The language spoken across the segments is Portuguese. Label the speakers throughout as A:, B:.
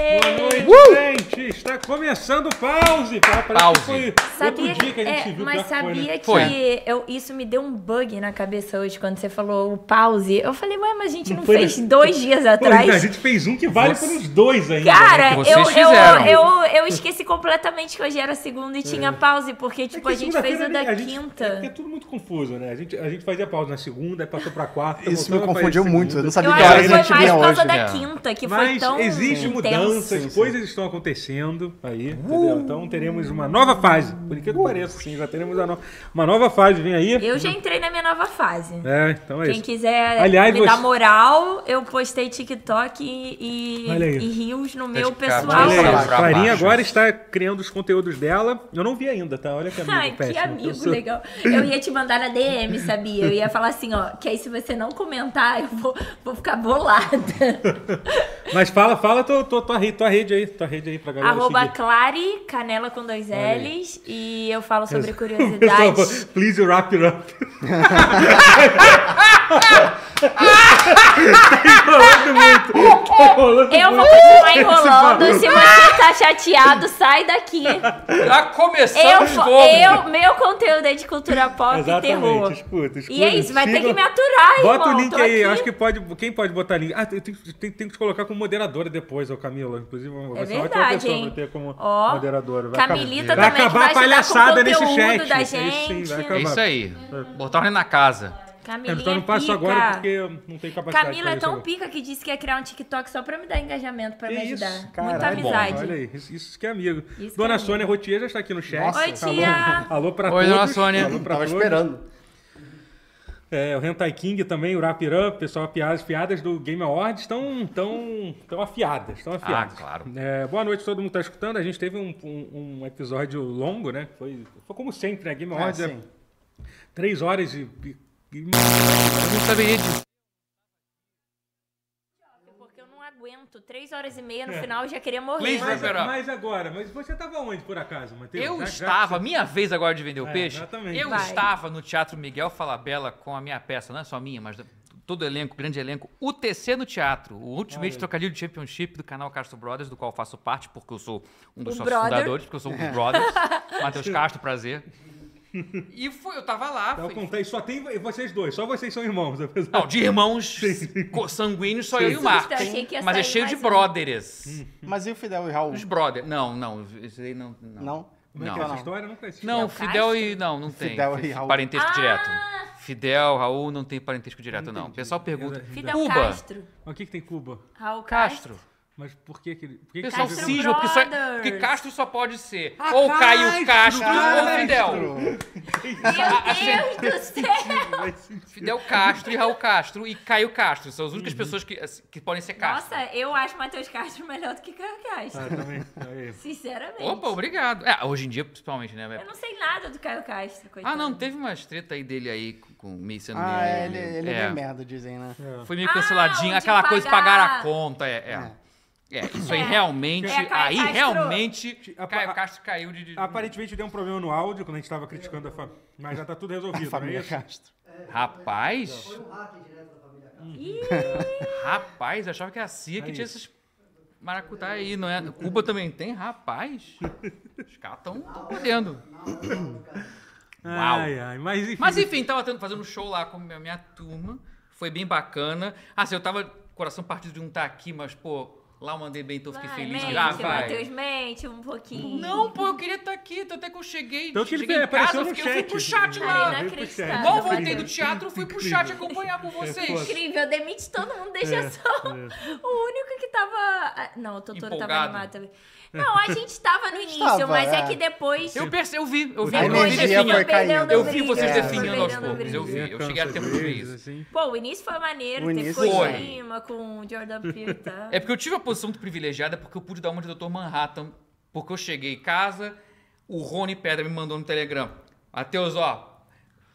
A: gente,
B: Uh!
A: gente, está começando o pause. Tá? Parece
B: Pause.
A: que foi
C: Sabia,
A: outro dia que a gente
C: é,
A: viu.
C: mas
A: pior que foi, né?
C: sabia que
B: Foi.
C: eu- isso me deu um bug na cabeça hoje quando você falou o pause. Eu falei, ué, mas a gente
A: Não
C: não,
A: foi
C: fez
A: nesse-
C: dois dias
A: Pô, a
C: atrás.
A: gente fez um que vale
B: Você-
A: para os dois ainda.
C: Cara,
B: que
A: né?
B: vocês
C: eu, eu,
B: fizeram.
C: eu, eu esqueci completamente que hoje era segunda e tinha pause, porque, tipo,
A: É
C: a
A: que
C: gente fez
A: segunda-feira
C: o da
A: a gente- É
C: quinta.
A: porque é tudo muito confuso, né? A gente, a gente fazia pausa na segunda, aí passou pra quarta.
D: Isso me
A: voltando pra
D: confundiu
A: segunda.
D: muito. Eu não sabia
C: Eu
D: que tipo
B: cara,
C: acho que
D: hora
C: foi
D: a gente
C: mais
D: vinha
C: por
D: hoje.
C: causa da
B: é.
C: quinta, que foi
A: Mas
C: tão
A: existem
C: intenso.
A: mudanças,
D: Sim, sim.
A: coisas estão acontecendo aí, entendeu? Então teremos uma nova fase. Por incrível que pareça, sim, já teremos a no- uma nova fase. Vem aí.
C: Eu já entrei na minha nova fase.
A: É, então é
C: Quem
A: isso.
C: quiser
A: Aliás,
C: me dar
A: você-
C: moral, eu postei TikTok e,
A: Olha aí.
C: e rios no
B: Tá de
C: meu
B: cara
C: pessoal.
B: pra
A: Olha
B: lá.
A: aí, Farinha
B: baixo.
A: agora está criando os conteúdos dela. Eu não vi ainda, tá? Olha que amigo
C: Ai, que
A: péssimo.
C: amigo
A: Eu sou-
C: legal. Eu ia te mandar na DM, sabia? Eu ia falar assim, ó, que aí se você não comentar, eu vou, vou ficar bolada.
A: Mas fala, fala tua, tua, tua, rede, tua rede aí, tua rede aí pra galera
C: Arroba
A: seguir.
C: Clare, canela com dois
A: Olha
C: L's. E eu falo sobre
A: Pessoal,
C: curiosidades.
A: Então, please wrap it up. tá enrolando muito. Tá enrolando
C: Eu vou
A: muito.
C: continuar enrolando. Se você tá chateado, sai daqui.
B: Tá começando
C: Eu,
B: o
C: fo-
B: jogo.
C: eu, meu conteúdo é de cultura pop e terror.
A: Exatamente, escuta, escuta.
C: E é isso, vai ter
A: siga-
C: que me aturar, irmão.
A: Bota o link
C: Tô
A: aí,
C: aqui.
A: acho que pode. Quem pode botar link? Ah, tem, tem, tem- tem que te colocar como moderadora depois, ô Camila. Inclusive,
C: É
A: você vai ter uma
C: verdade,
A: pessoa
C: hein?
A: pra ter como
C: Ó,
A: moderadora. Vai
C: Camilita
A: acabar-
C: também
A: vai
C: que
A: acabar a
C: vai ajudar com
A: palhaçada
C: o
A: nesse
C: conteúdo
A: chat.
C: da
A: Isso sim,
C: gente.
A: vai
B: É
A: acabar.
B: isso aí. Botar ordem na casa.
A: É,
C: Camilinha
A: então não passo
C: pica.
A: agora porque eu não tenho capacidade
C: Camila é
A: de fazer
C: tão
A: isso
C: pica que disse que ia criar um TikTok só pra me dar engajamento, pra
A: agora.
C: me
A: Que
C: ajudar.
A: isso,
C: Muita
A: caralho. é
C: amizade.
A: Olha aí, isso, isso que é amigo.
C: Isso que
A: Dona
C: é amigo.
A: Sônia Rotier já está aqui no chat.
D: Nossa.
C: Oi, tia.
A: Alô, alô pra
B: Oi,
A: todos.
B: dona Sônia.
A: Alô pra
D: Tava
A: todos.
D: esperando.
A: É, o Hentai King também, o Wrap It Up, pessoal, piadas, piadas do Game Awards estão tão, tão afiadas, estão afiadas.
B: Ah, claro.
A: É, boa noite, todo mundo está escutando. A gente teve um, um- um episódio longo, né? Foi, foi como sempre, né? Game Awards é
D: Ah, sim.
A: três horas e... e- e-
B: Eu não saberia disso.
C: Porque eu não aguento. Três horas e meia no
A: É.
C: final eu já queria morrer.
B: Please,
A: Mas,
B: Wrap It Up.
A: mas agora, mas você estava onde, por acaso, Matheus?
B: é Eu
A: Já- já-
B: estava, minha vez agora de vender o
A: É,
B: peixe.
A: exatamente.
B: Eu
C: Vai.
B: estava no Teatro Miguel Falabella com a minha peça, não é só minha, mas do- todo elenco, grande elenco, UTC no Teatro, o Ultimate Trocadilho Championship do canal Castro Brothers, do qual eu faço parte, porque eu sou um dos
C: O
B: sócios
C: brother.
B: fundadores, porque eu sou um dos brothers. Matheus Castro, prazer. E fui, eu tava lá.
A: Então,
B: fui-
A: contei, só tem vocês dois, só vocês são irmãos, apesar
B: Não, de irmãos co- sanguíneos, só eu e o
C: Susto,
B: Marcos.
C: achei que ia
B: Mas é
C: sair
B: cheio de
C: mais um.
B: brothers.
D: Mas e o Fidel e o Raul?
B: Os brothers. Não, não, isso aí não. Não,
D: Não?
A: Como é
B: Não.
A: que é essa
D: Não.
A: história? Eu nunca assisti.
B: Não,
C: Fidel
B: Fidel
C: Castro?
B: e. Não, não tem.
D: Fidel e
B: Fi-
D: Raul.
B: Parentesco
C: Ah!
B: direto. Fidel, Raul, não tem parentesco direto, não. O pessoal pergunta.
C: Fidel
B: Cuba.
C: é Castro.
A: Mas o que, que tem Cuba?
C: Raul Castro.
B: Castro.
A: Mas por que que ele... Por que
B: O
A: que
B: pessoal
A: você-
C: Castro
B: cisma, porque, só, porque
C: Brothers. Ah,
B: Castro só pode ser ou Caio Castro,
D: Ah, é
B: ou Fidel.
C: Meu Deus do céu.
B: Fidel Castro e Raul Castro e Caio Castro. São as únicas
D: Uhum.
B: pessoas que, assim, que podem ser Castro.
C: Nossa, é eu acho Matheus Castro melhor do que Caio
A: Ah,
C: Castro.
A: também. Aí.
C: Sinceramente.
B: Opa, obrigado. É, hoje em dia, principalmente, né?
C: Eu não sei nada do Caio Castro, coitado.
B: Ah, não, teve umas treta aí dele aí com, com meio sendo
D: Ah,
B: meio-
D: é, ele, ele é bem merda, dizem, né?
B: Foi meio
C: Ah,
B: canceladinho,
C: onde
B: aquela coisa de pagar
C: pagar.
B: a conta, é. é. É, isso aí realmente.
C: É, Caio
B: aí
C: Castro.
B: realmente.
A: A-
B: Caio
A: a-
B: Castro caiu de. de-
A: Aparentemente deu um problema no áudio quando a gente tava criticando a família. Mas já tá tudo resolvido, não é
D: Família
A: isso?
D: Castro.
B: Rapaz.
C: Ih,
B: Rapaz, eu achava que era a CIA que
A: É
B: tinha
A: isso.
B: esses maracutá aí, não é? Cuba também tem, rapaz. Os caras estão podendo. Uau.
A: Ai, ai, mas enfim.
B: Mas enfim, tava tendo, fazendo um show lá com a minha, minha turma. Foi bem bacana. Assim, eu tava coração partido de não estar aqui, mas, pô, lá eu mandei bem, então eu fiquei
C: vai,
B: feliz.
C: mente,
B: Ah,
C: Matheus,
B: vai.
C: mente um pouquinho.
B: Não, pô, eu queria estar aqui, tanto até que eu cheguei.
A: Tanto que ele
B: cheguei em
A: apareceu
B: casa, eu,
A: no
B: fiquei, eu fui
A: chat.
B: pro chat
C: Cara,
B: lá.
A: Ele
C: inacreditável.
B: Mal
C: Incrível.
B: voltei do teatro, fui pro chat acompanhar
A: É
B: com vocês.
C: Incrível, demite todo mundo, deixa só o único que tava. ah, Não, o Totoro tava
B: Empolgado.
C: animado também. Não, a gente tava no início,
D: Estava,
C: mas é,
D: é.
C: que depois.
B: Eu percebi, eu vi, eu vi
D: A
C: depois
B: vocês
D: energia
B: definhando.
D: foi caindo.
B: Eu vi
C: brilho,
B: vocês
C: foi
B: definhando aos
C: perdendo o
B: poucos, eu
C: brilho.
B: vi, eu cheguei a tempo de ver isso.
A: Assim.
C: Pô, o início foi maneiro,
D: O
C: teve
D: início
B: foi.
C: Kojima com o Jordan Peele, tá?
B: É porque eu tive uma posição muito privilegiada porque eu pude dar uma de Dr. Manhattan. Porque eu cheguei em casa, o Rony Pedra me mandou no Telegram. Mateus, ó,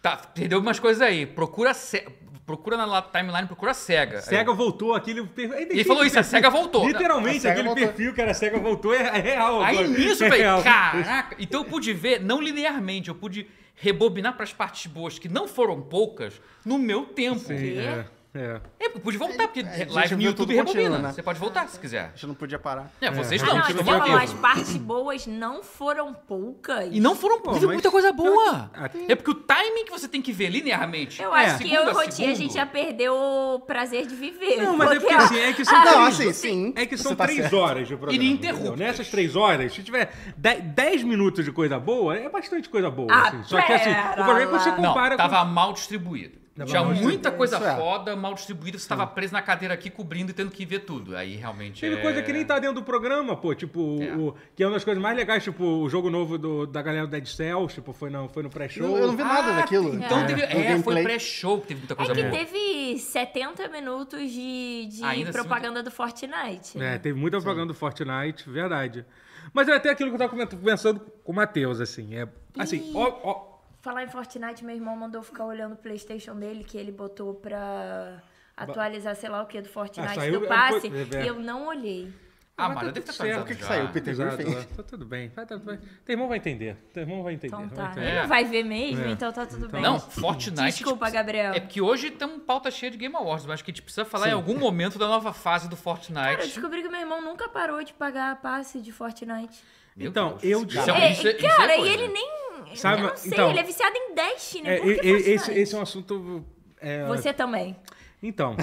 B: tá, perdeu umas coisas aí. Procura, Se- procura na la- timeline, procura a SEGA. Aí
A: Sega voltou aquele perfil. Ainda
B: Ele
A: existe
B: falou isso, a
A: perfil.
B: SEGA voltou.
A: Literalmente,
D: A Sega
A: aquele
D: voltou.
A: perfil que era Sega voltou é, é real.
B: Aí
A: agora.
B: nisso,
A: é
B: eu falei,
A: real.
B: caraca. Então eu pude ver, não linearmente, eu pude rebobinar para as partes boas, que não foram poucas, no meu tempo.
A: Sim, é. É.
B: É, pode voltar, porque
D: a gente
B: live no
D: viu
B: YouTube
D: tudo contínuo,
B: rebobina.
D: né?
B: Você pode voltar se quiser.
D: A gente não podia parar.
B: É, vocês
A: É.
B: não,
C: Ah, não,
B: vocês
C: eu
B: não
C: vou
B: vão
C: falar,
B: ver.
C: as partes boas não foram poucas.
B: E não foram.
A: Pô,
B: teve
A: mas-
B: muita coisa boa.
A: Ah, tem-
B: É porque o timing que você tem que ver linearmente.
C: Eu
B: é,
C: acho que eu e
B: segundo
C: o
B: a
C: Rotier, a
B: segundo.
C: gente já perdeu o prazer de viver.
A: Não, mas é porque assim, é que são
D: Não,
A: três-
D: assim, sim.
A: É que
D: você
A: são
D: tá
A: três
D: certo.
A: horas de programa.
B: Ininterruptas.
A: entendeu? Nessas três horas, se tiver de- dez minutos de coisa boa, é bastante coisa boa.
C: Ah,
A: assim. Só que assim, o
C: pera
A: problema é quando você
C: lá.
B: Não,
A: compara
B: tava mal distribuído.
A: Tava
B: Tinha
A: mal
B: muita
A: distribuído.
B: coisa
D: Isso é.
B: foda, mal distribuída, você tava preso na cadeira aqui, cobrindo e tendo que ver tudo. Aí realmente.
A: Teve
B: é...
A: coisa que nem tá dentro do programa, pô. Tipo,
B: É.
A: o, que é uma das coisas mais legais, tipo, o jogo novo do- da galera do Dead Cells, tipo, foi, no, foi no pré-show.
D: Eu, eu não vi nada
B: Ah,
D: daquilo.
B: Então
D: É.
B: teve.
D: Do
B: É, foi
D: gameplay.
B: pré-show que teve muita
C: É
B: coisa
C: que
B: boa.
C: teve 70 minutos de, de
B: Ainda assim,
C: propaganda do Fortnite. né?
A: É, teve muita propaganda do Fortnite, verdade. Mas é até aquilo que eu tava coment- conversando com o Matheus, assim. É, assim,
C: Ih.
A: ó, ó-
C: Falar em Fortnite, meu irmão mandou ficar olhando o Playstation dele, que ele botou pra atualizar, sei lá o que, do Fortnite,
A: Ah, saiu-
C: do passe,
A: é, é.
C: e eu não olhei.
B: Ah,
A: mas
B: mas
A: tá
B: eu devo ter
A: tudo certo.
B: atualizado
D: O que, que
B: já.
D: saiu? Peter
A: Exato,
D: Griffin?
A: é. tá tudo bem. Vai, tá, vai. Teu irmão vai entender. Teu irmão vai entender.
C: Então
A: vai
C: tá.
A: entender.
C: Ele não vai ver mesmo,
A: É.
C: então tá tudo bem.
B: é. Não, Fortnite.
C: Desculpa, Gabriel.
B: É porque hoje tem uma pauta cheia de Game Awards, mas acho que a gente precisa falar em algum momento da nova fase do Fortnite.
C: Cara, tipo, eu descobri que meu irmão nunca parou de pagar a passe de Fortnite.
B: Meu
A: Então,
B: Deus.
A: eu
B: Isso
A: já-
B: é-
C: É,
B: isso é- isso é
C: cara, e
B: coisa.
C: ele nem.
A: Sabe,
C: eu não sei,
A: então-
C: ele é viciado em Destiny.
A: É,
C: Por que
A: e- e-
C: Fortnite?
A: esse, esse é um assunto. é, Ah!
C: Você também. Ah,
A: Então.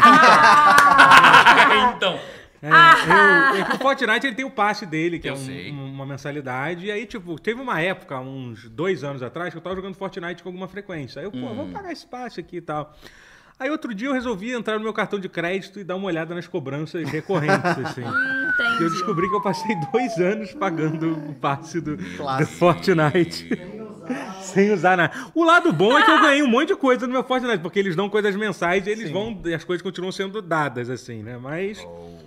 B: então,
A: É, eu- é que o Fortnite ele tem o passe dele, que
B: Eu
A: é um-
B: sei.
A: um- uma mensalidade. E aí, tipo, teve uma época, uns dois anos atrás, que eu tava jogando Fortnite com alguma frequência. Aí eu, pô, vou pagar esse passe aqui e tal. Aí outro dia eu resolvi entrar no meu cartão de crédito e dar uma olhada nas cobranças recorrentes, assim. E eu
C: Entendi.
A: descobri que eu passei dois anos pagando o passe do, do
D: Clássico.
A: Fortnite. Sem usar nada. O lado bom é que eu ganhei um monte de coisa no meu Fortnite, porque eles dão coisas mensais e eles vão. E as coisas continuam sendo dadas, assim, né? Mas.
D: Oh.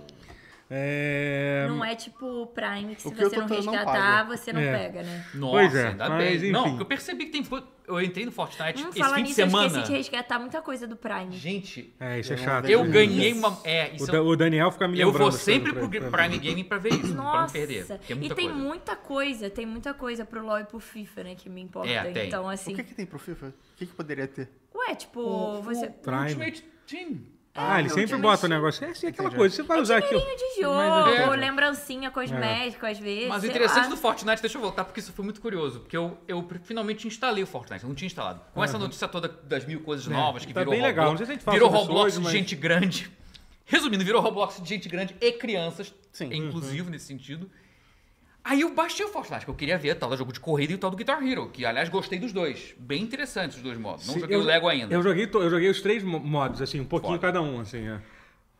A: É...
C: Não é tipo o Prime, que se
D: O que eu
C: você não
D: tô tentando não
C: resgatar, você não
A: É.
C: pega, né?
B: nossa,
A: Pois é,
B: ainda
A: mas
B: bem.
A: enfim.
B: Não, porque eu percebi que tem. Eu entrei no Fortnite
C: Hum,
B: Tipo, esse
C: falar
B: fim de
C: nisso, eu
B: semana.
C: esqueci de resgatar muita coisa do Prime.
B: Gente,
A: É, isso é
D: Eu não
A: chato.
D: vejo
B: eu
A: né?
B: ganhei uma. É,
A: O,
B: isso é-
A: Da- o Daniel fica me
B: Eu
A: lembrando.
B: vou
A: das
B: sempre pro
A: coisas pra-
B: Prime
A: pra-
B: Gaming pra ver isso, pra não
C: Nossa,
B: perder. porque é
C: e
B: muita
C: tem
B: coisa.
C: muita coisa, tem muita coisa pro LoL e pro FIFA, né, que me importa.
B: É, tem.
C: Então,
D: O
C: assim,
D: que, que tem pro FIFA? O que, que poderia ter?
C: ué, tipo, você...
A: Prime.
B: Ultimate Team.
A: Ah, ele
D: não,
A: sempre
D: mas-
A: bota o negócio. É assim, aquela
D: Entendi.
A: coisa. Você vai usar aqui. ó.
C: Dinheirinho de jogo,
A: Mas eu-
C: lembrancinha
A: É.
C: cosmética, às vezes,
B: Mas o
C: sei
B: interessante
C: lá.
B: do Fortnite, deixa eu voltar, porque isso foi muito curioso. Porque eu, eu finalmente instalei o Fortnite, eu não tinha instalado. Com essa notícia toda das mil coisas novas que
A: tá
B: virou
A: bem
B: Roblox.
A: legal, não sei se a gente fala
B: virou
A: sobre isso
B: Roblox
A: hoje,
B: de
A: mas-
B: gente grande. Resumindo, virou Roblox de gente grande e crianças,
D: Sim.
B: é
A: Uhum.
B: inclusivo nesse sentido. Aí eu baixei o Fortnite, porque eu queria ver o tal do jogo de corrida e o tal do Guitar Hero, que aliás gostei dos dois. Bem interessantes os dois modos. Não
A: Sim,
B: joguei
A: eu-
B: o Lego ainda.
A: Eu joguei, to- eu joguei os três mo- modos, assim, um pouquinho
B: Foda.
A: cada um, assim. É.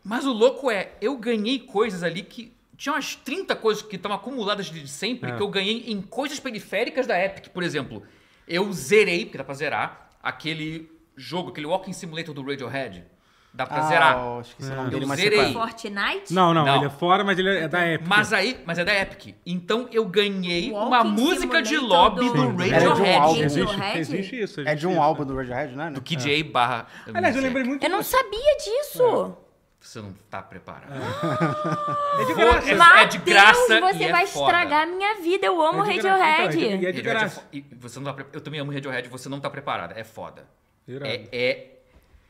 B: Mas o louco é, eu ganhei coisas ali que. Tinha umas 30 coisas que estão acumuladas de sempre
A: É.
B: que eu ganhei em coisas periféricas da Epic, por exemplo. Eu zerei, porque dá pra zerar, aquele jogo, aquele Walking Simulator do Radiohead. Dá pra zerar. É.
D: Ah, eu esqueci o nome
B: Eu
D: dele, mas
B: zerei.
D: você fala.
C: Fortnite?
A: Não, não,
B: Não.
A: ele é fora, mas ele é é da Epic.
B: Mas aí, mas é da Epic. Então eu ganhei
C: Walking
B: uma música de
C: Simulator
B: lobby do,
C: do-
D: Era de um álbum.
B: Radiohead.
A: existe,
C: Radiohead?
A: existe isso.
D: É
A: existe
D: de um
A: isso.
D: álbum do Radiohead, né?
B: Do KJ barra. não
A: É. Aliás, eu
B: sei.
A: lembrei muito
C: Eu não
A: disso.
C: sabia disso.
B: Você não tá preparado.
A: É de graça.
B: É de
C: Mateus,
B: graça
C: você
B: e é
C: vai
B: foda.
C: estragar a minha vida. Eu amo
A: É de graça.
C: um Radiohead.
A: Então, é de- e é de
B: Radiohead é
A: graça.
B: fo- e você não tá pre- Eu também amo Radiohead, você não tá preparada. É foda.
A: Irado.
B: É, é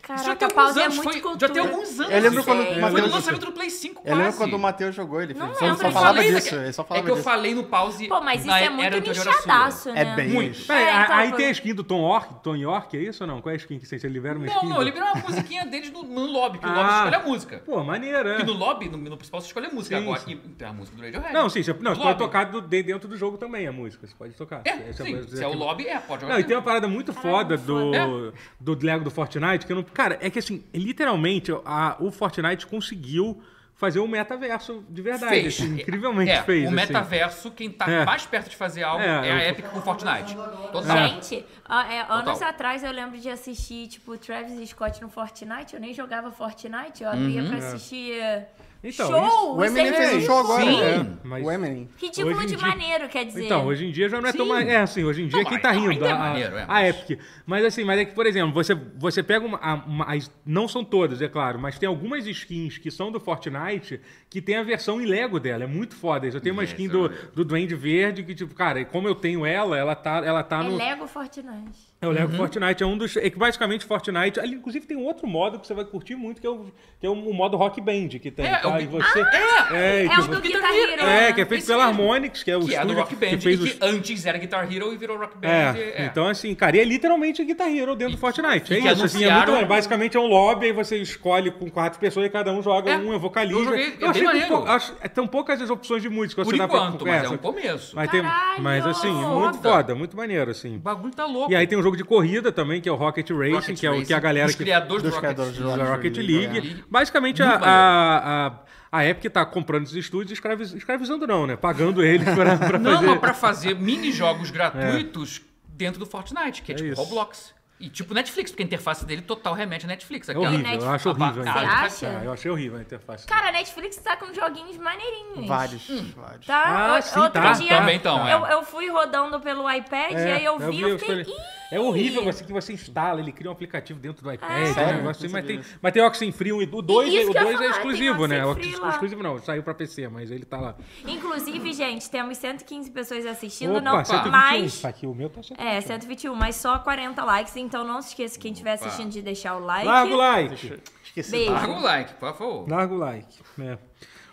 B: Isso
C: Caraca,
B: alguns
C: Paulo, é
B: anos,
C: muito
B: foi-
C: cultura.
B: Já tem alguns anos.
D: Eu lembro
B: isso.
D: quando
C: Sei.
D: o
B: Foi no
D: Matheus.
B: lançamento do Play 5
D: Eu
B: quase.
D: lembro quando o Matheus jogou, ele
C: Não
D: fez.
B: Eu
D: Só,
C: lembro,
D: só
C: eu
D: falava
B: falei, né,
D: disso,
B: que-
D: ele só
B: É
D: falava
B: que eu
D: disso.
B: falei no pause.
C: Pô, mas isso
B: na
C: é
B: era
C: muito
B: anterior à sua.
C: nichadaço, né?
D: É bem
B: Muito.
D: isso.
A: Peraí,
C: É,
A: a-
C: então,
A: aí
C: foi-
A: tem a skin do Tom York, Tom York, é isso ou não? Qual é a skin que vocês vocês liberam uma
B: Não,
A: skin?
B: não, eu liberei uma musiquinha deles no, no lobby, que o lobby
A: Ah.
B: escolhe a música.
A: Pô, maneira.
B: Porque no lobby, no, no principal, você escolhe a música.
A: Sim,
B: Agora,
A: sim.
B: e- tem a música do Radiohead.
A: Não, sim, você, não, você
B: Lobby.
A: pode tocar do- de- dentro do jogo também a música, você pode tocar.
B: É,
A: Essa
B: sim.
A: coisa-
B: Se é o lobby, é, pode jogar.
A: Não, e tem
B: também.
A: uma parada muito foda do, do Lego do Fortnite, que eu não. Cara, é que assim, literalmente, a- o Fortnite conseguiu fazer um metaverso de verdade.
B: Fez.
A: assim,
B: É,
A: incrivelmente
B: é,
A: fez.
B: O
A: assim.
B: metaverso, quem tá
A: É.
B: mais perto de fazer algo
A: É,
B: é,
A: eu-
B: a Epic com Fortnite. Total.
C: Gente, a- é, anos
B: Total.
C: atrás eu lembro de
B: Uhum.
C: assistir, tipo, Travis Scott no Fortnite. Eu nem jogava Fortnite, eu abria pra assistir. eh,
A: Então,
C: show!
D: O
C: isso
D: Eminem
C: é
D: fez um show agora.
B: Sim.
D: né?
A: Mas-
D: O Eminem.
C: Ridículo
A: Hoje em
C: de
A: dia-
C: tipo, maneiro, quer dizer.
A: Então, hoje em dia já não é tão
B: Sim.
A: mais. É, assim, hoje em dia
B: Não,
A: quem tá
B: mas-
A: rindo.
B: ainda é
A: a,
B: maneiro, é,
A: a
B: mas-
A: Epic. Mas assim, mas é que, por exemplo, você, você pega uma, a- uma- as- Não são todas, é claro, mas tem algumas skins que são do Fortnite que tem a versão em Lego dela. É muito foda isso. Eu tenho uma
B: Isso,
A: skin do,
B: né?
A: do Duende Verde que, tipo, cara, como eu tenho ela, ela tá, ela tá
C: é
A: no.
C: Lego Fortnite.
A: É o
B: Uhum.
A: Lego Fortnite, é um dos. É que basicamente Fortnite. Ali, inclusive, tem um outro modo que você vai curtir muito, que é o, que é o modo rock band que tem.
B: É,
A: tá?
B: o-
A: E você.
B: Ah,
A: é, e
C: É
A: que
C: o do
A: você-
C: Guitar Hero.
A: é, que é feito
B: Isso
A: pela
B: mesmo.
A: Harmonix, que é o
B: Que é do
A: estúdio
B: Rock Band,
A: que fez
B: e
A: os
B: que antes era Guitar Hero e virou Rock Band.
A: é, então assim, cara, e é literalmente Guitar Hero dentro do Fortnite. É
B: e que
A: isso, assim, é muito
B: anunciaram-
A: legal. Basicamente é um lobby, aí você escolhe com quatro pessoas e cada um joga
B: É,
A: um, é vocalista.
B: eu joguei, é bem
A: achei que
B: maneiro.
A: pou- acho- é, tão poucas as opções de música.
B: Por
A: você
B: enquanto,
A: dá pra,
B: mas é um
A: só-
B: começo.
A: mas, tem,
C: Caralho!
A: mas assim, é muito
B: Foda.
A: foda, muito maneiro, assim.
B: O bagulho tá louco.
A: E aí tem um jogo de corrida também, que é o Rocket Racing,
B: Rocket
A: que é o que a
B: Racing,
A: galera
B: Os
A: que
B: criadores do
D: Dos
B: Rocket
D: criadores do
B: League.
A: da Rocket
D: League,
A: League.
B: é.
A: Basicamente, a,
B: Muito
A: a, a, a Epic tá comprando os estúdios e escraviz- escravizando não, né? Pagando eles pra, pra
B: Não,
A: fazer...
B: mas pra fazer mini-jogos gratuitos dentro do Fortnite, que é,
A: É
B: tipo
A: isso.
B: Roblox. E tipo Netflix, porque a interface dele total remete a Netflix.
A: É
B: Aquela...
A: horrível, eu acho horrível. a
B: Então, né, tipo, Você
A: interface.
C: acha?
A: Ah, eu achei horrível a interface.
C: Cara, a Netflix tá com joguinhos maneirinhos.
D: Vários,
B: Hum.
D: vários.
A: Ah,
C: Tá? O-
A: sim,
C: Outro
A: tá,
C: dia,
A: tá.
B: Também tão, é.
C: eu, eu fui rodando pelo iPad,
A: É,
C: e aí eu vi, eu,
A: os
C: fiquei...
A: tele-
C: "Ih, É,
A: É horrível assim, que você instala, ele cria um aplicativo dentro do iPad. um
D: Sério?
A: negócio assim,
D: Não
A: mas,
D: sabia
A: tem, mas tem Oxenfree 1 e o 2,
C: Isso
A: o
C: que eu ia
A: 2 é
C: falar, tem
A: exclusivo, né? O
C: Oxenfree lá.
A: exclusivo não, saiu pra PC, mas ele tá lá.
C: Inclusive, gente, temos 115 pessoas assistindo,
A: Opa,
C: não
A: 121,
C: mais.
A: tá aqui, o meu tá 121.
C: É, 121, mas só 40 likes, então não se esqueça quem estiver
B: Opa.
C: assistindo de deixar o like.
A: Larga o like!
D: Esqueci.
C: Beijo.
B: Larga o like, por favor.
A: Larga o like. né?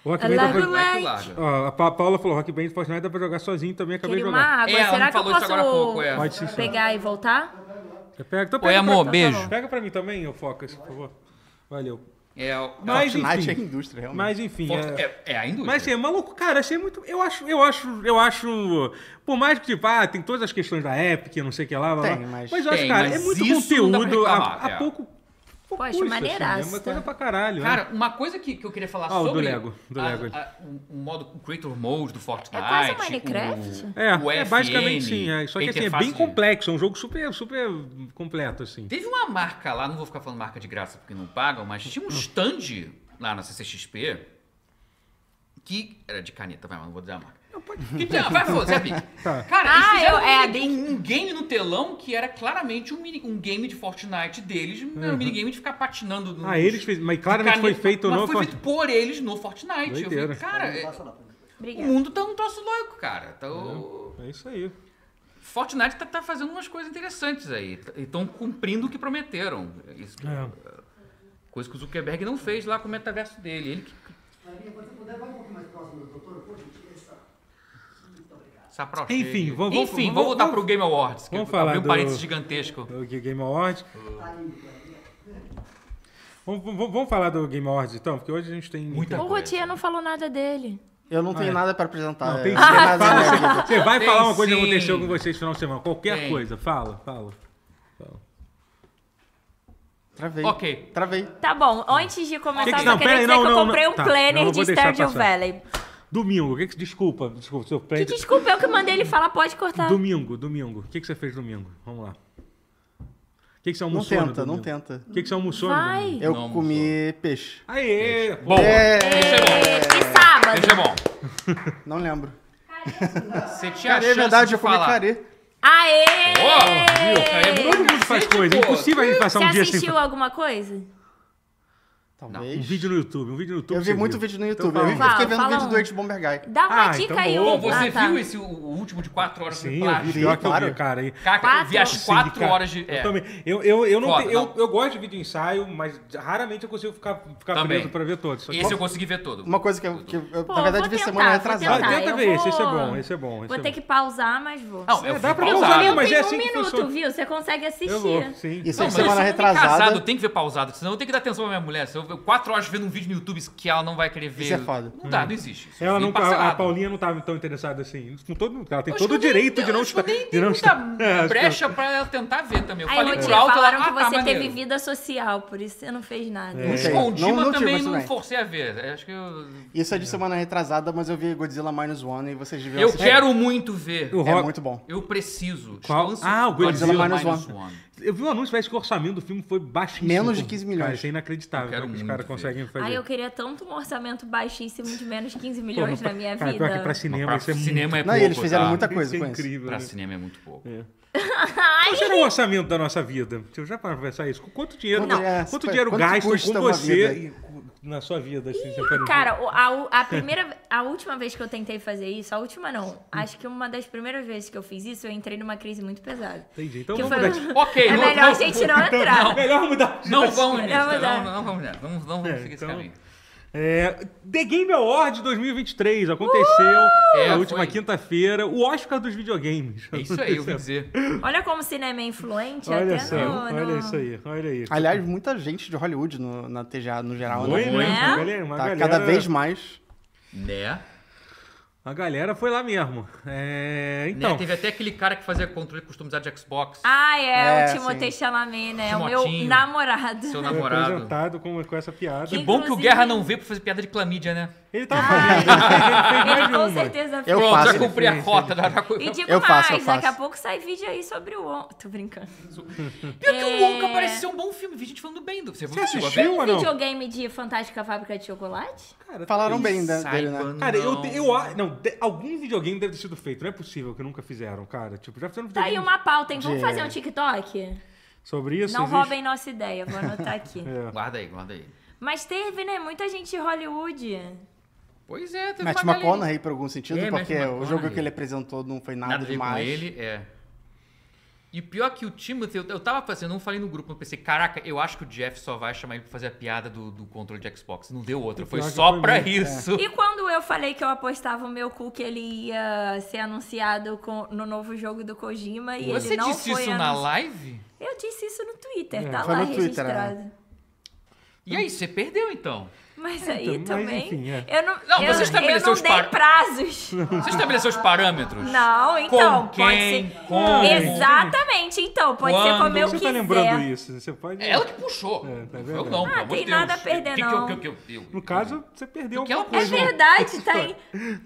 A: O Rock
C: Larga
A: Band
C: o
A: dá pra...
B: Like,
C: like.
B: larga.
A: Ó, a Pa- Paula falou, Rock Band Fortnite dá pra jogar sozinho também, acabei
C: Queria
A: de
C: uma
A: jogar.
C: água.
B: É, ela
C: Será
B: me
C: que eu
B: falou isso
C: posso
B: agora há pouco, é.
A: Pode sim, senhora.
C: pegar e voltar?
A: Pega, então
B: Oi,
A: pega pra-
B: amor,
C: tá
B: beijo.
C: bom.
A: Pega pra mim também, ô Focas, por favor. Valeu.
B: É, o-
A: Mas
D: Fortnite é
A: enfim.
D: indústria, realmente.
A: Mas enfim, é-
B: é, é, a indústria.
A: Mas assim, é maluco, cara, achei muito. Eu acho, eu acho, eu acho. Por mais que, tipo, ah, tem todas as questões da Epic, não sei o que lá, blá, blá,
D: Tem, mas-
A: mas eu acho,
B: Tem,
A: cara, é
B: mas
A: muito
B: isso não dá pra
A: conteúdo há,
B: reclamar,
A: há
B: é.
A: pouco. pouco
C: acho
A: isso, assim,
C: maneiraço,
A: é uma coisa
C: né?
A: pra caralho. né?
B: Cara, uma coisa que, que eu queria falar
A: Ah, o do
B: sobre...
A: Lego, do
B: a-
A: Lego.
B: a- o, o modo o Creator Mode do Fortnite.
C: É quase um Minecraft?
B: o-
A: é,
B: o
A: é
B: FN,
A: basicamente sim. É. Só que
B: a
A: assim, é
B: interface
A: bem
B: de-
A: complexo, é um jogo super, super completo, assim.
B: Teve uma marca lá, não vou ficar falando marca de graça porque não pagam, mas tinha um stand lá na CCXP que era de caneta, vai, mas não vou dizer a marca.
A: Não, pode-
B: Que tem, vai, foda-se, é a Bic.
A: Tá.
B: Cara,
C: Ah,
B: eles fizeram
C: eu- é a
B: um, mini- um game no telão que era claramente um, mini- um game de Fortnite deles, era um minigame de ficar patinando no.
A: Uhum. Ah, eles fez, mas claramente foi feito
B: mas
A: no.
B: foi feito por eles no Fortnite.
A: Doideira.
B: Eu falei, cara, é- o
C: Obrigada.
B: mundo tá um troço louco, cara. Então,
A: É isso aí.
B: Fortnite tá, tá fazendo umas coisas interessantes aí. Estão cumprindo o que prometeram. Isso que-
A: É.
B: Coisa que o Zuckerberg não fez lá com o metaverso dele. Ele que.
D: é
B: Saprochei.
A: Enfim, vamos-
B: Enfim,
A: vamos-
B: vamos, voltar
A: vamos-
B: pro Game Awards. que
A: vamos
B: eu-
A: falar
B: abriu um
A: do-
B: parênteses gigantesco.
A: do Game Awards. Vamos, vamos- vamos falar do Game Awards então, porque hoje a gente tem.
B: Muita
C: O Routier não falou nada dele.
D: Eu não tenho
A: Ah, é.
D: nada pra apresentar.
A: Não,
D: é.
A: tem sim.
D: Não tem nada
A: Fala,
D: a ver.
A: você- você vai
B: Tem
A: falar uma coisa que
B: sim.
A: aconteceu com vocês no final de semana. Qualquer
B: Tem.
A: coisa. Fala, fala. fala.
D: Travei.
B: Ok.
D: Travei.
C: Tá bom, antes de
A: Que
C: começar,
A: que-
C: eu só
A: não,
C: queria
A: pera aí,
C: dizer
A: não,
C: que eu
A: não,
C: comprei
A: não.
C: um
A: Tá,
C: planner
A: não, eu vou
C: de
A: deixar
C: Stardew
A: passar.
C: Valley.
A: Domingo, o que que. Desculpa, desculpa. Seu
C: Que tá-
A: prédio.
C: desculpa, eu que mandei ele falar, pode cortar.
A: Domingo, domingo. O que que você fez domingo? Vamos lá. O que que você
D: Não
A: almoçou? no
D: tenta, não
A: domingo?
D: tenta.
A: O que que você almoçou? no
C: Vai.
A: domingo?
D: Eu
B: Não,
D: comi peixe.
A: Aê!
B: Bom, isso é bom.
C: Ê, E sábado.
B: Isso é bom.
D: Não lembro.
B: Você tinha a
D: Carê,
B: chance
D: é verdade,
B: de
D: eu comi
B: falar.
D: carê.
C: Aê!
B: Ó, viu? Cara, é
A: Todo mundo faz
B: Cacete,
A: coisa. É
B: pô.
A: impossível a gente passar
C: Você
A: um dia sem.
C: assistiu alguma coisa?
D: Talvez.
A: Um vídeo no YouTube, um vídeo no YouTube.
D: Eu vi
A: você
D: muito
A: viu.
D: vídeo no
A: Então
D: YouTube. eu,
A: fala.
D: vi- eu fiquei
C: Fala,
D: vendo
C: fala
D: vídeo
C: um.
D: do Ant Bomber Guy.
C: Dá uma
A: Ah,
C: dica
A: então
C: aí.
A: boa.
B: Bom,
C: um-
B: você
C: Ah, tá.
B: viu esse, o, o último de 4 horas de
A: Sim, eu vi,
B: plástico?
A: pior que eu vi,
D: Claro.
A: cara. E-
B: Cara, eu vi as
C: Quatro?
B: 4
A: cara.
B: horas de.
A: Eu
B: é.
A: também. Eu, eu, eu, não
B: Foda,
A: tenho- eu-
B: não.
A: eu gosto de vídeo ensaio, mas raramente eu consigo ficar, ficar
B: Também.
A: preso pra ver todos. Só que-
B: Esse eu consegui ver todo.
D: Uma coisa que eu, que eu-
C: Pô,
D: na
C: vou
D: verdade, vi
C: tentar, vou
D: semana
A: Vai,
D: retrasada.
C: tentar.
A: tenta
C: eu
A: ver esse, esse é
C: vou-
A: bom, esse é bom. Esse
C: Vou
A: é
C: ter
A: bom.
C: que pausar, mas vou.
B: Não, eu
A: É,
B: fui
A: dá pra
C: Eu
A: pausar, né?
B: pausado.
C: falei,
A: mas
C: mas
A: é
C: é
A: assim
C: um
A: que
C: minuto,
A: funciona.
C: viu? Você consegue assistir.
A: Eu vou, É sim.
D: Isso
B: Não,
D: aí,
B: mas
D: semana
B: eu sou homem
D: retrasada.
B: casado, tem que ver pausado, senão eu tenho que dar atenção pra minha mulher. Se eu ver quatro horas vendo um vídeo no YouTube que ela não vai querer ver.
D: Isso é foda.
B: Não dá, não existe. Isso
A: Ela
B: vem
A: não, a, a
B: parcelado.
A: Paulinha não estava tão interessada assim. Com todo, ela tem
B: Eu
A: todo
B: acho que
A: o
B: eu nem-
A: direito de não
B: eu acho que
A: estar.
B: eu nem
A: de
B: tenho
A: não
B: muita
A: estar. É, acho que-
B: brecha pra ela tentar ver também. Eu
C: Aí,
B: falei
C: Rotinha,
B: por alto,
C: falaram
B: ela,
C: que
B: ah, tá,
C: você teve
B: maneiro.
C: vida social, por isso você não fez nada.
B: Não
D: É.
B: escondi,
D: Não-
B: mas
D: não tive,
B: também
D: mas
B: não
D: tudo bem.
B: forcei a ver. Acho que eu...
D: Isso é de semana retrasada, mas eu vi Godzilla Minus One e vocês viram
B: Eu
D: assim.
B: quero muito ver.
A: O
D: É
A: Rock-
D: muito bom.
B: Eu preciso.
A: Qual?
B: Estou ansioso.
A: Ah, o Godzilla
D: Minus One.
A: Eu vi um anúncio, parece que o orçamento do filme foi baixíssimo.
D: Menos de 15 milhões.
A: Cara, isso é inacreditável
B: Eu quero
A: como os
B: muito
A: caras
B: ver.
A: conseguem fazer.
C: Ai, eu queria tanto um orçamento baixíssimo de menos 15
A: Pô,
C: milhões
A: no-
C: na minha
A: cara,
C: vida.
A: pior que pra cinema,
B: Pra
A: isso é
B: cinema é
A: muito...
B: pouco.
D: Não, e eles fizeram
B: tá?
D: muita coisa
A: Isso
D: com
A: é
D: isso.
A: incrível.
B: Pra
A: né?
B: cinema é muito pouco.
A: Qual será o orçamento da nossa vida? Deixa eu já para pensar isso. Quanto dinheiro,
D: Quanto é,
A: quanto
D: quanto
A: dinheiro
D: custa
A: gastam com
D: uma
A: você
D: vida?
A: e na sua vida? Assim, você pode-
C: Cara, o- a, u- a primeira, a última vez que eu tentei fazer isso, a última não, acho que uma das primeiras vezes que eu fiz isso, eu entrei numa crise muito pesada.
A: Entendi. Então
C: que
A: vamos
C: foi-
A: mudar de-
B: Ok,
C: é
B: não-
C: melhor
B: não-
C: a gente não entrar.
A: Melhor mudar de
B: Não
A: assunto.
B: vamos nisso,
C: Vamos
B: não,
C: dar.
B: não vamos nisso. Vamos, não vamos
A: É,
B: seguir
A: então-
B: esse caminho.
A: É, The Game Awards 2023 aconteceu na
B: É, foi.
A: última quinta-feira. O Oscar dos videogames.
B: É isso aí, eu vou dizer.
C: Olha como o cinema é influente,
A: Olha
C: até
A: só,
C: no, no-
A: olha isso aí, olha isso.
D: Aliás, muita gente de Hollywood no- na TGA no geral.
A: Foi,
D: né?
A: né? Uma
C: né?
A: galera, uma
D: Tá
A: galera-
D: cada vez mais.
B: Né?
A: A galera foi lá mesmo. É, então,
B: né? Teve até aquele cara que fazia controle customizado de Xbox.
C: Ah, é,
D: É,
C: o Timothée
D: sim.
C: Chalamet, né? O meu
B: Timotinho.
C: namorado.
B: Seu
A: foi
B: namorado.
A: apresentado com, com essa piada.
B: Que
C: Inclusive-
B: bom que o Guerra não veio pra fazer piada de clamídia, né?
A: Ele tava fazendo, ele fez mais
C: Ah, Ele
A: de uma.
C: com certeza
D: Eu
B: Pronto,
D: faço,
B: já cumpri a cota. Já, já...
C: E digo
D: Eu
C: mais,
D: faço, eu
C: daqui a
D: faço.
C: pouco sai vídeo aí sobre o On. Tô brincando.
B: Pior que o
C: É.
B: Wonka parece ser um bom filme. Vi gente falando bem do... Você,
A: Você
C: Tipo,
B: viu?
A: assistiu
C: um
A: ou não?
C: Videogame de Fantástica Fábrica de Chocolate?
A: Cara,
D: Falaram bem da- dele, né?
B: Saiba,
A: Cara, eu,
B: não.
A: te- eu a- não, de- algum videogame deve ter sido feito, não é possível que nunca fizeram, cara. Tipo, já fizeram
C: Tá aí
A: videogame
C: uma pauta, hein? Vamos
D: De-
C: fazer um TikTok?
A: sobre isso?
C: Não
A: existe?
C: roubem nossa ideia, vou anotar aqui.
A: É.
B: Guarda aí, guarda aí.
C: Mas teve, né? Muita gente de Hollywood.
B: Pois é, teve
D: Matt
B: uma galera-
D: McConaughey, por algum sentido,
B: É, Matthew
D: porque o jogo
B: McConaughey.
D: que ele apresentou não foi nada,
B: Nada a ver com
D: demais.
B: ele, é. E pior é que o Timothy, eu, eu tava fazendo, eu não falei no grupo, eu pensei, caraca, eu acho que o Jeff só vai chamar ele pra fazer a piada do, do controle de Xbox. Não deu outra, foi
A: Pior que
B: só
A: foi
B: pra
A: mesmo, é.
B: isso.
C: E quando eu falei que eu apostava o meu cu que ele ia ser anunciado com- no novo jogo do Kojima e
B: Você
C: ele não
B: disse
C: foi
B: isso na
C: anunci-
B: live?
C: Eu disse isso no Twitter,
A: É,
C: tá
D: foi
C: lá
D: no Twitter, né?
C: registrado.
B: E aí, você perdeu então?
C: Mas aí
A: É, mas
C: também.
A: enfim, é.
C: Eu não,
B: Não,
C: eu,
B: você
C: eu
B: estabeleceu
C: não
B: os
C: dei
B: par-
C: prazos.
B: Você estabeleceu os parâmetros?
C: Não, então,
B: Com
C: pode
B: quem?
C: ser.
B: Como?
C: Exatamente, então, pode ser
B: Quando?
C: como eu
A: Você
C: quiser.
A: tá lembrando isso? Você pode.
B: É Ela que puxou.
A: É, tá
B: eu
A: vendo?
B: não,
A: Ah,
B: pelo amor
C: tem
B: de Deus.
C: nada a perder,
B: Que que eu-
C: não.
B: que eu- que eu- eu-
A: No caso, você perdeu
B: Porque ela
A: alguma
C: É
A: coisa.
B: puxou.
C: verdade, tá aí.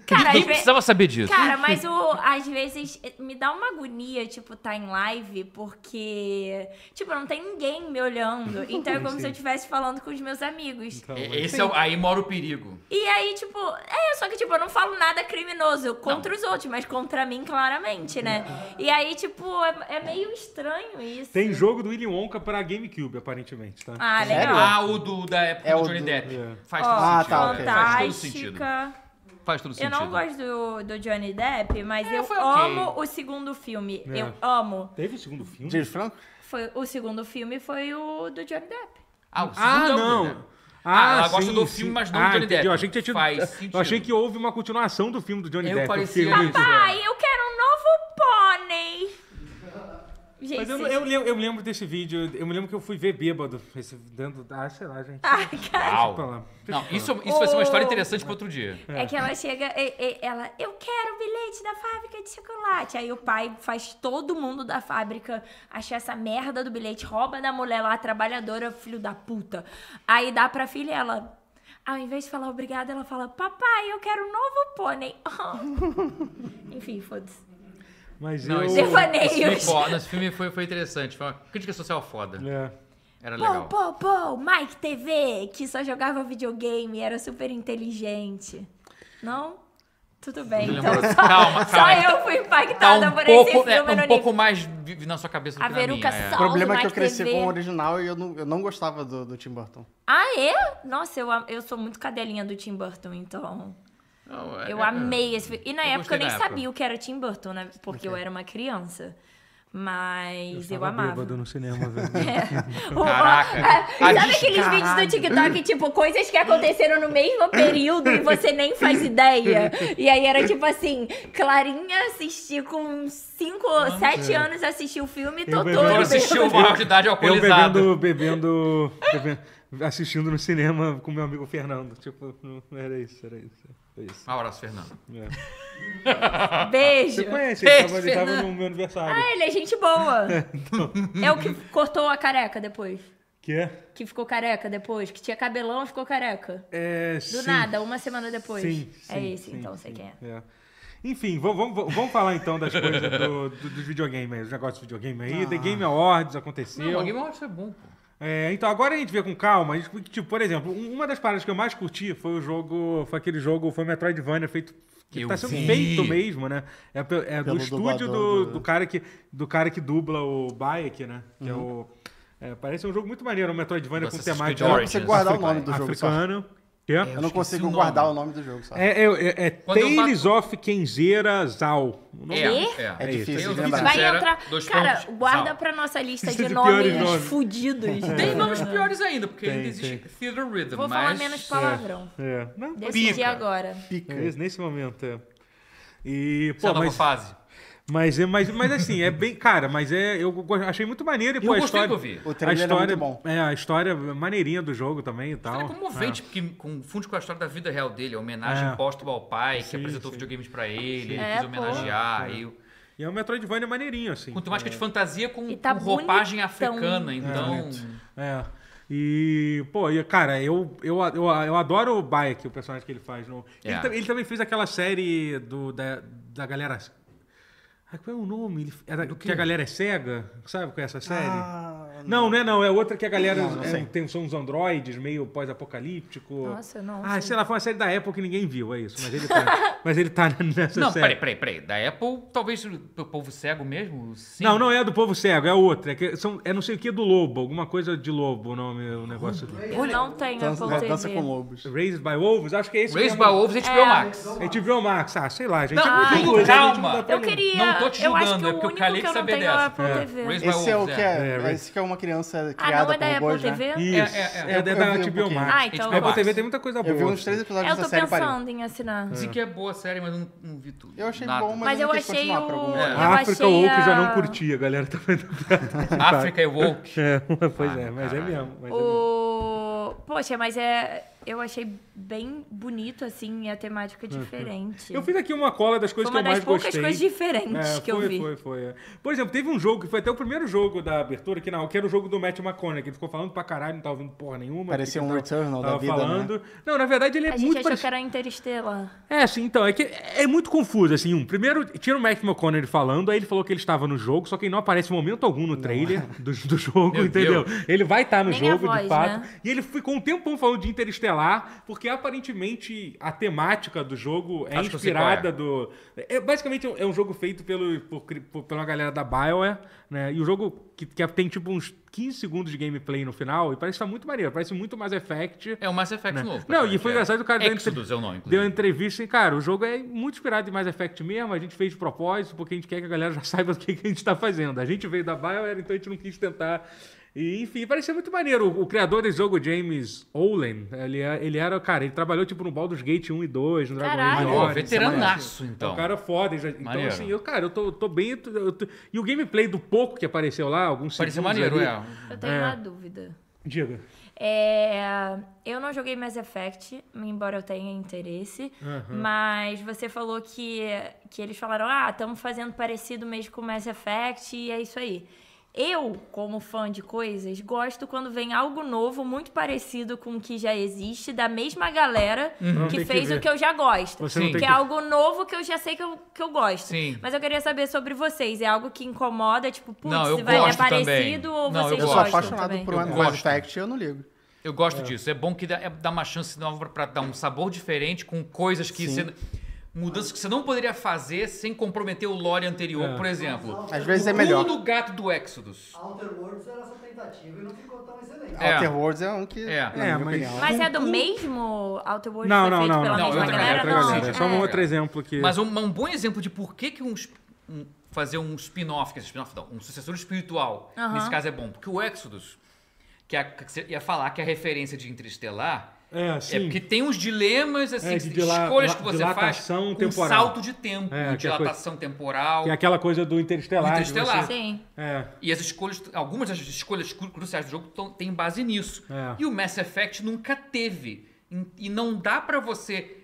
C: Cara, às
B: Ninguém
C: ve-
B: precisava saber disso.
C: Cara, mas o, às vezes me dá uma agonia, tipo, tá em live, porque, tipo, não tem ninguém me olhando. Então é
A: Sim,
C: como
A: sim.
C: se eu estivesse falando com os meus amigos.
A: Então,
B: É, Esse é o- aí mora o perigo.
C: E aí, tipo, é, só que, tipo, eu não falo nada criminoso contra os outros, mas contra mim, claramente, né? E aí, tipo, é, é meio estranho
B: é
C: isso.
A: Tem jogo do Willy Wonka pra GameCube, aparentemente, tá?
C: Ah,
D: Sério?
C: legal.
B: Ah, o do, da época
D: É
B: do
D: o
B: Johnny
D: do-
B: Depp.
A: é.
B: Faz,
C: Ó,
B: todo
D: Ah,
B: sentido, é,
D: tá, ok.
B: faz todo sentido.
C: Fantástica.
B: Faz todo sentido.
C: Eu não gosto do, do Johnny Depp, mas
B: É,
C: eu
B: foi ok.
C: amo o segundo filme.
A: É.
C: Eu amo.
A: Teve o segundo filme?
D: James Franco?
C: Foi, o segundo filme foi o do Johnny Depp.
B: Ah, o
A: Ah,
B: segundo é o
A: não.
B: Johnny Depp.
A: Ah,
B: Ah, ela gosta
A: sim,
B: do
A: sim.
B: filme, mas não
A: ah,
B: do Johnny
A: entendi.
B: Depp.
A: Eu achei que tinha tido.
B: Faz
A: eu
B: sentido.
A: achei que houve uma continuação do filme do Johnny
B: Eu
A: Depp. o
B: parecia
A: filme.
B: isso.
C: Pai, eu quero um novo pônei. Gente,
A: Mas eu,
C: vocês-
A: eu, lem- eu lembro desse vídeo, eu me lembro que eu fui ver bêbado. esse- dentro da, ah, sei lá, gente.
C: Ai, cara.
B: Uau.
A: pra lá.
B: Não, isso, isso vai ser uma história
C: Oh.
B: interessante pra outro dia.
C: É que ela chega, e- e- ela, eu quero o bilhete da fábrica de chocolate. Aí o pai faz todo mundo da fábrica achar essa merda do bilhete, rouba da mulher lá, trabalhadora, filho da puta. Aí dá pra filha e ela, ao invés de falar obrigada, ela fala, papai, eu quero um novo pônei. Enfim, foda-se.
A: Mas
B: Não,
A: eu.
B: esse,
C: Devaneios.
B: esse filme, é foda, esse filme foi, foi interessante. Foi uma crítica social foda.
A: É.
B: Era
C: Pô,
B: Tá legal.
C: pô, pô, Mike TV, que só jogava videogame, era super inteligente. Não? Tudo bem,
B: Ele
C: então.
B: lembrou- Calma, calma.
C: Só eu fui
B: Tá
C: impactada
B: um
C: por esse
B: pouco,
C: filme
B: é,
C: no
B: um pouco mais vi- vi na sua cabeça do
C: A
B: que na minha.
C: Veruca
B: é.
D: O
C: Sal-
D: problema é que eu
C: Mike
D: cresci
C: TV.
D: com o original e eu não, eu não gostava do, do Tim Burton.
C: Ah, é? Nossa, eu, am- eu sou muito cadelinha do Tim Burton, então.
B: Não, é-
C: Eu amei esse filme. E na
B: Eu
C: época
B: gostei
C: eu nem
B: da época.
C: sabia o que era Tim Burton, né? Porque eu era uma criança. Mas eu,
A: estava
C: amava.
A: bêbado no cinema, velho.
C: O- o-
B: Caraca.
C: é,
B: Ah,
C: sabe aqueles
B: descarado.
C: vídeos do TikTok, tipo, coisas que aconteceram no mesmo período e você nem faz ideia? E aí era tipo assim, Clarinha assistiu com 5, 7 anos, assistiu o filme e
A: Eu
C: Totoro.
A: bebendo-
B: Então Eu
A: Eu
B: assisti o
C: bebendo.
B: maior de idade
A: Eu bebendo,
B: alcoolizado.
A: bebendo, bebendo- assistindo no cinema com meu amigo Fernando. Tipo, não- era isso, era isso. Era isso.
B: Um abraço, Fernando.
A: É.
C: Beijo.
A: Você conhece, ele tava,
B: Esse
A: ele tava
B: Fernando.
A: no meu aniversário.
C: Ah, ele é gente boa.
A: Então.
C: É o que cortou a careca depois.
A: Que é?
C: Que ficou careca depois, que tinha cabelão e ficou careca.
A: é
C: Do nada, uma semana depois.
A: Sim,
C: é
A: sim,
C: esse,
A: sim,
C: então, sei
A: sim,
C: quem é.
A: é. Enfim, vamos, vamos, vamos falar então das coisas do, do, dos videogames, os negócios de videogame
C: Ah.
A: aí. The Game Awards aconteceu.
B: Não, o Game Awards é bom, pô.
A: É, então agora a gente vê com calma. a gente- tipo, por exemplo, um- uma das paradas que eu mais curti foi o jogo. Foi aquele jogo, foi o Metroidvania feito. Que
B: Eu
A: tá sendo
B: vi.
A: feito mesmo, né? É, pe- é do
D: Pelo
A: estúdio do,
D: dublador do-
A: do, cara que, do cara que dubla o Bayek, né? Que
D: Uhum.
A: é o. é, parece um jogo muito maneiro, um Metroidvania com
B: Assassin's Creed
A: temática
D: Eu não
B: Origins.
D: consigo guardar o nome do jogo, só.
A: africano. Que é?
D: Eu não
B: esqueci o
D: consigo
B: nome.
D: guardar o nome do jogo, sabe?
A: É, é, é, é
B: Quando eu
A: Tales of Kenzeira Zal. O nome
C: É.
D: É difícil
A: isso.
D: de
B: Eu
D: lembrar.
B: vi
C: Vai
B: Tá, Zero,
C: entrar.
B: dois
C: Cara,
B: pontos,
C: guarda
B: sal.
C: pra nossa lista
A: Lista
C: de,
A: de
C: nomes
A: piores nomes.
C: fudidos.
B: Tem nomes piores ainda, porque ainda existe Theater Rhythm,
C: Vou
B: mas...
C: falar menos palavrão.
A: É. Não, pode-
C: Decidi
B: Pica.
C: agora.
D: Pica.
A: é, nesse momento, é. E,
B: Essa
A: pô,
B: nova
A: mas,
B: fase.
A: mas, é- mas, mas assim, é bem. Cara, mas é. Eu go- achei muito maneiro e pô,
B: Eu
A: a
B: gostei
A: história.
B: do que eu vi.
D: O
A: a
D: trailer é
A: história,
D: muito bom.
A: é, a história maneirinha do jogo também e tal.
B: Ele é comovente, porque confunde com a história da vida real dele. A homenagem
A: É.
B: póstuma ao pai, que
A: Sim,
B: apresentou
A: sim.
B: videogames pra ele, ele
C: É,
B: quis
C: pô.
B: homenagear. aí o-
A: E é um Metroidvania maneirinho, assim.
B: com temática de fantasia com,
C: E tá
B: com roupagem
C: bonitão.
B: africana,
C: É,
B: então...
A: É. E, pô, e, cara, eu, eu, eu, eu adoro o Bayek, o personagem que ele faz. No... Ele,
B: É.
A: tam- ele também fez aquela série do, da, da galera. Ah, qual é o nome? Ele, é da- que a galera é cega? Sabe qual é essa série? não, não é não. É outra que a galera
D: Não, não
A: é,
D: sei.
A: tem, são uns androides meio pós-apocalíptico.
C: Nossa, não
A: Ah,
C: sei.
A: sei lá, foi uma série da Apple que ninguém viu, é isso. Mas ele tá, mas ele tá nessa
B: Não,
A: série.
B: peraí, peraí, peraí. Da Apple, talvez o povo cego mesmo? Sim.
A: Não, não é do povo cego, é outra. É, que são, é não sei o que do lobo, alguma coisa de lobo o nome, o negócio.
C: Eu não tenho
D: Dança,
C: É, Apple
D: dança
C: TV.
D: com lobos.
A: Raised by Wolves? Acho que é esse
B: Raised by
A: mesmo.
B: Wolves, HBO é. Max.
A: A gente viu o Max. Ah, sei lá, gente.
B: Não,
A: é muito
B: ai,
A: ruim, gente,
B: calma.
A: não dá pra
C: Eu
A: lembrar.
C: queria.
B: Não tô te
C: eu acho
B: julgando,
C: que
B: é
C: o
B: porque
C: único
B: eu calei
C: que
B: de
C: eu não
B: saber
C: tenho
B: dessa.
C: é Apple
A: É.
C: TV.
B: Raised by
D: Esse é o
B: Wolves,
D: que
A: É,
D: é.
A: right.
D: Esse que é uma criança
C: Ah, não
D: criada
C: é da
D: por
C: Apple
D: bois, né?
C: TV?
A: Isso.
B: É,
A: É,
B: é,
A: é,
B: é.
A: da
D: Eu vi um
A: HBO
D: pouquinho.
A: Max.
C: Ah, então
A: A
B: eu
A: Apple
B: gosto.
A: TV tem muita coisa
D: Eu
A: boa. assim.
D: vi uns três episódios
C: Eu
D: dessa
C: tô
D: série, parei.
C: pensando em assinar.
B: Dizem que é boa a série, mas eu não, não vi tudo.
D: Eu achei
B: Nada.
D: bom, mas,
C: Mas
D: eu
C: eu
D: não quis
C: achei
D: continuar por
C: o-
D: algum
B: É.
D: motivo.
A: A África
C: achei
A: ou que já
C: a-
A: não curtia, a galera tá vendo.
B: África é woke.
A: É, pois
B: Ah,
A: é, mas é
B: caralho.
A: mesmo. mas é mesmo.
C: O... Poxa, mas é. Eu achei bem bonito, assim, a temática diferente.
A: Uhum. Eu fiz aqui uma cola das
C: Foi
A: coisas
C: uma
A: que eu
C: das
A: mais
C: poucas
A: gostei.
C: coisas diferentes
A: É,
C: que
A: foi,
C: eu vi.
A: Foi, foi, é. Por exemplo, teve um jogo que foi até o primeiro jogo da abertura, que não, que era o jogo do Matt McConaughey, que ele ficou falando pra caralho, não tava ouvindo porra nenhuma.
D: Parecia
A: que
D: um
A: ele tava-
D: Returnal da
A: tava
D: vida, né?
A: falando. Não, na verdade ele é
C: A gente
A: muito
C: achou
A: parecido.
C: que era Interestelar.
A: É, assim, então, é que é muito confuso, assim, um, primeiro tira o Matt McConaughey falando, aí ele falou que ele estava no jogo, só que ele não aparece em momento algum no trailer do, do jogo,
B: é. Meu
A: entendeu? Ele vai estar no
C: Nem
A: jogo,
C: a voz,
A: de fato,
C: né?
A: e ele ficou um tempão falando de Interestelar, porque aparentemente a temática do jogo é
B: Acho que eu sei
A: inspirada do... É, basicamente é um jogo feito pelo, por, cri- por- pela galera da Bioware, né, e o jogo que, que tem, tipo, uns 15 segundos de gameplay no final, e parece estar muito maneiro, parece muito Mass Effect...
B: É o Mass Effect novo.
A: Né? Não, e foi engraçado o cara deu,
B: Exodus é o nome,
A: deu
B: inclusive.
A: uma entrevista e, cara, o jogo é muito inspirado em Mass Effect mesmo, a gente fez de propósito, porque a gente quer que a galera já saiba o que, que a gente tá fazendo. A gente veio da Bioware, então a gente não quis tentar. E, enfim, parecia muito maneiro. O, o criador desse jogo, James Olen, ele, é- ele era, cara, ele trabalhou tipo no Baldur's Gate 1 e 2, no Dragon Age
C: Caralho.
B: Ó,
A: Origins,
B: veteranaço,
A: então.
B: então.
A: O cara é foda. já- Então,
B: Maneiro.
A: assim, eu, cara, eu tô, tô bem. eu tô- eu tô- E o gameplay do pouco que apareceu lá, alguns
B: Parecia
A: segundos
B: maneiro,
A: ali-
B: é.
C: Eu tenho uma dúvida.
A: Diga.
C: É, eu não joguei Mass Effect, embora eu tenha interesse. Mas você falou que, que eles falaram: ah, estamos fazendo parecido mesmo com Mass Effect e é isso aí. Eu, como fã de coisas, gosto quando vem algo novo, muito parecido com o que já existe, da mesma galera
A: Não tem
C: que
A: que
C: fez
A: ver.
C: o que eu já gosto.
A: Você não
B: Sim.
A: tem
C: Que é algo novo que eu já sei que eu, que eu gosto.
B: Sim.
C: Mas eu queria saber sobre vocês. É algo que incomoda, tipo, putz,
B: Não, eu
C: vai é
B: gosto também.
C: parecido ou
B: Não, eu
C: vocês
D: Eu sou
B: gosto
C: gostam
D: apaixonado
C: também?
D: por
B: Eu
D: Mass
B: gosto.
D: Effect, eu não ligo.
B: Eu gosto disso. É bom que dá, é- dá uma chance nova pra dar um sabor diferente com coisas que
D: Sim.
B: você. Mudanças que você não poderia fazer sem comprometer o lore anterior,
A: É.
B: por exemplo.
D: Às vezes
B: o
D: é melhor.
B: pulo do gato do Exodus.
E: Outer Worlds era essa tentativa e não ficou tão excelente.
B: É.
D: Outer Worlds é um que,
B: É. É,
D: na minha
A: mas-
D: opinião...
C: Mas é do mesmo Outer Worlds
A: Não,
C: foi
A: não,
C: feito
A: não,
C: pela
A: não.
B: Não,
C: mesma
B: outra
C: galera?
A: outra
B: galera,
A: galera.
C: não.
A: É só um outro exemplo que.
B: Mas um, um bom exemplo de por que, que um, sp- um- fazer um spin-off, que é spin-off não, um sucessor espiritual,
C: Aham.
B: nesse caso é bom. Porque o Exodus, que, é- que você ia falar que é a referência de Interestelar,
A: É,
B: é
A: assim.
B: porque tem uns dilemas, assim,
A: É, de dila-
B: escolhas que
A: la-
B: você faz
A: dilatação
B: com
A: temporal.
B: salto de tempo,
A: É, que é
B: dilatação temporal.
A: Que é aquela coisa do Interestelar. de
B: tá Interestelar.
A: você-
C: Sim.
A: É.
B: E as escolhas, algumas das escolhas cru- cruciais do jogo tão- têm base nisso.
A: É.
B: E o Mass Effect nunca teve. E- E não dá pra você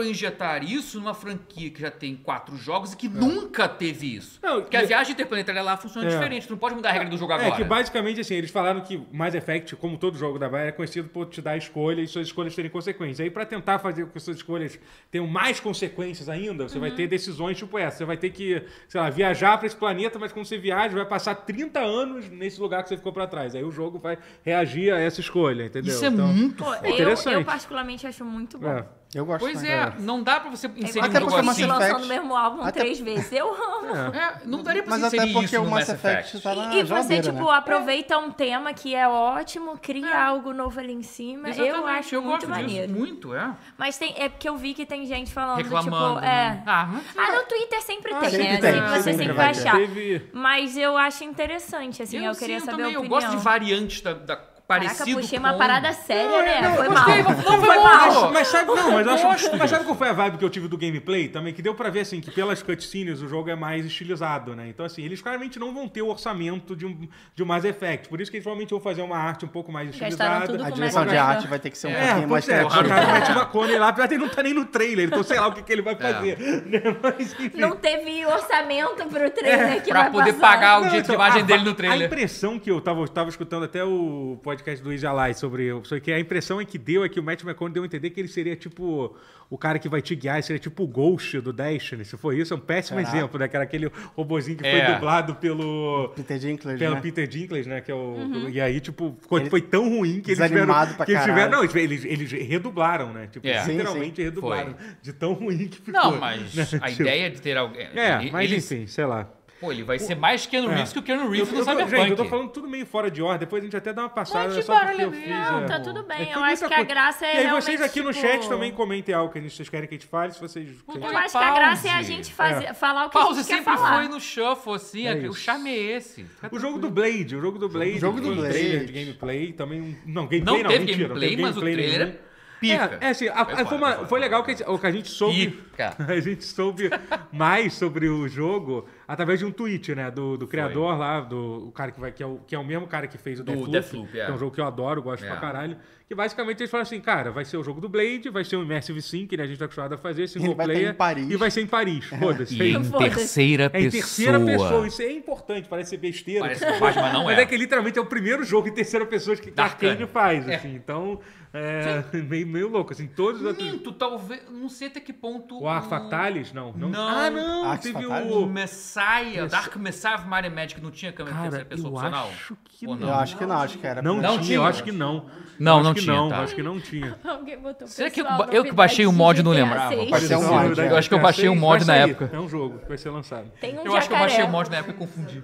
B: retroinjetar isso numa franquia que já tem quatro jogos e que nunca teve isso.
A: É. Não,
B: Porque
A: e-
B: a viagem interplanetária lá funciona
A: É.
B: diferente, tu não pode mudar a regra do jogo
A: É
B: agora.
A: que basicamente assim, eles falaram que Mass Effect, como todo jogo da Bioware, é conhecido por te dar escolha e suas escolhas terem consequências. Aí pra tentar fazer com que suas escolhas tenham mais consequências ainda, você
C: Uhum.
A: vai ter decisões tipo essa. Você vai ter que, sei lá, viajar pra esse planeta, mas quando você viaja, vai passar 30 anos nesse lugar que você ficou pra trás. Aí o jogo vai reagir a essa escolha, entendeu?
B: Isso é muito
C: Pô,
B: foda.
A: É
C: eu,
A: interessante.
C: eu particularmente acho muito bom.
A: É.
D: Eu gosto.
B: Pois
D: né,
B: é,
D: cara?
B: não dá pra você
C: É
B: inserir
C: igual
B: um
D: Até
B: jogo
C: a
D: porque o Mass
B: assim.
C: gente lançando
D: Effect-
C: o mesmo álbum
D: Até-
C: três vezes. Eu amo.
B: É, não daria pra
D: Mas
B: você
D: até
B: inserir
D: porque
B: isso
D: o
B: no
D: Mass Effect tá na
C: E, e você,
D: geladeira,
C: tipo,
D: né?
C: aproveita um tema que é ótimo, cria algo novo ali em cima. eu
B: É. Exatamente,
C: acho muito
B: gosto disso,
C: maneiro.
B: muito, é.
C: Mas tem, é porque eu vi que tem gente falando,
B: Reclamando.
C: tipo,
B: né?
C: é.
B: Ah, mas
C: Ah, no Twitter sempre tem,
D: sempre
C: né?
D: tem,
C: Assim, você
D: sempre
C: sempre vai
D: vai
C: achar.
A: Teve-
C: Mas eu acho interessante, assim, eu, queria
B: sim, eu
C: saber
B: também,
C: a
B: Eu
C: opinião.
B: gosto de variantes da, da
C: Caraca,
B: parecido
C: puxei
B: com-
C: uma parada séria, né? foi mal.
B: gostei, mas não foi
A: Mas-
B: mal.
A: Mas sabe, não, mas eu acho-
B: gosto
A: mas sabe qual foi a vibe que eu tive do gameplay também? Que deu pra ver, assim, que pelas cutscenes o jogo é mais estilizado, né? Então, assim, eles claramente não vão ter o orçamento de um, de um Mass Effect. Por isso que eles provavelmente vão fazer uma arte um pouco mais
C: Gastaram
A: estilizada.
C: tudo
D: A
C: com
D: direção
C: Mass
D: de
C: Effect.
D: arte vai ter que ser um
A: É,
D: pouquinho
A: pois
D: mais
A: é,
D: criativa.
A: botaram o Matt McConaughey lá, mas ele não tá nem no trailer, então sei lá o que, que ele
D: É.
A: vai fazer. né? Mas, enfim.
C: Não teve orçamento pro trailer que
B: É, pra
C: vai
B: poder
C: passar.
B: pagar Tá o direito
A: então,
B: de imagem
A: a-
B: dele no
A: A
B: trailer.
A: impressão que eu tava, tava escutando até o podcast do Easy Ally sobre eu, só que a impressão é que deu é que o Matt McConaughey deu a entender que ele seria tipo o cara que vai te guiar, ele seria tipo o Ghost do Destiny, se for isso, é um péssimo
D: Caraca.
A: exemplo, né? Que era aquele robozinho que
B: É.
A: foi dublado pelo
D: Peter Dinklage,
A: pelo
D: né?
A: Peter Dinklage, né? Que é o,
B: Uhum.
A: E aí, tipo, ficou- foi tão ruim que eles
D: Desanimado
A: tiveram.
D: pra
A: que eles
D: caralho.
A: tiveram. Não, eles, eles, eles redublaram, né? Tipo,
B: É. Sim,
A: literalmente redublaram. De tão ruim que ficou.
B: Não, mas
A: né?
B: a
A: Tipo,
B: ideia de ter alguém...
A: É, mas
B: ele,
A: enfim, sei lá.
B: Pô, ele vai ser mais Keanu Reeves que o Keanu Reeves
A: Eu-
B: no
A: eu tô-
B: Cyberpunk.
A: Gente, eu tô falando tudo meio fora de ordem, depois a gente até dá uma passada
B: Mas de
A: só porque eu
B: barulho
A: fiz.
B: mesmo.
A: é.
C: Tá tudo bem,
A: É que
C: eu
A: tem
C: acho
A: muita
C: que a
A: coisa.
C: graça é
A: E aí vocês
C: realmente,
A: aqui no
C: tipo,
A: chat também comentem algo que vocês querem que a gente fale, se vocês...
C: Eu
B: Foi
C: acho que a graça é a
B: pause.
C: gente fazer, falar o que a
B: Pause
C: gente quer
B: sempre
C: falar.
B: foi no shuffle, assim,
A: É
B: o
A: isso.
B: charme é esse.
A: O jogo do Blade, o jogo do Blade.
D: jogo do
A: foi um
D: Blade.
A: trailer de gameplay, também... um- Não, gameplay não,
B: Não teve
A: mentira, não
B: gameplay,
A: teve
B: mas o
A: gameplay
B: trailer
A: nenhum.
B: é pica.
A: É, é assim, a- a-
B: Foi
A: foi,
B: foda,
A: uma-
B: foi
A: foi legal que a, gente- o que a gente soube...
B: Pica.
A: A gente soube mais sobre o jogo através de um tweet, né? Do, do criador lá, do o cara que, vai, que, é o, que é o mesmo cara que fez o
B: Do
A: Deathloop,
B: Deathloop, é.
A: que é um jogo que eu adoro, gosto
B: É.
A: pra caralho. Que basicamente eles falam assim, cara, vai ser o jogo do Blade, vai ser o Immersive Sim, que a gente tá acostumado a fazer, single
D: Ele vai ter
A: player.
D: em Paris.
A: E vai ser em Paris, foda-se.
B: E em
C: Foda-se.
B: terceira
A: É
B: pessoa.
A: em terceira pessoa, isso é importante, parece ser besteira.
B: Parece bobagem, mas não
A: Mas
B: é.
A: é que literalmente é o primeiro jogo em terceira pessoa que
B: Da
A: Arkane
B: Arkane.
A: faz, assim. Então, é meio, meio louco, assim. Todos os outros...
B: Minto, talvez. Não sei até que ponto.
A: O Ar Fatalis? Não, não.
B: Não.
A: Ah, não.
D: Ars
A: teve
D: Fatalis?
B: O
A: o.
B: Messiah, Dark Messiah of Mario Magic não tinha câmera de
A: Cara,
B: terceira pessoa
A: eu
B: opcional?
A: acho que
B: Ou
A: não.
D: Eu acho que não, acho que era.
A: Não,
B: Não
A: tinha,
B: tinha.
A: eu acho que não.
B: Não,
A: Acho
B: não
A: que
B: tinha,
A: Não,
B: tá.
A: acho que não tinha.
C: Alguém botou o
B: Será que eu
C: pessoal
B: ba-
C: do
B: eu que baixei o mod e não
C: GTA
B: lembrava?
C: seis.
D: Pode ser um mod,
A: Verdade,
D: Eu
B: acho que eu
A: cara,
B: baixei o
A: sei,
B: mod
A: vai
B: na
A: sair.
B: época.
A: É um jogo que vai ser lançado.
C: Tem um
B: Eu acho que eu baixei
C: jacaré.
B: o mod na época e confundi.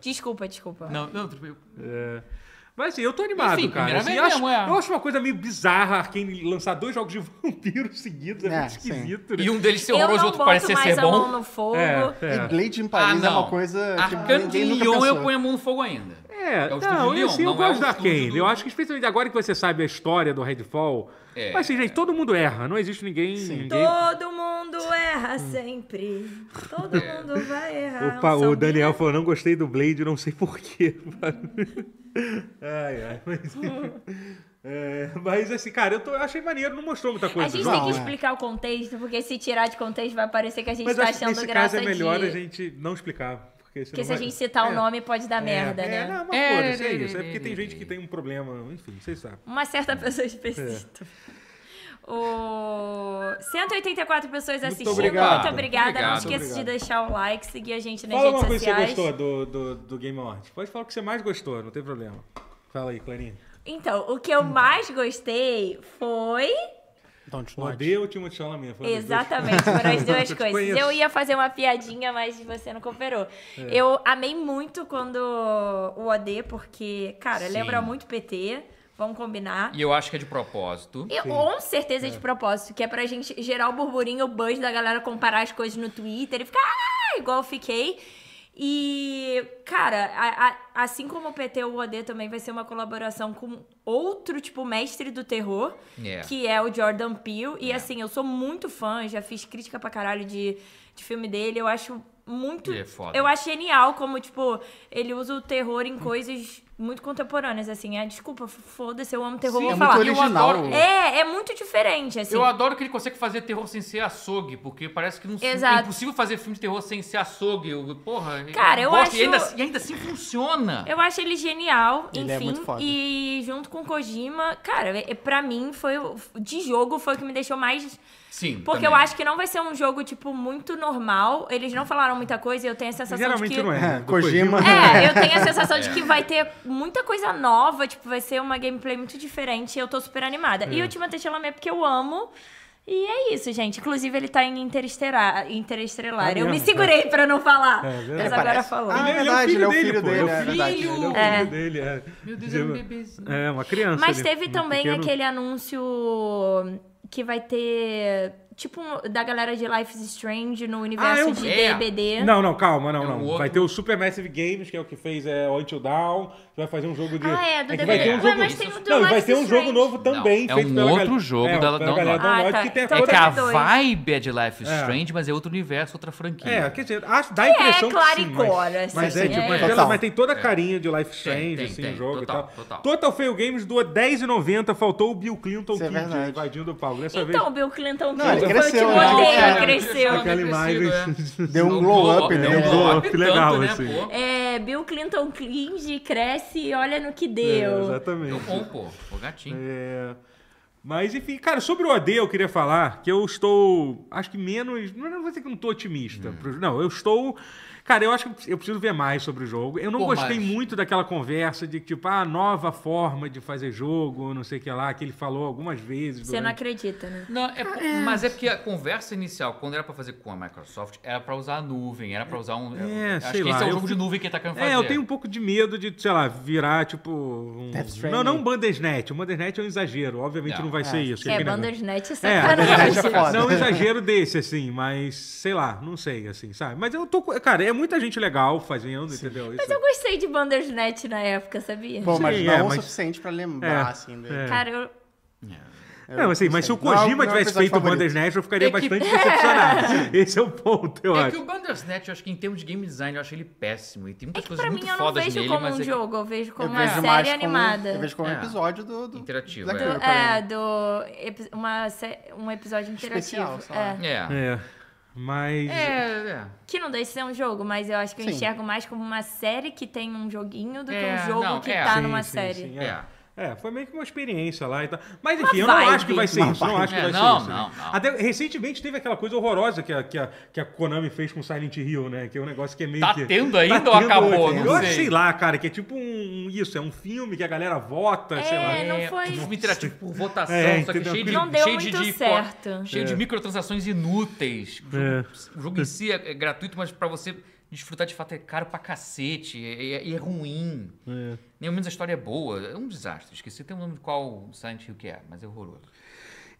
C: Desculpa, desculpa.
B: Não, não, tipo, tudo bem.
A: É. Mas assim, eu tô animado,
B: Enfim,
A: cara.
B: primeira
A: Assim,
B: vez
A: eu, acho,
B: mesmo, é.
A: eu acho uma coisa meio bizarra a Arkane lançar dois jogos de vampiro seguidos. É,
D: É,
A: muito
D: sim.
A: esquisito, né?
B: E um deles ser
C: Eu não
B: horroroso, o
C: boto
B: outro parecer
C: mais
B: ser
C: a
B: bom.
C: mão no fogo.
D: E
A: É, é.
D: Blade em Paris é uma coisa que
B: Arcano de
D: ninguém nunca
B: Lyon eu
D: pensou.
B: ponho a mão no fogo ainda.
A: É,
B: o estúdio
A: não,
B: de
A: eu,
B: Lyon,
A: assim, eu
B: não é
A: gosto
B: o
A: da
B: estúdio
A: Arkane.
B: do-
A: Eu acho que, especialmente agora que você sabe a história do Redfall.
B: É.
A: mas assim, gente, todo mundo erra. Não existe ninguém. ninguém...
C: Todo mundo erra
B: Hum.
C: sempre. Todo
B: É.
C: mundo vai errar.
A: Opa,
C: um
A: o
C: sambinha.
A: Daniel falou, não gostei do Blade, não sei porquê. ai, ai, mas... É, mas assim, cara, eu, tô- eu achei maneiro, não mostrou muita
C: A
A: coisa.
C: gente
A: né?
C: tem
D: Não,
C: que
D: é.
C: explicar o contexto, porque se tirar de contexto vai parecer que a gente
A: mas
C: tá
A: acho que
C: achando
A: nesse caso
C: graça
A: é melhor
C: de...
A: a gente não explicar. Porque, senão
C: Porque se
A: vai-
C: a gente citar
A: É,
C: o nome pode dar merda,
A: é, É,
C: né?
A: não, mas
B: É,
A: foda-se, é
B: é,
A: isso. É
B: é,
A: porque
B: é,
A: tem
B: é,
A: gente que
B: é.
A: tem um problema, enfim, vocês sabem.
C: Uma
A: É.
C: certa pessoa específica. O 184 pessoas assistindo.
A: obrigado.
C: Muito obrigada. Não
B: Obrigado,
C: esqueça
A: obrigado.
C: de deixar o like, seguir a gente nas
A: Fala uma
C: redes
A: coisa que você
C: sociais.
A: gostou do, do, do Game Awards. Pode falar o que você mais gostou, não tem problema. Fala aí, Clarinha.
C: Então, o que
A: Hum.
C: eu mais gostei foi
D: Don't know.
A: Odeio o Timothée Chalamet. foi uma das duas
C: Exatamente, foram as duas
A: Eu te
C: coisas.
A: conheço. É.
C: Eu ia fazer uma piadinha, mas você não cooperou. Eu amei muito quando o OD, porque, cara,
B: Sim.
C: lembra muito PT, vamos combinar.
B: E eu acho que é de propósito.
C: E com certeza de propósito, que é pra gente gerar o burburinho, o buzz da galera comparar as coisas no Twitter e ficar "Ah", igual eu fiquei. E, cara, a- a- assim como o PT, o OD também vai ser uma colaboração com outro, tipo, mestre do terror,
B: É.
C: que é o Jordan Peele. E, assim, eu sou muito fã, já fiz crítica pra caralho de, de filme dele. Eu acho muito.
B: Ele é foda.
C: Eu acho genial como, tipo, ele usa o terror em coisas muito contemporâneas, assim. Ah, desculpa, f- foda-se, eu amo terror,
B: Sim,
C: vou
B: é
C: falar.
B: muito original.
C: Eu adoro- É, é muito diferente, assim.
B: Eu adoro que ele consegue fazer terror sem ser açougue, porque parece que não
C: Exato.
B: é impossível fazer filme de terror sem ser açougue. Eu- Porra,
C: Cara, eu
B: gosto,
C: acho-
B: E ainda, assim- e ainda assim funciona.
C: Eu acho ele genial,
D: Ele é
C: enfim.
D: muito foda.
C: E junto com Kojima, cara, é- pra mim foi. o- De jogo foi o que me deixou mais.
B: Sim.
C: Porque eu
B: também.
C: acho que não vai ser um jogo, tipo, muito normal. Eles não falaram muita coisa e eu tenho a sensação
A: Geralmente
C: de que.
A: não é. né? Do
D: Kojima.
C: É, eu tenho a sensação de que vai ter muita coisa nova, tipo, vai ser uma gameplay muito diferente e eu tô super animada. E o Timothée Chalamet, porque eu amo. E é isso, gente. Inclusive, ele tá em Interestelar. interestelar.
A: Tá
C: eu me
A: mesmo,
C: segurei pra não falar.
A: É, verdade.
C: mas
A: Ele
C: agora
D: parece.
C: falou.
A: Ele,
D: Ah,
A: ele é o
D: verdade,
A: filho
D: ele é o
A: dele,
D: filho
A: pô.
D: dele,
A: Ele
D: é verdade.
A: Ele é o filho
C: É. Então,
A: dele, é.
B: Meu Deus, era um bebezinho.
A: É, uma criança.
C: Mas
A: ele-
C: teve
A: um
C: também
A: pequeno-
C: aquele anúncio que vai ter. Tipo, um- da galera de Life is Strange no universo
A: eu
C: de
B: vi. É.
C: DBD.
A: Não, não, calma, não,
B: É um
A: não.
B: outro-
A: Vai ter o Supermassive Games, que é o que fez é, o Until Down, que vai fazer um jogo de.
C: Ah, é, do
A: que vai
B: DVD.
A: ter um
B: Ué,
A: jogo...
C: mas tem o do
A: Não, e vai
C: Life
A: ter
C: is
A: um jogo
C: Strange.
A: novo também.
B: Não, é
A: feito
B: um
A: pela gal-
B: outro jogo
A: é,
B: da-
A: pela
B: da
A: galera
B: Naughty.
A: da
C: Ah,
A: Naughty,
C: tá.
A: que tem
C: Então
B: É
A: toda-
B: que a
C: Outra dois.
B: vibe é de Life is
A: É.
B: Strange, mas é outro universo, outra franquia.
A: É, quer dizer, acho, dá a impressão que sim, mas-
C: claricora,
A: mas,
C: assim,
A: é, tipo,
C: é.
A: mas, pela-
D: Total.
A: mas tem toda a carinha de Life is Strange,
B: Tem, tem,
A: assim,
B: tem,
A: o jogo
B: total,
A: e tal.
B: total.
A: Total Fail Games doa 10,90, faltou o Bill Clinton
D: Isso é
A: Kid
D: verdade.
A: invadindo o Paulo. Dessa
C: Então, o Bill Clinton
D: Não, ele
C: Clinton
D: cresceu,
C: foi o
D: né?
C: Timothée,
B: É.
D: Ele
C: cresceu.
A: vez, aquela imagem...
D: Deu um glow up,
A: né?
D: né?
A: Deu um glow up legal,
B: tanto, né,
A: assim.
B: pô?
C: É, Bill Clinton cringe, cresce e olha no que
A: É,
C: deu.
B: Deu
A: exatamente.
B: bom, pô. O gatinho.
A: É, Mas enfim, cara, sobre o AD eu queria falar que eu estou, acho que menos, não não vou dizer que não estou
D: É.
A: otimista. pro- Não, eu estou, cara, eu acho que eu preciso ver mais sobre o jogo. Eu não
B: Pô,
A: gostei
B: mas-
A: muito daquela conversa de tipo, ah, nova forma de fazer jogo, não sei o que lá, que ele falou algumas vezes.
C: Você não
A: durante-
C: acredita, né?
B: Não, é por- mas é porque a conversa inicial, quando era pra fazer com a Microsoft, era pra usar a nuvem, era pra usar um.
A: É,
B: acho
A: sei
B: que
A: lá,
B: esse é o
A: eu
B: jogo
A: fui-
B: de nuvem que ele tá querendo fazer.
A: É, eu tenho um pouco de medo de, sei lá, virar tipo um...
D: Death Stranding.
A: Não, não um Bandersnet, o Bandersnet é um exagero, obviamente não,
B: Não,
A: vai ser isso.
C: É,
A: Ele-
C: Bandersnet é
A: É,
C: sacanagem.
D: Bandersnet é foda.
A: Não, um exagero desse, assim, mas sei lá, não sei, assim, sabe? Mas eu tô. co- Cara, é muita gente legal fazendo, entendeu? Isso.
C: Mas eu gostei de Bandersnet na época, sabia?
D: Pô, mas
A: Sim,
D: não
A: é,
D: o
A: mas-
D: suficiente pra
A: É,
D: lembrar, assim. dele.
A: é.
C: Cara, eu...
D: Eu
A: não, assim,
D: sei.
A: mas se o
D: Não é
A: Kojima
D: meu
A: tivesse
D: episódio
A: feito o
D: favorito.
A: Bandersnatch, eu ficaria
B: É que-
A: bastante decepcionado. Esse é o ponto, eu
B: É que
A: acho.
B: o Bandersnatch, eu acho que em termos de game design, eu acho ele péssimo. E
C: É
B: tem muitas
C: que
B: coisas
C: pra mim
B: muito
C: eu não
B: fodas
C: vejo
B: nele,
C: como
B: mas
C: um
B: é
C: jogo, eu vejo como
D: Eu
C: uma
D: vejo
C: série
D: mais como-
C: animada.
D: Eu vejo como um
B: É.
D: episódio do... do
B: Interativo,
D: Black
B: é.
D: Mirror, pra
C: É,
D: mim.
C: do epi- uma, sé- um episódio interativo.
D: Especial, sei lá.
C: É.
B: que. É.
A: É. Mas.
B: É, é.
C: Que não deixa de ser um jogo, mas eu acho que eu
D: Sim.
C: enxergo mais como uma série que tem um joguinho do que
B: É,
C: um jogo
B: não,
C: que
B: é.
C: tá
B: Sim,
C: numa
A: sim,
C: série.
A: sim,
B: É.
A: É, foi meio que uma experiência lá e tal. Mas enfim, eu não
C: vibe.
A: acho que vai ser
D: Uma
A: isso. Não acho que vai
B: vibe.
A: ser
B: Não,
A: isso.
B: não,
A: né?
B: não.
A: Até recentemente teve aquela coisa horrorosa que a, que, a, que a Konami fez com Silent Hill, né? Que é um negócio que é meio
B: Tá
A: que.
B: tendo ainda
A: Tá
B: ou
A: tendo,
B: acabou?
A: né?
B: Não
A: eu
B: sei.
A: acho, sei lá, cara, que é tipo um. Isso, é um filme que a galera vota, sei lá.
C: É, não foi-
B: um filme interativo por votação,
A: É,
B: só que
A: entendeu? É.
B: cheio de,
C: Não deu
B: cheio de-
C: muito
B: de-
C: certo.
B: Cheio de microtransações inúteis. O jogo, o jogo em si é, é gratuito, mas pra você desfrutar de fato é caro pra cacete. E é, é ruim. Nem ao menos a história é boa. É um desastre. Esqueci até o nome de qual Silent Hill que é, mas é horroroso.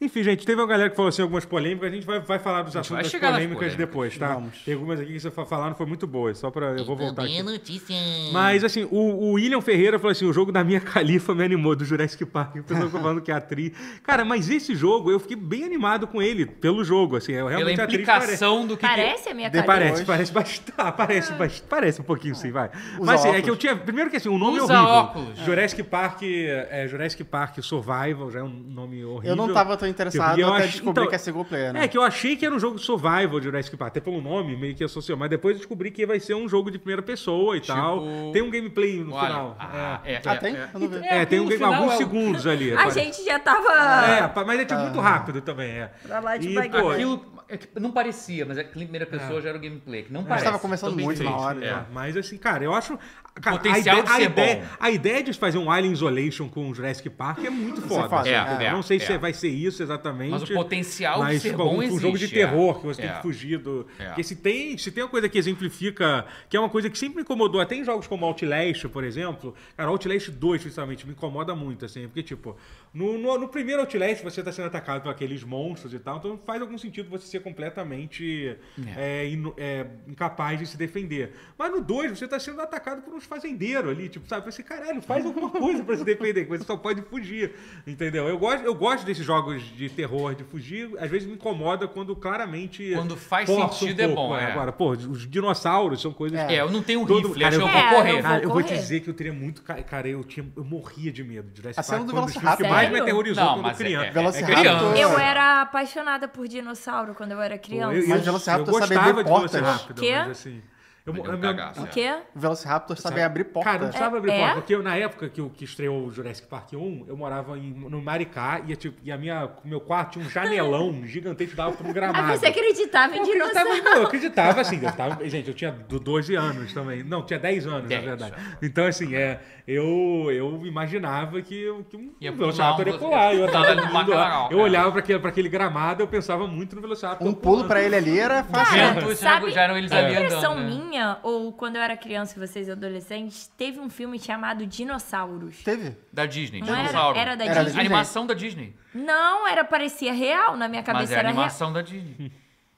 A: Enfim, gente, teve uma galera que falou assim algumas polêmicas, a gente vai, vai falar dos
B: gente vai
A: assuntos das
B: chegar nas
A: polêmicas,
B: polêmicas.
A: depois, tá?
D: Vamos.
A: Tem algumas aqui que você fa- falaram foi muito boa, só pra. Eu vou voltar aqui.
B: notícia.
A: Mas assim, o, o William Ferreira falou assim: o jogo da minha califa me animou do Jurassic Park. O pessoal ficou falando que é a atriz. Cara, mas esse jogo, eu fiquei bem animado com ele, pelo jogo. Assim, eu
B: Pela
A: realmente a atriz parece.
B: implicação do É, que...
C: Parece a minha
D: De-
C: cara.
A: Parece, parece bastante. ah, Parece, bas- parece um pouquinho, sim, vai. Mas assim, é
D: óculos.
A: que eu tinha. Primeiro que assim, o nome é
B: Usa
A: horrível.
B: óculos.
A: Jurassic Park. É, Jurassic Park Survival, já é um nome horrível.
D: Eu não tava tão interessado
A: E eu
D: até
A: ach-
D: descobrir
A: então,
D: que é single player, né?
A: É, que eu achei que era um jogo de survival de Jurassic Park, até pelo nome, meio que associou. Mas depois eu descobri que vai ser um jogo de primeira pessoa e tal. Tem um gameplay no
B: Olha,
A: final.
B: ah,
A: é.
B: é,
D: Tipo Ah,
B: é,
D: tem?
B: é.
D: Eu não vi.
A: É, tem um
B: no
A: game,
B: final
A: alguns
B: é o-
A: segundos ali.
C: A
A: parece.
C: gente já tava.
A: É, pa- mas é tipo
D: Ah.
A: muito rápido também, é.
C: Pra lá de
A: e,
C: bagulho.
A: pô,
B: Aquilo é que não parecia, mas a primeira
A: É.
B: pessoa já era o gameplay. Que não
D: Mas
B: parece.
D: tava conversando
B: Tão bem
D: muito na
B: feito.
D: hora.
B: É.
D: né?
A: Mas assim, cara, eu acho. Cara,
B: Potencial
A: a ideia,
B: de ser
A: a ideia,
B: bom.
A: a ideia de fazer um Alien Isolation com o Jurassic Park é muito foda.
D: fácil,
A: assim,
B: é,
A: entendeu?
B: é,
A: não sei se
B: é.
A: vai ser isso exatamente.
B: Mas o potencial
A: mas
B: de
A: com
B: ser bom
A: algum- com
B: existe.
A: um jogo de
B: é.
A: terror que você tem
B: É.
A: que fugir do.
B: É.
A: Porque se tem, se tem uma coisa que exemplifica, que é uma coisa que sempre me incomodou, até em jogos como Outlast, por exemplo. Cara, Outlast 2, principalmente, me incomoda muito, assim, porque, tipo, no, no, no primeiro Outlast você tá sendo atacado por aqueles monstros e tal, então faz algum sentido você ser completamente é, inu- é, incapaz de se defender. Mas no 2, você tá sendo atacado por uns fazendeiros ali, tipo, sabe? Você, caralho, faz alguma coisa pra se defender, que você só pode fugir, entendeu? Eu gosto, eu gosto desses jogos de terror, de fugir. Às vezes me incomoda quando claramente...
B: Quando faz
A: força
B: sentido é bom, é.
A: Agora, pô, os dinossauros são coisas...
B: É, eu não tenho um
A: Todo-
B: rifle,
A: cara,
B: acho que
A: eu-
B: eu vou
C: É,
B: correr.
C: eu
A: Cara, eu vou te
C: correr.
A: dizer que eu teria muito. ca- Cara, eu, tinha, eu morria de medo de Jurassic
D: A cena
A: Park.
D: do
A: foi um dos filmes
D: Velociraptor.
A: que mais me
C: Sério?
A: aterrorizou
B: Não,
A: quando
B: mas é-
A: criança.
B: é-
D: Velociraptor.
A: tá
B: criança.
C: Eu era apaixonada por dinossauro quando eu era criança.
D: Mas Velociraptor
A: eu
D: sabe
A: gostava
D: abrir
A: de
D: portas.
A: Velociraptor,
C: Quê?
A: mas assim. Eu,
B: Mas
A: eu,
B: é um
A: eu-
B: cagaço,
C: O quê?
D: O Velociraptor sabe abrir porta.
A: Cara, não sabe abrir
C: É?
A: porta. Porque eu, na época que, eu- que estreou o Jurassic Park 1, eu morava em, no Maricá e, é tipo, e a minha, o meu quarto tinha um janelão gigantesco dava pro gramado.
C: Ah, você acreditava em
A: Porque eu,
C: dinossauro?
A: tava, não, eu acreditava, assim, eu tava, gente, eu tinha do- 12 anos também. Não, tinha 10 anos,
B: Dez,
A: na verdade. Então, assim, é, eu, eu imaginava que, eu- que um
B: Ia pular
A: Velociraptor
B: um
A: ia
B: você-
A: pular. Eu,
B: Tá
A: tava
B: dando
A: indo
B: uma
A: lá,
B: cagal,
A: eu
B: cara.
A: olhava pra aquele, pra aquele gramado eu pensava muito no Velociraptor.
D: Um pulo
A: pulando.
D: pra ele ali era fácil. né?
C: Cara,
B: Juventude, já
C: sabe,
B: não- já eram eles
C: a
B: ali
C: É impressão
B: andando, né?
C: minha, ou quando eu era criança e vocês adolescentes, teve um filme chamado Dinossauros.
D: Teve?
B: Da Disney,
C: Não era-
B: dinossauro.
C: era da
D: Era da Disney?
B: Disney. Animação da Disney.
C: Não, era parecia real, na minha
B: Mas
C: cabeça
B: é
C: era real.
B: animação da Disney.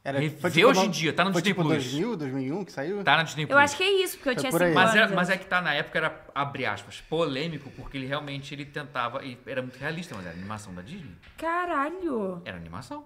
D: Era,
B: Vê
D: foi
B: hoje em
D: no-
B: dia, tá no
D: foi
B: Disney
D: tipo
B: Plus.
D: 2000, 2001 que saiu?
B: Tá na Disney
C: Eu acho que é isso, porque eu
D: Foi
C: tinha
D: por
C: 5
D: aí.
C: anos.
B: Mas, era- mas é que tá na época, era, abre aspas, polêmico, porque ele realmente ele tentava. E era muito realista, mas era animação da Disney.
C: Caralho.
B: Era animação.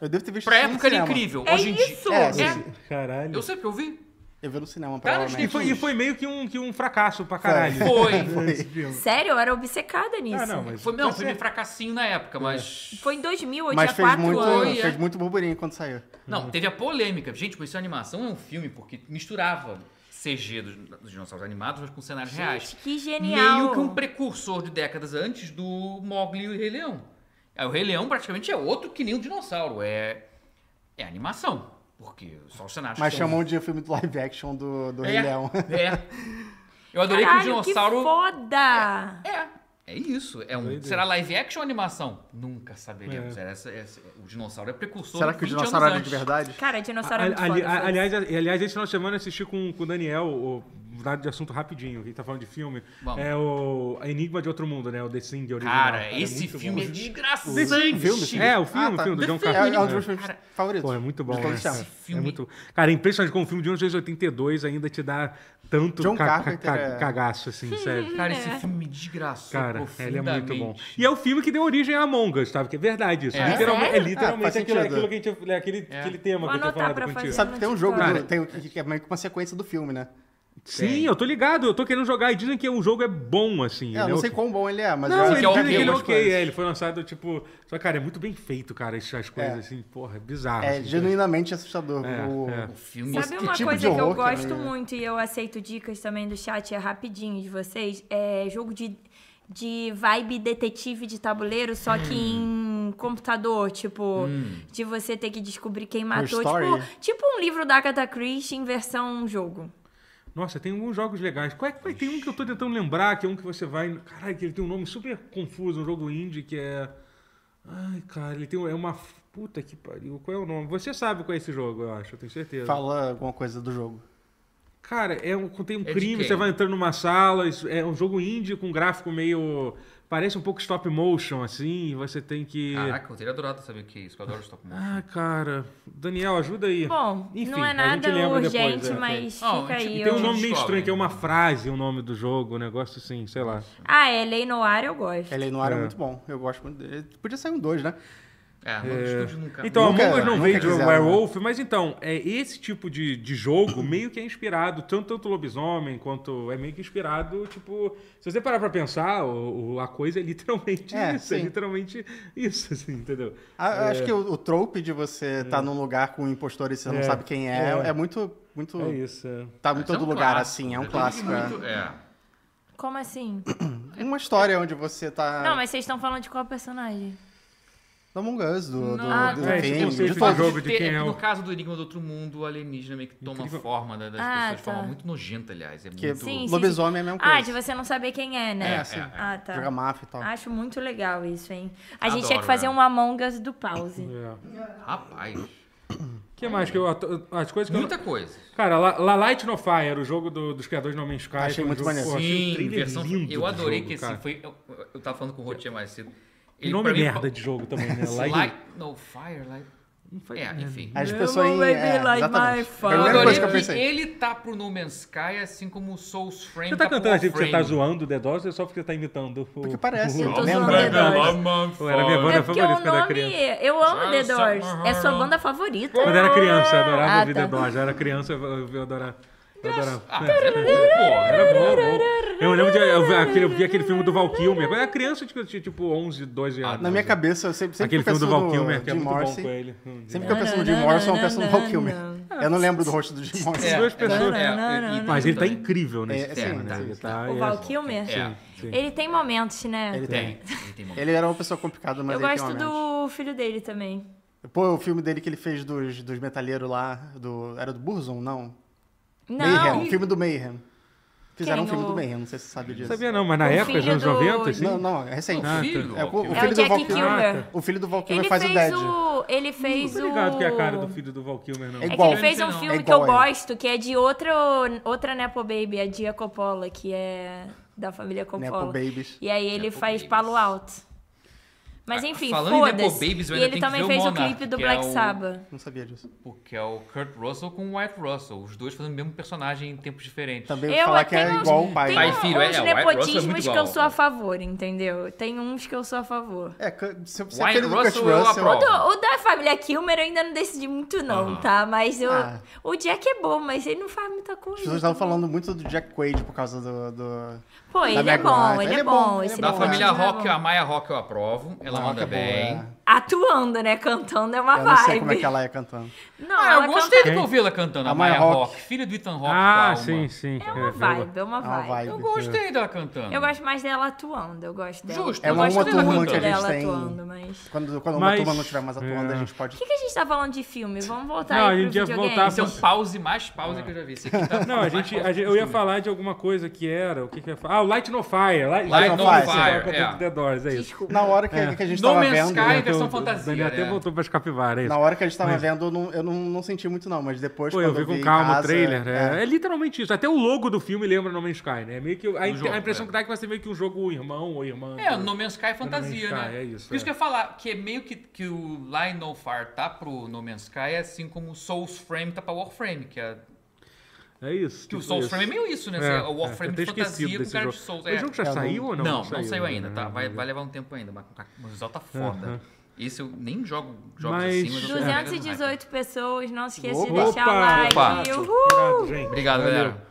D: Eu devo ter visto
B: Pra
D: isso no
B: época era
D: cinema.
B: incrível.
C: É
B: Hoje em dia.
C: isso!
D: É,
B: É,
A: Caralho.
B: eu sei porque eu vi.
D: Eu vi no cinema,
B: Tá no
A: E
D: provavelmente.
A: foi, e foi meio que um, que um fracasso pra caralho.
B: Foi.
A: Esse filme.
C: Sério, eu era obcessada nisso.
A: Ah, não, mas.
B: Foi, não, foi meio fracassinho na época, mas.
C: Foi em 2000, eu
D: Mas
C: tinha
D: fez
C: 4
D: muito,
C: anos.
B: é.
D: fez muito burburinho quando saiu.
B: Não, teve a polêmica. Gente, por isso a animação é um filme, porque misturava CG dos, dos dinossauros animados, mas com cenários reais.
C: que genial.
B: Meio que um precursor de décadas antes do Mogli e o Rei Leão. Aí o Rei Leão praticamente é outro que nem o dinossauro. É, é animação, porque só os cenários
D: Mas
B: são-
D: chamou de filme do live action do, do Rei
B: é,
D: Leão.
B: É. Eu adorei
C: Caralho,
B: que o dinossauro...
C: que foda!
B: É, é isso. É um, será live action ou animação? Nunca saberemos. Era essa- essa- o dinossauro é precursor.
D: Será que o
B: 20 anos
D: dinossauro era de
B: antes.
D: verdade?
C: Cara, dinossauro é muito
A: A- ali-
C: foda.
A: a-
C: foi.
A: aliás, a- aliás, esse final de semana eu assisti com, com o Daniel, o, mudado de assunto rapidinho, que tá falando de filme.
B: Vamos.
A: É o a Enigma de Outro Mundo, né? O The Thing original.
B: Cara, esse
A: muito
B: filme
A: bom.
B: é
D: filme,
B: desgraçante.
D: sim.
A: É, o filme,
D: Ah, tá.
A: o filme do
B: The
A: John
B: Thing.
D: É, é um
A: Carpenter.
D: dos meus filmes
B: Cara,
D: favoritos.
A: Pô, é muito bom.
D: De todos os
A: né?
D: tempos.
A: É
B: filme-
A: muito... Cara, é impressionante como um filme de 1982 ainda te dá tanto
D: John
A: ca- ca-
D: Carpenter
A: ca-
D: é-
A: cagaço, assim, sério.
B: Cara, esse filme me desgraçou
A: Cara, ele é muito bom.
B: profundamente.
A: E é o filme que deu origem a Among Us, sabe? Que é verdade isso.
B: É.
A: Literalmente, é
C: Sério?
A: literalmente
D: Ah, faz
A: aquilo,
D: sentido.
A: aquilo que a gente, aquele,
B: É.
A: aquele tema
C: Vou
A: que eu tinha
C: anotar
A: falado
C: pra
A: contigo.
C: fazer.
D: Sabe que tem um jogo,
C: Cara.
D: do- tem, que é meio que uma sequência do filme, né?
A: Sim, eu tô ligado, eu tô querendo jogar e dizem que o jogo é bom, assim.
D: É, eu
A: ele
D: não
A: é
D: sei
A: o-
D: quão bom ele é, mas
A: Não,
D: eu
A: ele
B: que é
A: dizem
B: ok,
A: que ele é
B: algumas
A: ok,
B: coisas.
A: é, ele foi lançado, tipo. Só, cara, é muito bem feito, cara, essas coisas,
D: É.
A: assim, porra, é bizarro.
D: é
A: assim,
D: genuinamente assustador.
A: É,
D: o,
A: é.
B: O filme
C: Sabe uma
D: tipo
C: coisa
D: de
C: que eu
D: horror que
C: gosto
D: é, né?
C: muito e eu aceito dicas também do chat, é rapidinho de vocês? É jogo de, de vibe detetive de tabuleiro, só que
D: Hum.
C: em computador, tipo, de você ter que descobrir quem matou.
D: Story?
C: Tipo, tipo um livro da Agatha Christie em versão jogo.
A: Nossa, tem alguns jogos legais. Qual é, qual é- tem um que eu tô tentando lembrar, que é um que você vai. Caralho, que ele tem um nome super confuso, um jogo indie que é. Ai, cara, ele tem um- é uma. Puta que pariu. Qual é o nome? Você sabe qual é esse jogo, eu acho, eu tenho certeza.
D: Fala alguma coisa do jogo.
A: Cara, é um, tem um
B: de
A: crime,
B: quem?
A: você vai entrando numa sala, isso- é um jogo indie com gráfico meio. Parece um pouco stop motion, assim, e você tem que.
B: Caraca, eu teria adorado saber o que é isso, que eu adoro stop motion.
A: Ah, cara. Daniel, ajuda aí.
C: Bom,
A: Enfim,
C: não
A: a
C: é
A: gente
C: nada
A: lembra depois,
C: urgente,
A: é, ok.
C: mas
B: Ó,
C: fica
B: a gente-
C: aí.
A: E tem um
C: eu-
A: nome meio
B: Descobre.
A: estranho, que é uma frase, o nome do jogo, um negócio assim, sei lá.
C: Ah, é Lei Noir, eu gosto.
D: Ele no ar é.
A: É.
D: muito bom. Eu gosto muito dele. Podia sair um dois, né?
B: É, mano, estúdio nunca.
A: Então,
D: Nunca-
A: a Among Us não
D: nunca
A: veio de
D: quiseram,
A: Werewolf, mas então, é esse tipo de, de jogo meio que é inspirado, tanto, tanto lobisomem quanto é meio que inspirado, tipo, se você parar pra pensar, o, o- a coisa é literalmente
D: É,
A: isso, é
D: sim.
A: literalmente isso, assim, entendeu?
D: A- Acho que o, o trope de você estar tá num lugar com um impostor e você não
A: É.
D: sabe quem é,
A: É.
D: é, muito. muito
A: É isso, é.
D: Tá em
B: Mas é um
D: todo lugar,
B: clássico,
D: assim. É um
B: né?
D: clássico. é.
B: Muito- é.
C: Como assim?
D: Uma história onde você
A: Ah.
D: tá.
C: Não, mas vocês estão falando de qual personagem?
D: Do Among Us, do, do,
B: Não,
D: do
A: é,
D: Thing,
A: tipo, você
D: de
A: fez
D: todos.
A: jogo de
B: ter-
A: quem é
B: No
A: o-
B: caso do Enigma do Outro Mundo, o alienígena meio que toma
A: Incrível.
B: forma da- das
C: Ah,
B: pessoas de
C: tá.
B: forma muito nojenta, aliás. É
D: Que
B: muito...
C: Sim, sim.
D: lobisomem é a mesma coisa.
C: Ah, de você não saber quem é, né?
B: É, sim.
C: Ah, tá.
D: Jogar máfia e tal.
C: Acho muito legal isso, hein? A gente
B: Adoro,
C: tinha que fazer
B: né?
C: um Among Us do pause.
A: É.
B: Rapaz,
A: O que mais que eu... As coisas que eu-
B: muita coisa.
A: Cara, La, La Light no Fire, o jogo do- dos criadores do No Man's Sky.
D: Achei
A: foi um
D: muito
A: jogo-
D: maneiro.
A: pô, achei um
B: Sim,
A: trailer
B: versão.
A: lindo
B: Eu
A: do
B: adorei
A: jogo,
B: que esse
A: cara.
B: foi. Eu, eu tava falando com o Rotier mais cedo.
A: nome
B: pra mim, é
D: É
A: merda de jogo também, né?
B: Light,
A: Light...
B: no Fire, Light.
A: Não foi-
B: É, enfim.
D: As
C: You
D: pessoas em.
C: make me
D: É,
C: like
D: exatamente.
C: my
D: Foi a primeira coisa que eu
B: Adorei
D: pensei.
B: Ele tá pro No Man's Sky, assim como o Souls Frame
A: Você tá
B: pro
A: cantando assim porque
B: Warframe.
A: você tá zoando o The Doors ou é só porque você tá imitando o...
D: Porque parece,
A: o-
D: eu
C: tô
A: o-
C: zoando The
A: Lembra?
C: Doors.
A: Pô, era minha banda
C: É porque
A: favorita
C: o
A: quando era
C: nome. é,
A: criança. Ah,
C: Eu amo The
B: Nossa,
C: Doors. É sua
B: aham.
C: banda favorita.
A: Quando eu era criança, eu adorava
F: Ah,
A: ouvir
F: tá.
A: The Doors. Eu era criança, eu eu adorava. Eu adorava.
B: Ah,
A: É.
B: porra.
A: Era bom, bom. Eu lembro de. Eu vi aquele, eu vi aquele filme do Val Kilmer. Eu era criança, tipo, eu tinha tipo 11, 12 anos.
D: Ah,
A: né?
D: Na minha cabeça, eu sempre, sempre
A: Aquele
D: que eu
A: filme do
D: penso
A: Val
D: no
A: Kilmer, que é
D: Jim
A: muito
D: Morrissey,
A: bom com ele. Hum,
D: Sempre que eu penso no Jim Morrison, eu penso no Val Kilmer. Eu não lembro do rosto do Jim Morrison.
A: Essas duas pessoas.
B: é, e-
A: Mas ele tá
B: também.
A: incrível nesse
D: É,
A: filme,
D: sim,
A: né?
D: sim,
A: Ele
D: sim.
A: tá-
C: O
A: é-
C: Val Kilmer.
B: É.
A: sim.
C: Ele tem momentos, né?
D: Ele
B: Tem. Ele tem momento.
D: Ele é era uma pessoa complicada, mas
C: Eu
D: ele
C: gosto
D: tem uma mente.
C: do filho dele também.
D: Pô, o filme dele que ele fez dos, dos metalheiros lá, do, era do Burzum, não?
C: Não.
D: Mayhem, filme do Mayhem. Fizeram um
C: Quem,
D: filme do
C: o-
D: Mayhem, não sei se você sabe
A: Não
D: disso.
A: sabia não, mas na
C: O
A: época, nos
C: filho
A: anos
C: do-
A: 90, sim.
D: Não, não, é recente.
B: O filho do
A: Ah,
D: É, o,
B: Val
D: o
C: É
B: Kilmer.
D: filho
C: o
D: do Val
C: Jack
D: Kilmer.
C: Kilmer.
D: O filho do Val Kilmer
C: Ele
D: faz o
C: fez
D: Dead.
C: o. Ele fez
A: Não
C: o.
A: tô ligado que é a cara do filho do Val Kilmer, não.
D: É
C: É que
D: Igual.
C: ele fez um
B: Não.
C: filme
D: É
C: que eu
D: igual a ele.
C: gosto, que é de outro, outra Nepo Baby, a Dia Coppola, que é da família Coppola.
D: Nepo Babies.
C: E aí ele
B: Nepo
C: faz
B: Babies.
C: Palo Alto. Mas
B: Ah,
C: enfim,
B: falando em Nepo
C: foda-se.
B: Babies, eu
C: E
B: ainda
C: ele
B: tenho que
C: também
B: ver o
C: fez o
B: Monarch,
C: clipe do
B: que é
C: Black
B: o-
C: Sabbath.
D: Não sabia disso.
B: Porque é o Kurt Russell com o Wyatt Russell. Os dois fazendo o mesmo personagem em tempos diferentes.
D: Também
C: Eu
D: falar que
C: tenho
D: é
C: uns-
D: igual o pai.
C: Tem
B: Pai e
C: uns
B: filho, é, é, o Wyatt Russell é muito
C: nepotismos que eu
B: igual.
C: sou a favor, entendeu? Tem uns que eu sou a favor.
D: É, se, se
B: Wyatt
D: aquele do Kurt
B: Russell, eu
D: Russell...
B: aprovo.
C: O, o da família Kilmer eu ainda não decidi muito não,
B: Aham.
C: tá? Mas eu,
D: Ah.
C: o Jack é bom, mas ele não faz muita coisa.
D: As pessoas estavam
C: também.
D: falando muito do Jack Quaid por causa do... do...
C: Pô, ele é
D: Meg
C: bom,
D: Ryan.
C: ele é bom. esse
D: ele é
B: Da
D: bom,
B: família
C: nepotismo é
B: Rock,
C: bom.
B: a Maya Rock eu aprovo. Ela
D: Rock
B: manda
D: é boa,
B: bem.
D: é.
C: Atuando, né? Cantando é uma
D: Eu não
C: vibe.
D: sei como é que ela é cantando.
C: Não,
B: Ah,
C: ela
B: eu gostei
C: canta-
B: de ouvi-la cantando, a
D: A Maya
B: Maya Rock.
D: Rock.
B: filha do Ethan Rock.
A: Ah,
B: Palma.
A: sim, sim.
C: É uma vibe, é uma
D: É uma
C: vibe.
D: vibe.
B: Eu gostei dela cantando.
C: Eu gosto mais dela atuando, eu gosto dela.
B: Justo,
D: É
C: eu
D: uma
C: gosto
D: uma
B: dela
D: turma
B: cantando.
D: que a gente
C: dela
D: tem...
C: atuando, mas...
D: Quando, quando
A: Mas-
D: uma turma não estiver mais atuando,
A: é.
D: a gente pode...
C: O que, que a gente tá falando de filme? Vamos voltar
A: Não,
C: aí
A: a
C: pro
A: gente ia
C: videogame.
A: voltar
B: Esse é um pause mais pausa que eu já vi. Esse aqui tá
A: É. Não, a
B: mais
A: gente,
B: pausa
A: a
B: que
A: gente-
B: o
A: eu ia
B: filme.
A: falar de alguma coisa que era. O que, que eu ia falar? Ah, o Light no Fire. Light,
B: Light
D: no
A: Você
D: Fire,
A: tava cantando
B: é.
A: com The Doors, é isso. Então,
D: Na hora que, que a gente
B: No
D: estava
B: Man's
D: vendo...
B: Sky, versão
A: o
B: fantasia,
A: Daniel até
B: né?
A: voltou pra escapivar, é isso.
D: Na hora que a gente tava vendo, eu não, eu não, não senti muito, não. Mas depois,
A: Pô,
D: quando
A: eu vi com
D: em
A: calma o
D: casa,
A: trailer.
D: é.
A: É. é literalmente isso. Até o logo do filme lembra No Man's Sky, né? É Meio que, a,
B: jogo,
A: a impressão
B: é.
A: que dá é que vai ser meio que um jogo irmão ou irmã. né?
B: É,
A: do-
B: No Man's Sky é fantasia,
A: No Man's Sky,
B: né?
A: é isso,
B: Por isso
A: é.
B: que eu ia falar, que é meio que, que o Line No Fire tá pro No Man's Sky, assim como o Souls Frame tá pra Warframe, que é...
A: É isso.
B: Que o
A: tipo
B: Souls
A: isso.
B: Frame é meio isso, né?
A: É,
B: o
A: é,
B: Warframe
A: eu
B: de
A: tenho
B: fantasia
A: esquecido
B: com
A: desse
B: cara
A: jogo.
B: de Souls.
A: O jogo já
D: É, não-
A: saiu ou não?
B: Não, não, saiu, ainda, tá?
A: né?
B: Vai, vai levar um tempo ainda, mas o visual tá foda. Esse eu nem jogo jogos
A: Mas-
B: assim, mas eu sou mega do hype.
C: 218 pessoas, não se esqueça de
A: Opa!
C: deixar o like.
B: Opa!
C: Uhul!
A: Irado, gente.
B: Obrigado,
A: Valeu.
B: galera.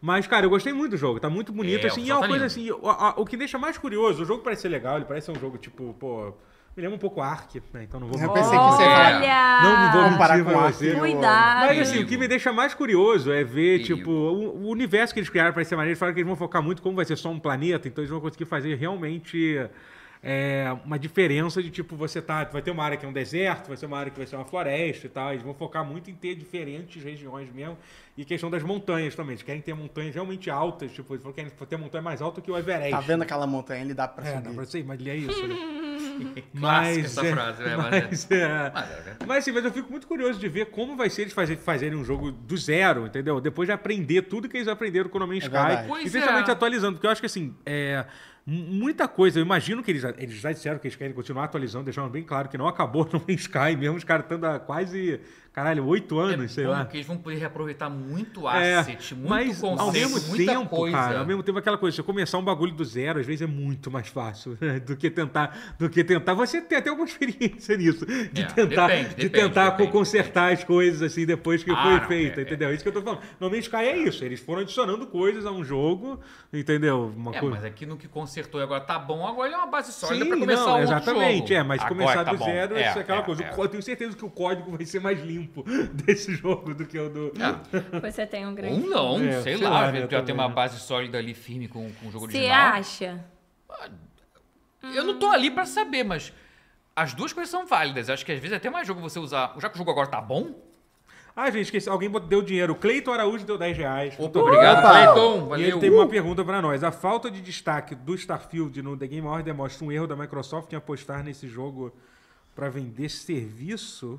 A: Mas, cara, eu gostei muito do jogo. Tá muito bonito,
B: É,
A: assim.
B: o
A: E é uma
B: jogo tá
A: coisa assim... O, a- o que deixa mais curioso... O jogo parece ser legal. Ele parece ser um jogo, tipo, pô... Me lembra um pouco Ark, né? Então não vou...
D: Eu pensei que você ia falar.
C: Olha!
A: Não me vou
D: Comparar
A: mentir
D: com
A: pra
D: Ark
A: você.
D: e o-
C: Cuidado.
A: Mas
B: Ah,
A: assim,
B: perigo.
A: o que me deixa mais curioso é ver,
B: Perigo.
A: tipo, o, o universo que eles criaram para ser maneiro. Eles falaram que eles vão focar muito como vai ser só um planeta, então eles vão conseguir fazer realmente é, uma diferença de tipo, você tá. Vai ter uma área que é um deserto, vai ser uma área que vai ser uma floresta e tal. Eles vão focar muito em ter diferentes regiões mesmo. E questão das montanhas também. Eles querem ter montanhas realmente altas, tipo, eles querem ter montanha mais alta que o Everest.
D: Tá vendo aquela montanha? Ele dá pra
A: É, dá
D: subir.
A: pra ser, mas é isso, né?
B: Clássica essa frase, né? Mas é.
A: Mas, é,
B: Mas é, né?
A: mas sim, mas eu fico muito curioso de ver como vai ser eles fazer- fazerem um jogo do zero, entendeu? Depois de aprender tudo que eles aprenderam com o No Man's
D: É
A: Sky.
D: verdade.
B: Pois
A: e principalmente
B: é.
A: atualizando, porque eu acho que assim, é, m- muita coisa, eu imagino que eles, eles já disseram que eles querem continuar atualizando, deixaram bem claro que não acabou No Man's Sky mesmo, os caras estão há quase, caralho, oito anos, sei
B: bom
A: lá.
B: É que eles vão poder reaproveitar muito
A: É,
B: asset, muito
A: mas
B: conceito,
A: ao mesmo
B: muita
A: tempo,
B: coisa.
A: cara, ao mesmo tempo aquela coisa, você começar um bagulho do zero, às vezes é muito mais fácil né, do que tentar, do que tentar. Você tem até alguma experiência nisso, de
B: É,
A: tentar,
B: depende,
A: de
B: depende,
A: tentar
B: depende,
A: consertar as coisas assim depois que
B: Ah,
A: foi
B: não,
A: feita,
B: é,
A: entendeu? É isso que eu tô falando. No Man's Sky é isso, eles foram adicionando coisas a um jogo, entendeu? Uma
B: É,
A: coisa.
B: mas aqui no que consertou e agora tá bom, agora ele é uma base sólida
A: Sim,
B: pra começar
A: não,
B: o
A: exatamente,
B: jogo.
A: é, mas
B: Agora
A: começar
B: tá
A: do
B: bom.
A: zero é, isso, é aquela
B: é,
A: coisa.
B: é.
A: Eu tenho certeza que o código vai ser mais limpo desse jogo do que o
B: É,
A: do.
C: Você tem um
B: Ou
C: grande...
D: Hum?
B: não,
A: É, sei
B: sei, lá,
A: lá, né,
B: já tem
A: também,
B: uma
A: né?
B: base sólida ali firme com, com o jogo
C: Você
B: original.
C: acha?
B: Eu não tô ali pra saber, mas as duas coisas são válidas. Eu acho que às vezes é até mais jogo você usar. Já que o jogo agora tá bom,
A: Ah, gente, esqueci. Alguém bot- deu dinheiro. O Cleiton Araújo deu 10 reais.
B: opa, obrigado,
D: Opa!
B: Cleiton,
A: E
B: valeu.
A: ele tem uma
D: Uh!
A: pergunta pra nós. A falta de destaque do Starfield no The Game Award demonstra um erro da Microsoft em apostar nesse jogo pra vender serviço?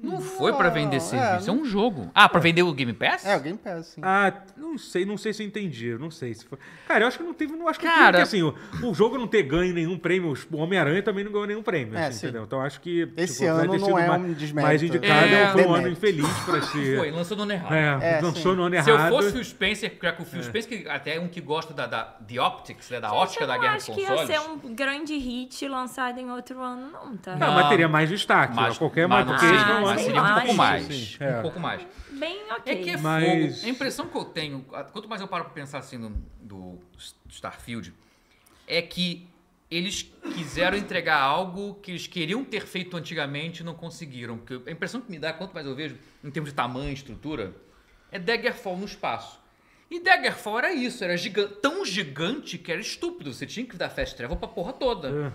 B: Não foi pra vender
D: é,
B: serviço, é,
D: não-
B: um jogo. Ah, pra vender o Game Pass?
D: É, o Game Pass, sim.
A: Ah, não sei, não sei se eu entendi, não sei se foi. Cara, eu acho que não teve, não acho que
B: Cara-
A: teve, assim, o, o jogo não ter ganho nenhum prêmio, os- o Homem-Aranha também não ganhou nenhum prêmio,
D: É,
A: assim,
D: sim.
A: entendeu? Então acho que
D: Esse
A: apesar de
D: ano
A: ter
D: não
A: sido
D: é
A: ma-
D: um desmérito.
A: mais indicado,
B: É,
A: foi um ano
D: demérito.
A: infeliz pra se
B: Foi, lançou no ano errado.
A: é,
D: É,
A: lançou
D: sim.
A: no ano
B: Se eu
A: errado.
B: fosse o Phil Spencer, já que o Phil Spencer, que até é um que gosta da, da The Optics, né, da
C: Gente,
B: ótica
C: eu
B: da
C: não
B: guerra
C: acho
B: de
C: que
B: consoles.
C: ia ser um grande hit lançado em outro ano, não, tá?
A: Não,
B: Não.
A: mas teria mais destaque,
B: Mas,
A: ó, qualquer mais,
B: mas, não
A: porque
B: seria,
A: esse não é um
C: mas
A: ano
B: mas
C: sei
B: seria um
C: lá,
B: pouco
C: gente.
B: mais.
A: Sim,
B: Um
A: é.
B: pouco mais.
C: Bem
B: É
C: ok.
B: que é
A: Mas-
B: fogo. A impressão que eu tenho, a- quanto mais eu paro pra pensar assim no, do S- Starfield, é que eles quiseram entregar algo que eles queriam ter feito antigamente e não conseguiram. Porque a impressão que me dá, quanto mais eu vejo, em termos de tamanho, estrutura, é Daggerfall no espaço. E Daggerfall era isso, era gigan- tão gigante que era estúpido. Você tinha que dar fast travel pra porra toda.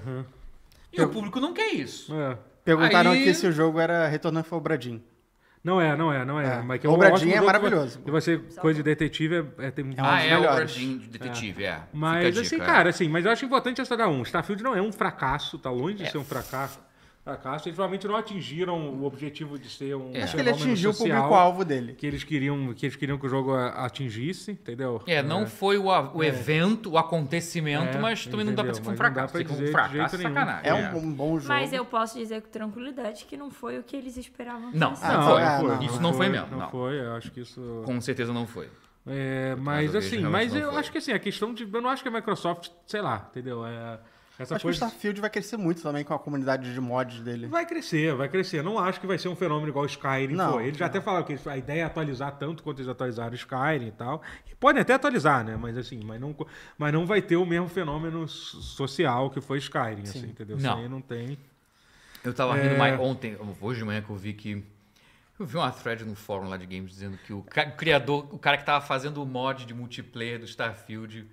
B: E o público não quer isso.
A: Uhum. É.
D: Perguntaram
B: Aí-
D: aqui se o jogo era Retorno ao Fobradinho.
A: Não é, não é, não é.
D: É.
A: Mas que
D: O
A: um
D: Bradinho
A: ótimo
D: é
A: jogo,
D: maravilhoso.
A: E você, coisa de detetive, é, é, tem um
B: ah, é, o
D: melhores.
B: Bradinho de detetive, é. Fica a
A: Mas
B: dica,
A: assim,
B: é.
A: cara, assim, mas eu acho importante essa da 1. Starfield não é um fracasso, tá longe
B: É.
A: de ser um fracasso. Fracasso, eles provavelmente não atingiram o objetivo de ser um.
B: É.
D: Acho que ele
A: fenômeno
D: atingiu o
A: social
D: público-alvo dele.
A: Que eles, queriam, que eles queriam que o jogo a- atingisse, entendeu?
B: É, não foi o, a- o evento, o acontecimento,
A: É,
B: mas também não dá
A: entendeu?
B: pra dizer que foi um
A: Mas não dá
B: fracasso.
A: pra
B: Se foi um
A: dizer de
B: fracasso,
A: jeito nenhum.
B: sacanagem.
D: É, um, um bom jogo.
C: Mas eu posso dizer com tranquilidade que não foi o que eles esperavam. que
B: Não,
C: fosse.
B: não,
D: não,
B: foi,
D: é, não,
B: Isso
D: não
B: não, foi mesmo, não.
A: Não foi, eu acho que isso.
B: Com certeza não foi.
A: É,
B: Mas
A: mas
B: eu vejo
A: assim,
B: realmente
A: mas
B: não
A: eu
B: foi.
A: acho que assim, a questão de. Eu não acho que a Microsoft, sei lá, entendeu? É, essa
D: Acho que o
A: coisa.
D: Starfield vai crescer muito também com a comunidade de mods dele.
A: Vai crescer, vai crescer. Não acho que vai ser um fenômeno igual o Skyrim
D: Não,
A: foi. Eles já até falaram que a ideia é atualizar tanto quanto eles atualizaram o Skyrim e tal. E podem até atualizar, né? Mas assim, mas não, mas não vai ter o mesmo fenômeno so- social que foi Skyrim, assim, entendeu? Isso
B: Não.
A: aí não tem.
B: Eu tava
A: É.
B: rindo mais ontem, hoje de manhã que eu vi que. Eu vi uma thread no fórum lá de games dizendo que o ca- criador, o cara que tava fazendo o mod de multiplayer do Starfield,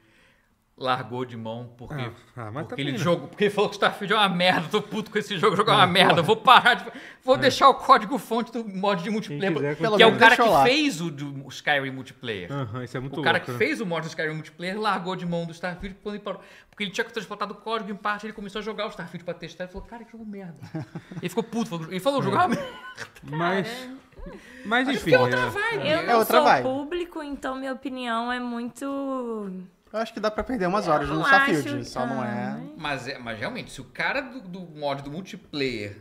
B: largou de mão porque,
A: Ah, ah, mas
B: porque
A: também
B: ele
A: não.
B: jogou, porque ele falou que o Starfield é uma merda, tô puto com esse jogo, jogar é uma merda, vou parar de. Vou deixar o código fonte do mod de multiplayer.
A: É. quiser,
B: que é
D: continua.
B: o cara que
D: Deixa lá.
B: fez o do Skyrim multiplayer.
A: Aham, isso é muito
B: O cara
A: louco,
B: que
A: né?
B: fez o mod do Skyrim multiplayer largou de mão do Starfield quando ele parou. Porque ele tinha que transportado o código em parte, ele começou a jogar o Starfield pra testar e falou, cara, que jogo merda. ele ficou puto, falou- ele falou, jogo é uma merda.
A: Mas. Mas enfim.
B: Porque é outra
A: é.
B: vibe.
C: Eu não
D: É outra
C: sou
D: vibe.
C: público, então minha opinião é muito.
D: Eu acho que dá pra perder umas horas
C: Eu
D: no
C: não
D: Starfield,
C: acho-
D: só não
C: Ah,
D: é...
C: mas-
B: Mas, é- mas realmente, se o cara do, do mod do multiplayer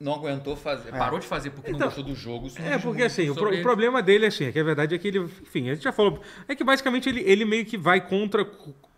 B: não aguentou
D: É.
B: fazer, parou de fazer porque não
A: Então,
B: gostou do jogo, isso não
A: É,
B: diz
A: porque
B: muito
A: assim, o, pro-
B: sobre-
A: o problema dele, assim, é que a verdade é que ele, enfim, a gente já falou, é que basicamente ele, ele meio que vai contra,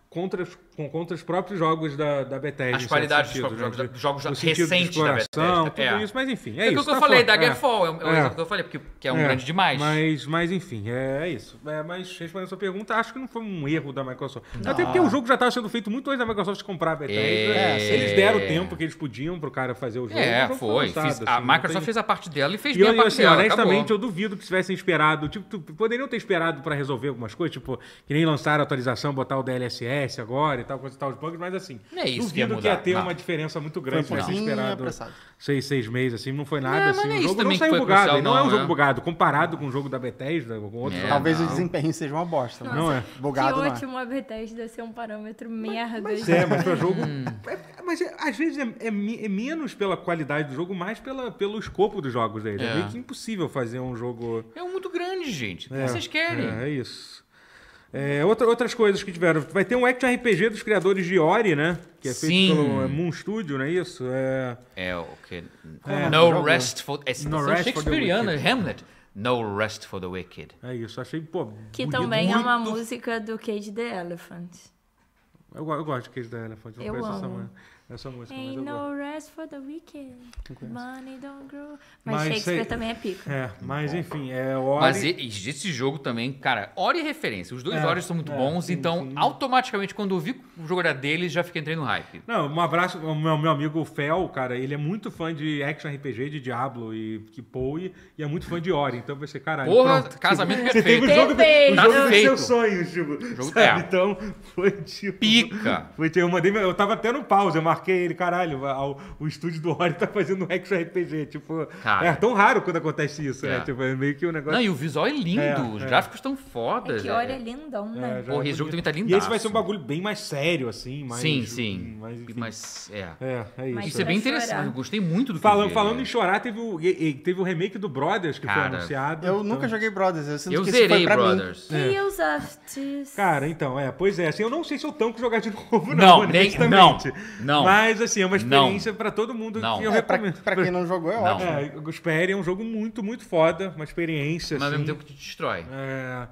A: contra, os- com- contra os próprios jogos da, da Bethesda.
B: As
A: em certo
B: qualidades dos
A: sentido,
B: próprios
A: né?
B: jogos da- dos jogos
A: No
B: da-
A: sentido de
B: recentes da
A: exploração,
B: Bethesda,
A: Tudo
B: é.
A: isso, mas enfim, é,
B: É
A: isso.
B: aquilo que eu
A: tá
B: falei,
A: fora.
B: Daggerfall, é, o- é o
A: É.
B: exemplo que eu falei, porque que é um grande demais.
A: Mas, mas enfim, é, é isso. É, mas respondendo a sua pergunta, acho que não foi um erro da Microsoft. Até porque o jogo já estava sendo feito muito antes da Microsoft comprar a Bethesda.
B: É.
A: Eles deram o tempo que eles podiam pro cara fazer o jogo.
B: É,
A: o jogo
B: foi.
A: lançado,
B: Fiz- a
A: assim, não
B: Microsoft
A: tem-
B: fez a parte dela e fez
A: e
B: bem a
A: eu,
B: parte
A: assim,
B: dela.
A: honestamente,
B: acabou.
A: eu duvido que tivessem esperado. Tipo, tu- poderiam ter esperado pra resolver algumas coisas, tipo, que nem lançaram a atualização, botar o DLSS agora e tal, coisa e tal, os bugs, mas assim,
B: Não é isso que ia
A: duvido que ia,
B: mudar,
A: ter
B: não.
A: uma diferença muito
D: Foi um
A: grande tivessem
D: pouquinho
A: esperado
D: apressado.
A: seis, seis meses, assim, não foi
B: É,
A: nada.
B: mas
A: assim,
B: não é
A: o
B: isso
A: jogo
B: também
A: não
B: que
A: saiu
B: foi
A: bugado,
B: crucial,
A: e não, é
B: não,
A: um
B: né?
A: jogo bugado, comparado com o jogo da Bethesda, com outro
B: É,
A: jogo.
D: Talvez
B: não.
D: o desempenho seja uma bosta, né?
C: Não
A: é.
D: Bugado
C: que
D: não é.
C: ótimo a Bethesda ser um parâmetro merda.
A: Mas é, mas pra jogo.
B: Hum.
A: é- mas é- às vezes é, é me- é menos pela qualidade do jogo, mais pela, pelo escopo dos jogos dele. É.
B: É.
A: meio que impossível fazer um jogo.
B: É um muito grande, gente. O que
A: É,
B: vocês querem?
A: É, é isso. É, outra- outras coisas que tiveram. Vai ter um action RPG dos criadores de Ori, né? Que é feito
B: Sim.
A: pelo é, Moon Studio, não é isso? É,
B: É o que.
D: É,
B: No
D: jogo.
B: rest for. É
A: No
B: citação
A: rest for the
B: shakespeariana, Hamlet. No rest for the wicked.
A: é isso. Achei, pô.
C: Que
A: bonito.
C: também é uma
B: muito-
C: música do Cage the Elephant.
A: Eu, go- eu gosto de Cage da Elephant. Não
C: um Eu
A: conheço essa,
C: amo.
A: mu- essa música, mas
C: Ain't
A: eu gosto.
C: no rest for the wicked. Money don't grow. Mas,
A: Mas
C: Shakespeare
A: sei-
C: também é pico.
A: É, mas enfim, é Ori.
B: Mas e- e esse jogo também, cara, hora e referência. Os dois
A: É,
B: horas são muito
A: é,
B: bons,
A: sim,
B: então
A: sim.
B: automaticamente quando eu vi que o jogo era deles, já fiquei entrei no hype.
A: Não, um abraço ao meu, meu amigo Fel, cara. Ele é muito fã de action RPG, de Diablo e que Poe, e é muito fã de Ori. Então vai ser, caralho,
B: Porra,
A: pronto.
B: casamento
A: Teve
B: perfeito.
A: o jogo, do- o
C: Perfeito.
A: jogo
B: Tá
A: dos
B: feito.
A: seus sonhos, tipo.
B: jogo-
A: sabe?
B: é.
A: Então, foi tipo.
B: Pica.
A: Foi, tipo, eu mandei. meu- Eu tava até no pause, eu marquei ele, caralho, a- o, o estúdio do Ori tá fazendo um action RPG. Tipo,
B: Cara.
A: é tão raro quando acontece isso,
B: É.
A: né? Tipo, é meio que um negócio.
B: Não, e o visual é lindo,
A: É,
B: os
A: é.
B: gráficos estão
C: É
B: fodas.
C: que
B: é-
C: olha é lindão, né?
A: já é
B: Porra, esse jogo
A: bonito.
B: também tá
A: E esse vai ser
B: lindaço.
A: um bagulho bem mais sério, assim. Mais,
B: sim, sim.
A: mais, enfim.
B: Mas, é.
A: É, é
C: Mas
A: isso.
B: Isso é bem
C: pra chorar.
B: interessante, eu gostei muito do que eu
A: Falando,
B: vi,
A: falando
B: né?
A: em chorar, teve o, e- e- teve o remake do Brothers que
B: Cara,
A: foi anunciado.
D: Eu
A: então-
D: nunca joguei Brothers, eu sinto
B: Eu
D: que isso foi
B: zerei,
D: pra
B: brothers.
A: É,
C: Heels of Tears.
A: Cara, então, é, pois é, assim, eu não sei se eu tanco jogar de novo,
B: Não,
A: não,
B: nem-
A: honestamente.
B: não, não.
A: Mas, assim, é uma
B: Não.
A: experiência pra todo mundo
B: Não.
A: que
D: mim.
A: eu
D: É, pra,
A: recomendo.
D: pra quem não jogou é
B: Não.
D: ótimo.
A: É, o Xperia é um jogo muito, muito foda, uma experiência,
B: Mas ao
A: assim.
B: mesmo tempo que te destrói.
A: É,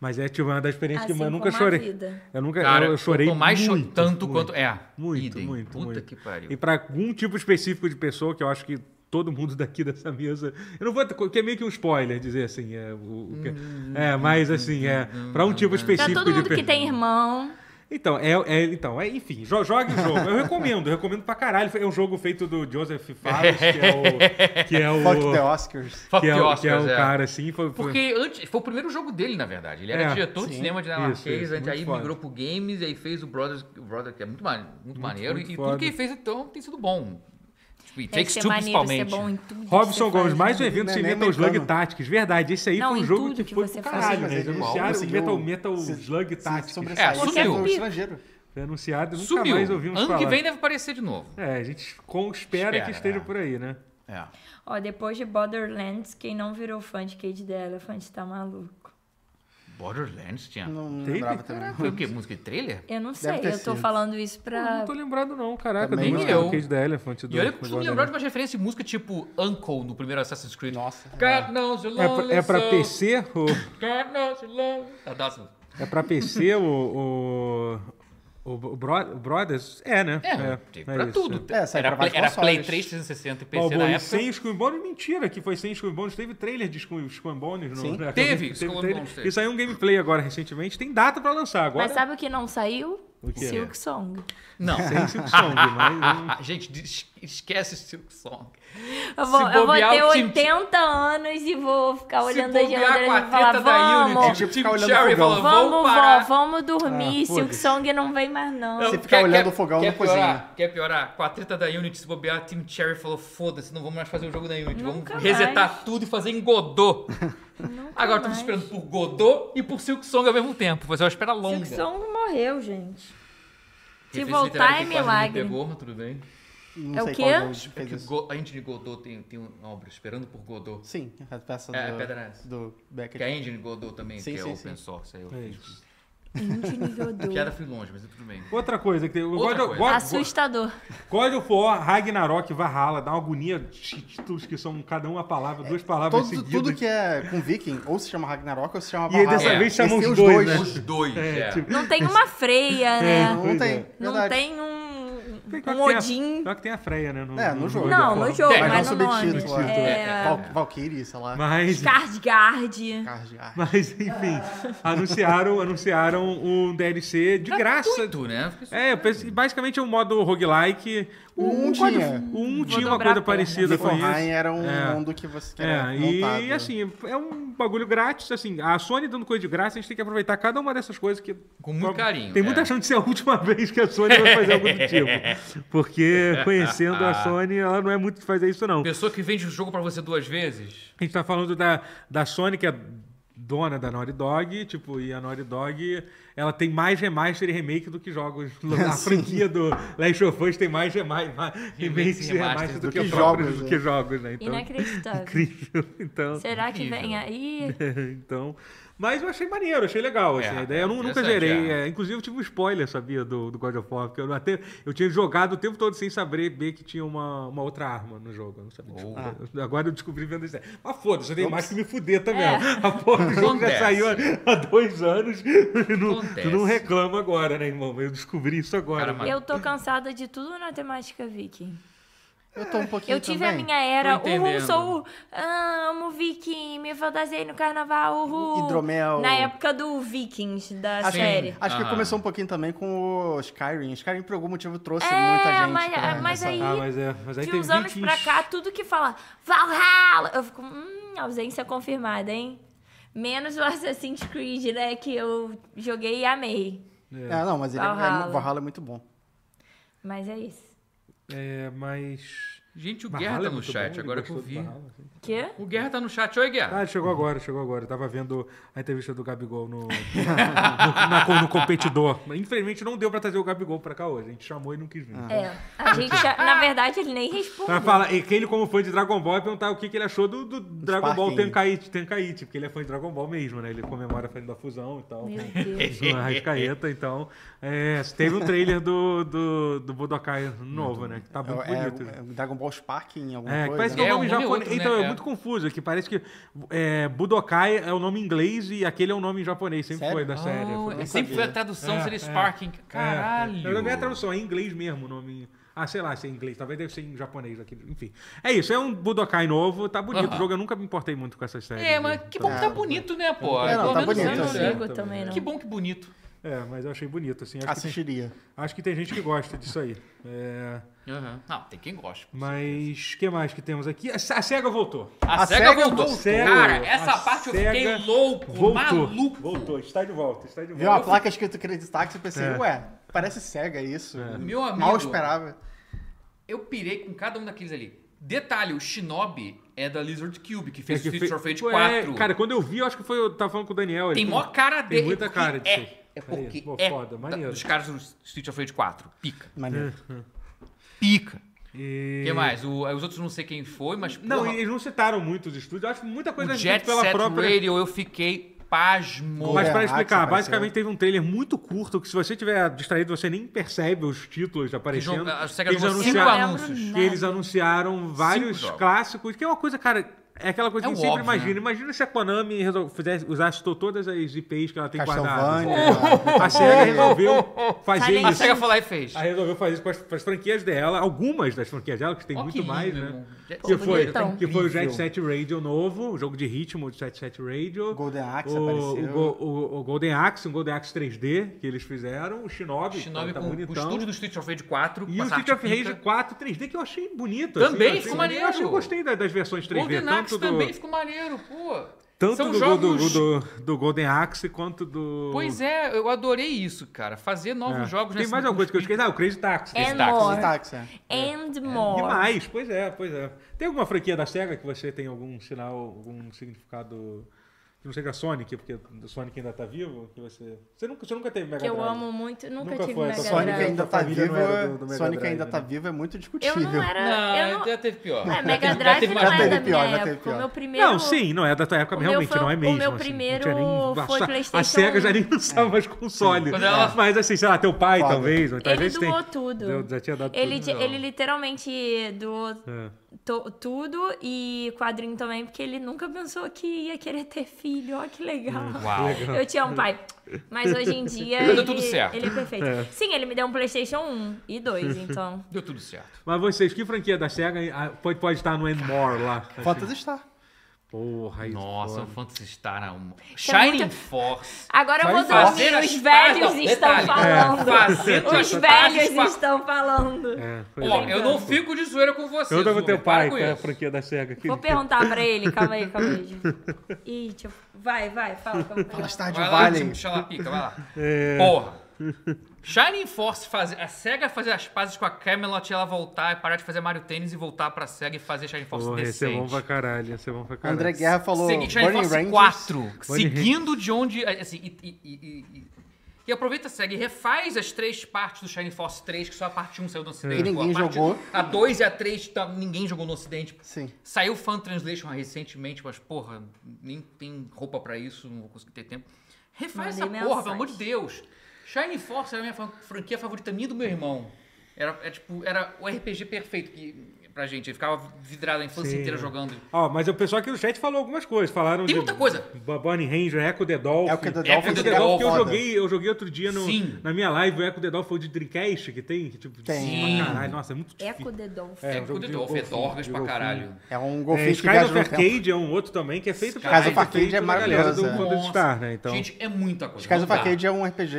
A: mas é, tipo, uma das experiências que
C: Assim
A: eu nunca
C: como a
A: chorei.
C: vida.
A: Eu nunca
B: Cara,
A: eu, eu chorei
B: tô mais cho-
A: muito, muito,
B: tanto quanto. É.
A: Muito,
B: idem.
A: muito,
B: Puta
A: muito.
B: que pariu.
A: E pra algum tipo específico de pessoa, que eu acho que todo mundo daqui dessa mesa. Eu não vou. Porque é meio que um spoiler dizer assim. É, o- o que- é, mas assim, é. Pra um tipo
C: Pra
A: específico
C: todo mundo
A: de
C: que
A: pessoa.
C: tem irmão.
A: Então, é, é- então, é, enfim, jo- jogue o jogo. Eu recomendo, eu recomendo pra caralho. É um jogo feito do Joseph Fares, que é o. Que é o,
D: Fuck the Oscars.
B: Fuck
A: que é
B: the
A: o- que é
B: Oscars,
A: o
B: é.
A: cara, assim. Foi, foi-
B: Porque antes, foi o primeiro jogo dele, na verdade. Ele era
A: É,
B: diretor de
A: sim.
B: cinema de
A: Isso,
B: dinamarquês,
A: isso,
B: antes aí
A: muito foda.
B: migrou pro games, e aí fez o Brothers, o Brother, que é muito, ma- muito, maneiro.
A: muito
B: e
A: foda.
B: tudo que ele fez, então, tem sido bom. Tipo, e
C: Deve
B: Takes
C: ser
B: Two,
C: É maneiro, ser
B: principalmente.
C: bom em tudo que
A: Robson
C: você
A: Gomes,
C: faz,
A: mais um
C: né?
A: evento
D: Não é
A: sem
D: nem
A: Metal Slug
D: americano.
A: Tactics. Verdade, esse aí
C: Não,
A: foi um
C: em
A: jogo
C: tudo
A: que
C: que
A: foi
C: você
A: pro
C: faz.
A: caralho,
C: Sim,
A: né?
D: mas
A: Eles
D: ele
A: anunciaram o
D: conseguiu-
A: Metal, Metal
D: se-
A: Slug Tactics.
D: Sobre
B: É, sumiu.
D: estrangeiro.
A: Foi anunciado e nunca
B: Sumiu.
A: mais ouvimos
B: ano
A: falar.
B: que vem deve aparecer de novo.
A: É, a gente com, espera,
B: Espera,
A: que esteja
B: né?
A: por aí, né?
D: É.
C: Ó, depois de Borderlands, quem não virou fã de Cage the Elephant tá maluco.
B: Borderlands tinha.
D: Não, não
A: Teve?
D: lembrava também.
B: Foi o quê? Música de trailer?
C: Eu não sei,
D: Deve ter
C: eu tô
D: sido.
C: falando isso pra...
A: Não tô lembrado não, caraca.
D: Também
A: do
B: nem
A: Metal
B: eu.
A: Cage da Elephant. né?
B: E
A: do-
B: olha que eu
A: do
B: costumo
A: Borderlands.
B: lembrar de uma referência de música tipo Uncle no primeiro Assassin's Creed.
D: Nossa.
B: God knows you're
A: É pra, é pra
B: lonely, so-
A: PC ou...
B: God knows you're lonely. Ah, dá-
A: É pra PC o... o... o Bro- o Brothers? É, né?
B: É, tem pra
A: isso.
B: tudo.
D: É, sai
B: era
D: pra
B: Play,
D: vários
B: era
D: consoles.
B: Play 3, 360 e PC
A: Ó,
B: na
A: bom, e
B: época.
A: sem Skull and Bones, mentira que foi sem Skull and Bones. Teve trailer de Skull Skull and Bones. No,
D: Sim.
A: né?
B: Teve, Skull and Bones teve.
A: E saiu um gameplay agora, recentemente. Tem data pra lançar agora.
C: Mas sabe o que não saiu?
A: O quê?
C: Silk Song.
B: Não.
A: Sem Silk Song, mas...
D: né?
B: Ah, gente, des- esquece o Silk Song.
C: Eu vou,
B: Se
C: eu vou
B: bobear,
C: ter
B: o time-
C: 80 anos e vou ficar
B: Se
C: olhando a
B: bobear com
C: geladeira
B: a
C: e falar,
B: treta da Unity,
C: vamos,
D: Tipo,
B: Tim
D: ficar olhando
B: Cherry
D: pro
B: falou, vou
C: vamos, vó,
B: parar.
C: vamos dormir,
A: Ah,
C: Silk
A: foda-se.
C: Song não vem mais não.
B: Não,
D: Você ficar olhando o fogão,
B: quer
D: não cozinha.
B: piorar, Quer piorar? Com a treta da Unity, se bobear, a Team Cherry falou: foda-se, não vamos mais fazer o jogo da Unity.
C: Nunca mais.
B: vamos resetar tudo e fazer em Godot. Agora estamos
C: mais.
B: esperando por Godot e por Silk Song ao mesmo tempo. Vai ser uma espera longa.
C: Silk Song morreu, gente. Se
B: Referência
C: voltar
B: literária
C: é
B: que quase me
C: milagre.
B: Pegou, mas tudo bem.
D: Não
C: É o
D: sei
C: quê?
D: qual jogo que
B: É que
D: fez isso.
B: Go- a gente de Godot tem, tem uma obra, Esperando por Godot.
D: Sim, a peça
B: É, a
D: do,
B: pedra nessa.
D: do
B: Que é a
D: Beckett.
B: engine Godot também,
D: Sim,
B: que é
D: sim,
B: open
D: sim.
B: source. Aí eu
A: É
B: fiz.
A: isso.
C: Indie nível
B: A piada
C: dois.
B: foi longe, mas tudo bem.
A: Outra coisa que tem. o
B: Outra
A: God,
B: coisa.
A: God-
C: Assustador.
A: God of War, Ragnarok, Valhalla, dá uma agonia de títulos que são cada uma palavra, duas palavras
D: Todo,
A: seguidas.
D: tudo que é com viking, ou se chama Ragnarok, ou se chama
A: E aí,
D: Valhalla.
A: dessa
B: vez,
D: Esse
A: chamam
D: tem
A: os dois, né?
B: Os dois, é.
A: tipo,
C: Não tem uma freia,
D: Não
C: né?
A: Pois
D: tem,
A: é.
C: Não
D: verdade.
C: tem um,
A: tem-
C: um
A: tem a-
C: Odin.
A: Só que tem a Freya, né?
D: É, no jogo.
A: God of
C: Não,
A: War.
C: no jogo,
B: Tem,
C: mas
D: não
C: no nome.
D: subtítulo,
A: é.
C: É,
D: Val- Valkyrie, sei lá.
A: Mas,
C: Skardgard.
D: Card, ah,
A: mas, enfim, anunciaram, anunciaram um DLC de graça.
B: Gratuito, né? Fiquei
A: É, eu pensei- basicamente é um modo roguelike.
D: Um
A: God of-
D: tinha.
A: Um tinha
C: dobrar
A: uma coisa
C: a perna.
A: parecida com isso.
D: Niflheim era um
A: É.
D: mundo que você queria
A: É, e assim, é um bagulho grátis, assim, a Sony dando coisa de graça, a gente tem que aproveitar cada uma dessas coisas que...
B: Com muito carinho,
A: Tem
B: é.
A: muita chance de ser a última vez que a Sony vai fazer algo do tipo. Porque, conhecendo a Sony, ela não é muito de fazer isso, não.
B: Pessoa que vende o jogo pra você duas vezes.
A: A gente tá falando da, da Sony, que é dona da Naughty Dog, tipo, e a Naughty Dog, ela tem mais remaster e remake do que jogos. A franquia do Last of Us tem mais remaster, remakes e remaster do, que,
D: que
A: próprios-
D: jogos,
A: do
D: né?
A: que jogos, né? Então,
C: Inacreditável.
A: incrível. Então...
C: Será que
B: Incrível.
C: vem aí?
A: então, mas eu achei maneiro, achei legal. Assim,
B: É,
A: a ideia eu nu- nunca
B: interessante,
A: zerei.
B: é.
A: é, inclusive, eu tive um spoiler, sabia, do, do God of War, porque eu até eu tinha jogado o tempo todo sem saber bem que tinha uma, uma outra arma no jogo. Eu não sabia. Desculpa. Agora eu descobri vendo isso. Mas foda-se, eu dei mais que me fuder também.
C: É.
A: A porra do jogo já
B: Acontece.
A: saiu há, há dois anos. Tu não, tu não
B: Acontece.
A: reclama agora, né, irmão? Eu descobri isso agora.
B: Cara,
A: né?
B: mas-
C: Eu tô cansada de tudo na temática viking.
D: Eu tô um pouquinho
C: Eu tive a
D: também.
C: minha era,
B: Tô
C: uhul,
B: entendendo.
C: sou ah, amo viking, me fantasiei no carnaval, uhul.
D: Hidromel. Assim,
C: Na época do Vikings, da
D: Acho,
C: série.
D: acho que
A: Ah.
B: Aham.
D: começou um pouquinho também com o Skyrim. Skyrim, por algum motivo, trouxe muita
C: É,
D: gente.
C: mas,
D: pra
C: mas
D: essa-
C: aí,
A: Ah, mas é. Mas aí
C: de
A: tem
C: uns anos
A: 20
C: pra cá, tudo que fala Valhalla, eu fico, hum, ausência confirmada, hein? Menos o Assassin's Creed, né, que eu joguei e amei.
D: É, não, mas ele, é,
C: Valhalla.
D: Valhalla é muito bom.
C: Mas é isso.
A: É, mas.
B: Gente, o Guerra
A: Barrala
B: tá
A: é
B: no
A: muito
B: chat,
A: bom, ele
B: agora que eu
A: gostou do
B: vi.
A: Barrala, assim.
C: Quê?
B: O Guerra tá no chat. Oi, Guerra.
A: Ah, ele chegou agora, chegou agora. Eu tava vendo a entrevista do Gabigol no, no, na- no competidor. Infelizmente não deu pra trazer o Gabigol pra cá hoje. A gente chamou e não quis vir.
C: É. A gente já, na verdade, ele nem
A: Pra
C: respondeu.
A: falar, e que ele, como fã de Dragon Ball, ia perguntar o que, que ele achou do, do Dragon Ball
D: Sparking.
A: Tenkaichi, Tenkaichi, porque ele é fã de Dragon Ball mesmo, né? Ele comemora a festa da fusão e tal.
C: Meu Deus.
A: Isso, a Rascaeta, então. É, teve um trailer do, do, do Budokai novo, né? Que tá muito
D: É,
A: bonito.
D: é, é Dragon Ball Spark em alguma
A: É, que
D: coisa.
A: parece que
D: né?
A: é
B: É,
A: um nome
B: um nome e
A: japonês.
B: outro, né?
A: então, é,
B: É.
A: muito confuso aqui. Parece que é, Budokai é o nome inglês e aquele é o nome japonês. Sempre
D: Sério?
A: foi da
B: Ah,
A: série. Foi muito-
B: sempre foi a tradução,
A: É,
B: seria
A: é.
B: Sparking. Caralho.
A: É, é. Não é tradução, é em inglês mesmo o nome. Ah, sei lá, se é em inglês. Talvez deve ser em japonês. Aqui. Enfim. É isso, é um Budokai novo. Tá bonito o
B: Aham.
A: jogo. Eu nunca me importei muito com essas séries.
B: É, mas que bom que tá bonito, né, pô?
D: É, não,
B: Pelo
D: tá
B: menos
D: bonito,
B: sendo,
D: sim.
B: né?
C: Eu também não.
B: Que bom que bonito.
A: É, mas eu achei bonito, assim. Acho, que tem,
D: Assistiria.
A: acho que tem gente que gosta disso aí. É,
B: Não, tem quem gosta.
A: mas o que mais que temos aqui? A SEGA voltou.
B: A,
D: A
B: SEGA
D: SEGA
B: voltou.
A: voltou. Sério?
B: Cara, essa
A: A
B: parte eu
A: SEGA
B: fiquei louco,
A: Voltou.
B: maluco.
A: Voltou, está de volta, está de
D: Viu uma
A: volta.
D: placa escrito Credit Tax e pensei,
A: É.
D: ué, parece cega isso.
B: Meu
D: Mal
B: amigo.
D: esperava.
B: Eu pirei com cada um daqueles ali. Detalhe, o Shinobi é da Lizard Cube, que fez
A: É que
B: o Street
A: fe-
B: of Rage
A: Ué,
B: 4.
A: Cara, quando eu vi, eu acho que foi. Eu tava falando com o Daniel. ele
B: tem
A: falou-
B: mó cara
A: tem
B: dele.
A: muita
B: porque
A: cara de
B: é.
A: ser.
B: É
A: Aí,
B: porque
A: pô,
B: é
A: foda,
B: da-
A: maneiro.
B: dos caras do Street of Rage 4. Pica.
D: Maneiro.
B: É. Pica. O
A: E-
B: que mais? O- os outros não sei quem foi, mas
A: Não,
B: porra,
A: eles não citaram muito os estúdios. Eu acho muita coisa
B: o
A: a gente fez
B: Jet Set Radio eu fiquei pasmo.
A: Mas para
D: Golden
A: explicar,
D: Axe
A: basicamente
D: apareceu.
A: teve um trailer muito curto que se você tiver distraído, você nem percebe os títulos aparecendo.
B: jogo- a SEGA
A: eles
B: jogou cinco
A: anunciaram,
B: anúncios.
A: que eles anunciaram vários
B: jogos.
A: clássicos, que é uma coisa, cara, é aquela coisa
B: É
A: que a gente
B: o
A: sempre
B: óbvio,
A: imagina. Imagina se a Konami resol- fizesse, usasse to- todas as IPs que ela tem guardadas.
D: Castlevania.
A: A SEGA resolveu fazer
C: Silent
B: A
A: isso.
B: SEGA foi lá e fez.
A: Aí resolveu fazer isso com as, com as franquias dela, algumas das franquias dela, que tem
B: Ó,
A: muito
B: que lindo,
A: mais, né?
B: irmão. Jet
A: Que
B: Set
A: foi,
B: Radio tá
A: que foi o Jet
B: incrível.
A: Set Radio novo, o jogo de ritmo do Jet Set Radio.
D: Golden Axe
A: o,
D: apareceu.
A: O, Go- o- o Golden Axe, um Golden Axe 3D que eles fizeram. O Shinobi,
B: Shinobi
A: tá, tá
B: com
A: bonitão.
B: o estúdio do Street of Rage 4.
A: E
B: com
A: o
B: essa
A: Street
B: arte
A: of Rage
B: pica.
A: 4 3D que eu achei bonito.
B: Também
A: assim, eu achei-
B: ficou maneiro.
A: Eu achei- eu gostei da- das, versões 3D.
B: Golden
A: tanto
B: Axe
A: do,
B: também ficou maneiro, pô.
A: tanto
B: São
A: do,
B: jogos...
A: do, do- do Golden Axe quanto do... É.
B: Pois é, eu adorei isso, cara. Fazer novos jogos
A: Tem
B: nessa-
A: mais alguma coisa que eu esqueci? Ah, o Crazy Taxi.
C: É
B: Taxi.
C: more.
D: Credit Tax, é.
C: And more.
A: Demais, pois é, pois é. Tem alguma franquia da SEGA que você tem algum sinal, algum significado que não seja Sonic, porque o Sonic ainda tá vivo? Que você... Você, nunca, você nunca teve Mega
C: Que eu
A: Drive.
C: amo muito. Nunca,
A: Nunca
C: tive
A: foi,
C: Mega
A: só
C: Drive.
D: Sonic ainda tá
A: Família
D: vivo.
A: não era do- do Mega
D: Sonic
A: Drive,
D: ainda tá
A: né?
D: vivo é
C: Eu
D: muito
C: não
D: discutível.
C: era.
B: Não, então
C: eu não...
B: já teve pior.
C: É, Mega
B: Já
C: Drive
B: teve
C: não
B: mais-
D: teve
C: é da minha
D: pior, já teve
C: época. O
D: pior.
C: meu primeiro...
A: Não, sim, não é da tua época,
C: o meu
A: realmente,
C: foi-
A: não é
C: o
A: mesmo.
C: meu
A: assim, não
C: primeiro
A: tinha
C: foi
A: a- A
C: PlayStation
A: SEGA já
C: um.
A: nem usava mais console.
B: Quando ela-
A: Mas assim, sei lá, teu pai
D: Foda.
A: talvez. Ou,
C: Ele
A: talvez
C: doou
A: tem...
C: tudo.
A: Deu- já tinha dado
C: ele,
A: tudo.
C: di- ele literalmente doou
A: É.
C: to- tudo e quadrinho também, porque ele nunca pensou que ia querer ter filho. Ó, que legal.
B: Uau.
C: Eu tinha um pai. Mas hoje em dia.
B: Deu
C: ele,
B: tudo certo.
C: ele é perfeito. Sim, ele me deu um PlayStation 1 e 2, então.
B: Deu tudo certo.
A: Mas vocês, que franquia da SEGA ah, pode, pode estar no Endmore lá?
D: Fotos está.
A: Porra, isso.
B: Nossa, o
A: foda.
B: Phantasy Star é um... Shining
C: muita-
B: Force.
C: Agora eu vou
B: Fazer
C: dormir.
B: as
C: Os
B: pazes-
C: velhos
B: não,
C: estão
B: detalhe.
C: falando.
B: Fazer as
C: Os
B: pazes com a-
C: velhos estão falando.
A: É, pois
B: Ó,
A: é.
B: eu não fico de zoeira com você.
A: Eu dou
B: Zuber,
A: teu
B: para
A: pai,
B: com
A: que é a
B: isso.
A: franquia da SEGA. Que,
C: Vou perguntar pra ele. Calma aí, calma aí. gente. Ih, deixa eu... Vai, vai, fala. Calma,
D: Fala estádio
B: Vai lá,
D: Vale.
B: time Xalapica, vai lá.
A: É.
B: Porra. Shining Force fazer. A SEGA fazer as pazes com a Camelot e ela voltar e parar de fazer Mario Tênis e voltar pra SEGA e fazer Shining Force
A: Porra, esse é
B: decente.
A: bom pra caralho, esse é bom pra caralho.
D: André Guerra falou
B: Seguinte, Shining
D: Burning
B: Force 4.
D: Rangers.
B: seguindo de onde. Assim, e, e- e- e- e aproveita a SEGA e refaz as três partes do Shining Force 3, que só a parte 1 saiu do ocidente.
D: E ninguém
B: a parte- um.
D: jogou.
B: A 2 e a 3 tá- ninguém jogou no ocidente.
D: Sim.
B: Saiu Fan Translation recentemente, mas porra, nem tem roupa pra isso, não vou conseguir ter tempo. Refaz
C: Mandei
B: essa porra,
C: mensagem.
B: pelo amor de Deus. Shining Force era a minha fran- franquia favorita minha e do meu irmão. Era, era tipo, era o RPG perfeito que, pra gente. Ele ficava vidrado a infância
A: Sim.
B: inteira jogando.
A: Ó, mas o pessoal aqui no chat falou algumas coisas. Falaram de
B: Tem muita coisa.
A: B- Bunny Ranger, Echo the Dolphin.
D: Echo the Dolphin,
A: Echo the
B: que é
A: Dolphin, que eu
D: foda.
A: joguei, eu joguei outro dia no,
B: Sim.
A: na minha live. O Echo the Dolphin foi o de Dreamcast que tem. Que, tipo,
D: Tem.
A: Sim. pra Caralho, nossa, é muito difícil.
C: Eco the Dolphin.
A: É,
B: É,
A: um jogo
B: o
A: de
B: Dolph, é
A: golfinho,
B: Dorgas
A: de
B: pra
A: golfinho.
B: caralho.
D: É um
A: É,
D: golfinho que
A: Skies
D: viaja
A: of
D: no tempo.
A: Arcade é um outro também que é feito pra
D: Skies of
A: feito
D: Arcade é
A: pela galera do
D: maravilhoso, é.
A: Phantasy Star, né? Então,
B: Gente, é muita coisa.
D: Skies
B: não
D: of
B: dá.
D: Arcade é um RPG,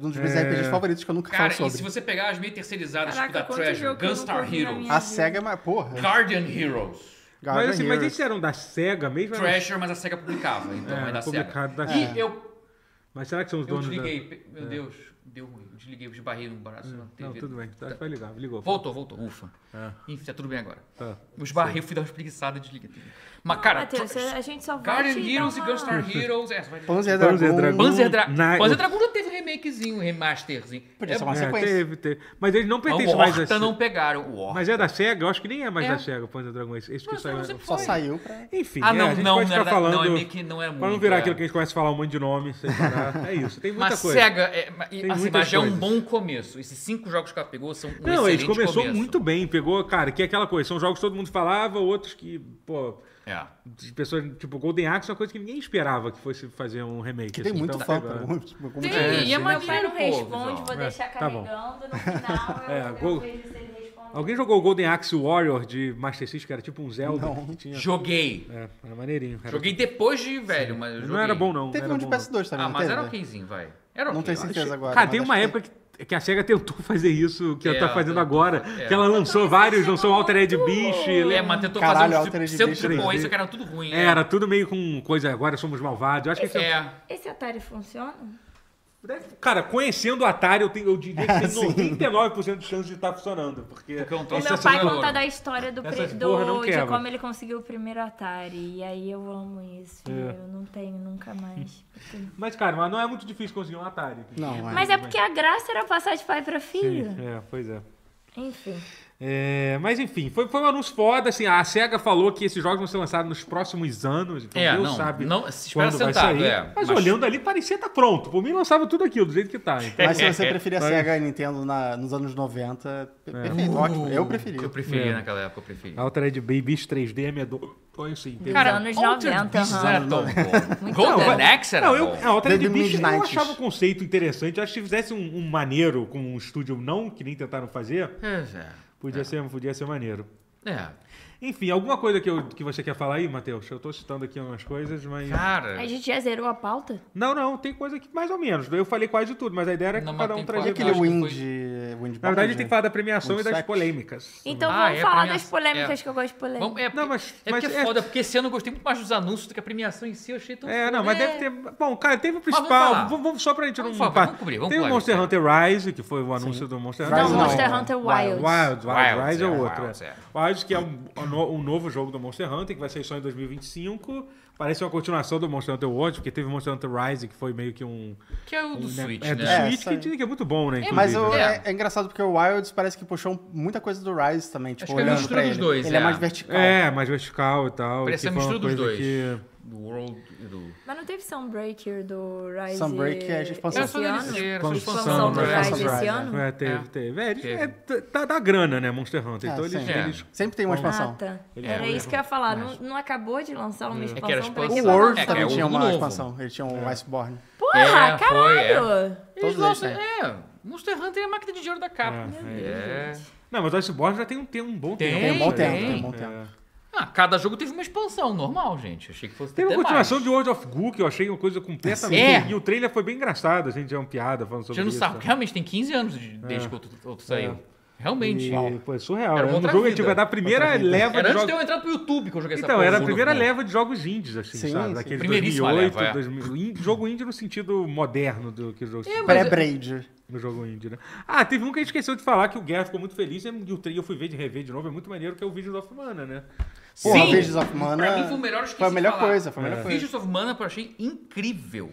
D: um dos meus
A: É.
D: RPGs favoritos que eu nunca
B: Cara,
D: falo
B: e se
D: sobre.
B: você pegar as meio terceirizadas,
C: Caraca,
B: tipo
C: quanto
B: da Treasure,
C: jogo que eu nunca
B: Gunstar
C: vi na
B: Heroes,
C: minha
D: A SEGA é mais... Porra.
B: Guardian Heroes.
A: mas assim, mas
D: Heroes.
A: esses eram da SEGA
C: Hum.
A: mesmo? Era-
B: Treasure, mas a SEGA publicava, então
A: É,
B: é, da SEGA.
A: publicado da
B: E
A: SEGA.
B: eu,
A: Mas será que são os
B: eu
A: donos da...
B: desliguei, pe- meu Deus. Deu ruim. Eu Desliguei, esbarrei no braço na TV.
A: É. Não, tudo bem. É. Tá, Vai ligar, ligou.
B: Voltou, voltou. Ufa. Enfim, tá tudo bem agora.
A: Tá.
B: Eu esbarrei, fui dar uma espreguiçada e desliguei. a TV. Mas, cara,
C: Matheus, é- a gente só vai
B: Guardian
C: te dar
B: Heroes e
C: uma-
B: Gunstar Heroes. É, vai
A: Panzer
D: Panzer Dragon.
A: Dragon.
B: Panzer Dragon.
A: Na-
B: Panzer Dragon já teve um remakezinho, um remasterzinho.
D: Podia ser
B: É,
D: uma
A: É,
D: sequência.
A: teve, teve. Mas eles não
B: mas
A: pertencem
B: o
A: mais
B: Horta
A: a
B: não pegaram. O Horta.
A: Mas é da SEGA? Eu acho que nem é mais
B: É.
A: da SEGA o Panzer Dragon. Esse esse que
B: Mas
A: saiu. é
B: não sempre
D: Só
B: foi.
D: saiu pra...
A: Enfim,
B: Ah,
A: é,
B: não,
A: a gente
B: não,
A: pode
B: não
A: ficar
B: era-
A: falando.
B: não, é meio que não é
A: Pra não
B: muito,
A: virar
B: é.
A: aquilo que a gente começa a falar um monte de nome sem parar. É isso, tem muita
B: Mas
A: coisa.
B: SEGA, é, mas- assim,
A: muitas
B: mas já é um
A: coisas.
B: bom começo. Esses cinco jogos que ela pegou são um
A: Não,
B: excelente
A: eles começou
B: começo.
A: muito bem. Pegou, cara, que é aquela coisa. São jogos que todo mundo falava, outros que, pô,
B: É.
A: de pessoas. Tipo, Golden Axe é uma coisa que ninguém esperava que fosse fazer um remake.
D: Que tem
A: assim,
D: muito
A: então,
D: fã.
A: pegou.
D: pra algum- tipo, algum
B: Tem,
D: tipo de-
B: e é
C: Meu pai
B: maneiro,
C: não
B: pô.
C: responde, vou
A: É,
C: deixar
A: tá bom.
C: carregando. No final, eu,
A: É,
C: eu
A: gol-
C: vejo se ele responde.
A: Alguém jogou o Golden Axe Warrior de Master System, que era tipo um Zelda?
D: Não.
A: que tinha-
B: Joguei.
A: É, era maneirinho. Era-
B: Joguei depois de velho, mas eu joguei.
A: Não era bom, não.
D: Teve
A: não
D: um
A: era
D: de
A: bom, não.
D: PS2 também,
B: Ah,
D: não
B: mas
D: teve?
B: era okzinho, vai. Era ok.
D: Não tenho
B: eu acho.
D: certeza agora.
A: Cara,
D: mas
A: tem
D: acho
A: uma
D: que-
A: época que, que a SEGA tentou fazer isso que
B: É,
A: ela tá fazendo
B: tentou,
A: agora.
B: é.
A: Que ela lançou vários, lançou
C: chegou
A: Altered Beast.
B: É, mas tentou
D: Caralho,
B: fazer um
D: Altered
B: sempre
D: Beast
B: tipo
A: 3D.
B: isso, que era tudo ruim.
A: É, Era tudo meio com coisa, agora somos malvados. Eu acho que esse é-
B: É.
C: Esse Atari funciona?
A: deve- Cara, conhecendo o Atari, eu, tenho, eu diria que tem
D: Sim.
A: 99% de chance de estar funcionando. Porque
B: Porque é um
A: esse
B: troço
C: O meu
A: é
C: pai
A: assustador.
C: conta da história do, pre...
A: Essas
C: do...
A: porra não
C: de
A: quebra.
C: como ele conseguiu o primeiro Atari. E aí eu amo isso.
A: É.
C: Eu não tenho nunca mais.
A: Mas, cara, mas não é muito difícil conseguir um Atari.
D: Não,
C: Mas é porque a graça era passar de pai pra filho.
A: É, pois é.
C: Enfim.
A: É, mas enfim, foi, foi um anúncio foda, assim, a SEGA falou que esses jogos vão ser lançados nos próximos anos, então
B: É,
A: Deus
B: não,
A: sabe
B: não, se espera
A: quando vai
B: sentado,
A: sair.
B: é,
A: mas,
B: mas-
A: olhando ali, parecia estar pronto. Por mim, lançava tudo aquilo, do jeito que tá. Então,
D: Mas se você preferir a
A: Vai.
D: Sega e Nintendo na- nos anos 90, per- perfeito, ótimo. Eu preferi.
B: Eu preferia
A: É.
B: naquela época, eu preferia.
A: Altered Babies 3D é medonho, sim. tem-
C: Cara, anos
B: Altered
C: 90,
B: Beast
C: aham.
B: não era tão bom.
C: Muito
B: Golden
C: bom.
B: Axe era
A: Não, eu,
B: bom.
A: a Altered
D: Desde
A: Beast eu
D: mid-nineties.
A: achava o conceito interessante. Eu acho que se fizesse um, um maneiro com um estúdio não, que nem tentaram fazer,
B: É,
A: podia, ser, podia ser maneiro.
B: é. É.
A: Enfim, alguma coisa que, eu- que você quer falar aí, Matheus? Eu tô citando aqui umas coisas, mas...
B: Cara,
C: A gente já zerou a pauta?
A: Não, não, tem coisa que mais ou menos. Eu falei quase tudo, mas a ideia era que
B: Não, mas
A: cada
B: tem
A: um
D: E
B: quase-
A: trazia...
D: aquele
B: acho que
D: Wind,
B: foi-
D: Wind
A: Na verdade, a gente tem que falar da premiação
D: Muito
A: e das
D: sexy.
A: polêmicas.
C: Então
B: Ah,
C: vamos
B: é,
C: falar
B: premia-
C: das polêmicas
B: é.
C: que eu gosto de
B: Vamos,
C: polêmica.
B: é, porque-
A: Não, mas-
B: é porque
A: mas
B: é
A: é-
B: foda, porque esse ano eu gostei muito mais dos anúncios do que a premiação em si, eu achei tão
A: É,
B: foda.
A: não, mas
B: É.
A: deve ter. Bom, cara, teve o
B: vamos
A: principal.
B: falar.
A: Vamos, vamos só pra gente
B: Vamos
A: não.
B: falar, vamos cobrir, vamos
A: Tem o
B: cobrir,
A: Monster
B: é.
A: Hunter Rise, que foi o anúncio do Monster Hunter
D: Rise
C: Não,
D: Não,
C: Monster
D: não.
C: Hunter
D: Wild.
C: Wilds.
A: Wilds, Wilds,
B: Wilds,
A: Rise é,
B: é,
A: outro.
B: Wilds,
A: é.
B: é.
A: Wilds, que é um, um no- um novo jogo do Monster Hunter, que vai sair só em 2025. Parece uma continuação do Monster Hunter World, porque teve o Monster Hunter Rise, que foi meio que um.
B: Que é o do
A: um, né,
B: Switch,
A: é, do
B: né?
D: É,
A: Switch,
D: sai.
A: que dizem que é muito bom, né? inclusive.
D: Mas eu-
B: É.
D: é. é engraçado porque o Wilds parece que puxou muita coisa do Rise também. Tipo,
B: que é a
D: olhando
B: mistura
D: pra
B: dos
D: ele.
B: dois,
D: ele é.
B: é.
D: mais vertical.
A: É, mais vertical e tal.
B: Parece
A: que
B: a
A: foi uma
B: mistura dos
A: coisa
B: dois.
A: que-
B: Do World e do...
C: Mas não teve Sunbreaker do Rise
D: Sunbreak é a expansão.
C: esse ano?
A: Expansão,
C: Expansão do
D: né?
C: Rise
D: Expansão do
C: esse
D: Rise,
C: ano?
A: É, teve,
B: É.
A: teve. É, eles-
B: Teve.
A: é, t- tá da grana, né, Monster Hunter.
D: É,
A: então eles,
D: sim.
B: É.
A: eles-
D: Sempre tem uma
C: Ah,
D: expansão.
C: tá.
A: Ele
C: Era
A: é-
C: isso que eu ia falar. Não, não acabou de lançar uma
B: Hum. que
C: expansão
B: era
C: pra
B: expansão.
D: O
C: esse
B: World
C: ano?
D: World
B: É, que é
D: também
B: o
D: tinha uma
B: novo.
D: expansão. Ele tinha um Iceborne.
C: Porra,
B: É, foi,
C: caralho!
B: Eles
D: Todos
B: lançam...
D: eles
B: É, Monster Hunter é a máquina de dinheiro da capa.
A: Ah,
B: É.
A: Não, mas o Iceborne já tem um, tem um bom
B: Tem,
A: tempo.
B: tem um bom
A: né?
B: tempo, tem
D: um bom tempo.
A: É.
B: Ah, cada jogo teve uma expansão, normal, gente. Achei que fosse
A: Teve uma
B: até
A: continuação
B: mais.
A: de World of Goo, que eu achei uma coisa completamente...
B: É.
A: E o trailer foi bem engraçado, a gente é uma piada falando
B: A
A: sobre
B: gente não
A: isso. né? É.
B: sabe, é porque realmente tem 15 anos de- desde que o outro, outro saiu. Realmente.
A: E, pô, é surreal.
B: Era
A: Era
B: uma
A: um
B: outra
A: jogo
B: vida.
A: antigo, é da primeira
D: Outra vida.
A: leva
B: Era
A: de
B: antes de
A: jogos...
B: eu entrar pro YouTube que eu joguei essa
A: Então,
B: porra,
A: era a
B: juro,
A: primeira
B: pô.
A: leva de jogos indies, assim,
D: Sim,
A: sabe?
D: sim.
A: Daquele
B: Primeiríssima
A: 2008,
B: leva, é.
A: 2000, in- jogo indie no sentido moderno do que o jogo...
B: É, mas-
D: Pré-Braid.
A: No jogo indie, né? Ah, teve um que a gente esqueceu de falar que o Guerra ficou muito feliz e o trailer eu fui ver de rever de novo. É muito maneiro que é o vídeo da Fumana, né?
D: Porra,
B: Sim.
D: Visions of Mana
B: Pra mim foi o melhor, eu esqueci
D: foi a
B: de
D: melhor
B: falar.
D: coisa, foi a melhor
B: É.
A: né?
D: coisa.
B: Visions of Mana eu achei incrível.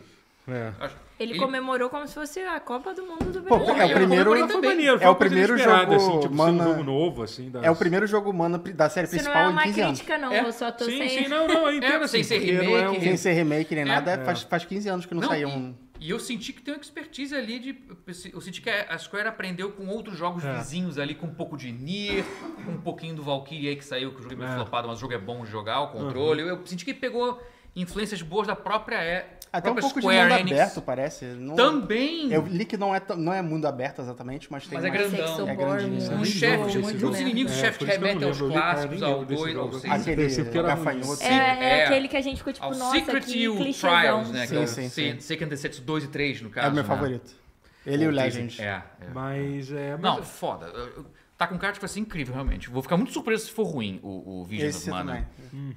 A: É.
B: Acho-
C: Ele, comemorou como se fosse a Copa do Mundo do
D: Pô,
C: Brasil.
D: é o primeiro-
B: comemorei
A: Foi
B: também.
A: maneiro, foi
D: É o
A: uma coisa
D: primeiro
A: inesperada,
D: jogo,
A: assim, tipo,
D: Mana-
A: ser um jogo novo, assim. das-
D: É o primeiro jogo humano pri- da série
C: Isso não
D: principal
C: é
D: em
C: uma
D: 15 anos.
C: crítica, não.
B: É.
C: Eu só tô
A: Sim,
C: sem...
A: sim, não, não, eu entendo
B: É,
A: assim.
B: sem ser
A: porque não é um-
B: remake,
D: Sem ser remake nem
B: É.
D: nada, Faz, faz 15 anos que não,
B: Não,
D: saiu
B: e-
D: um.
B: E eu senti que tem uma expertise ali de. Eu senti que a Square aprendeu com outros jogos
A: É.
B: vizinhos ali, com um pouco de Nier, com um pouquinho do Valkyrie aí que saiu, que o jogo é meio flopado, mas o jogo é bom de jogar, o controle. Eu senti que pegou influências boas da própria. é-
D: Até um
B: própria
D: pouco
B: Square
D: de mundo
B: Enix.
D: aberto, parece. Não-
B: Também!
D: Eu li que não é, tão- não é mundo aberto exatamente, mas tem
B: Mas é
D: mais-
C: Eu sei que sou
B: grandão. É
C: boring,
D: grandinho.
B: Os
C: muito
B: chefes,
C: boring,
A: Esse
B: os
A: jogo-
C: né?
B: inimigos, os
A: né? É,
B: chefes
A: por isso que eu
B: remetem
A: não
B: aos
A: lembro, eu li, cara, eu
B: clássicos,
A: nem
B: ao
A: lembro desse
B: 2, ao
A: jogo.
B: 6.
A: Esse
D: Aquele
A: porque era um-
D: gafanhoto.
C: É, é
B: É.
C: aquele que a gente ficou tipo,
B: Ao
C: nossa,
B: Secret
C: que
B: e o
C: clichêzão.
B: Trials, né? que é o
D: Sim, sim,
B: Se-
D: sim.
B: Second Decepts 2 e 3, no caso.
D: É o meu
B: né?
D: favorito. Ele e o
B: Ou três,
D: Legend.
B: É, é.
A: Mas é. mas-
B: Não, foda. Eu- eu- Tá com cara de que vai ser incrível, realmente. Vou ficar muito surpreso se for ruim o, o Visions of
D: Esse
B: Mana.
D: também.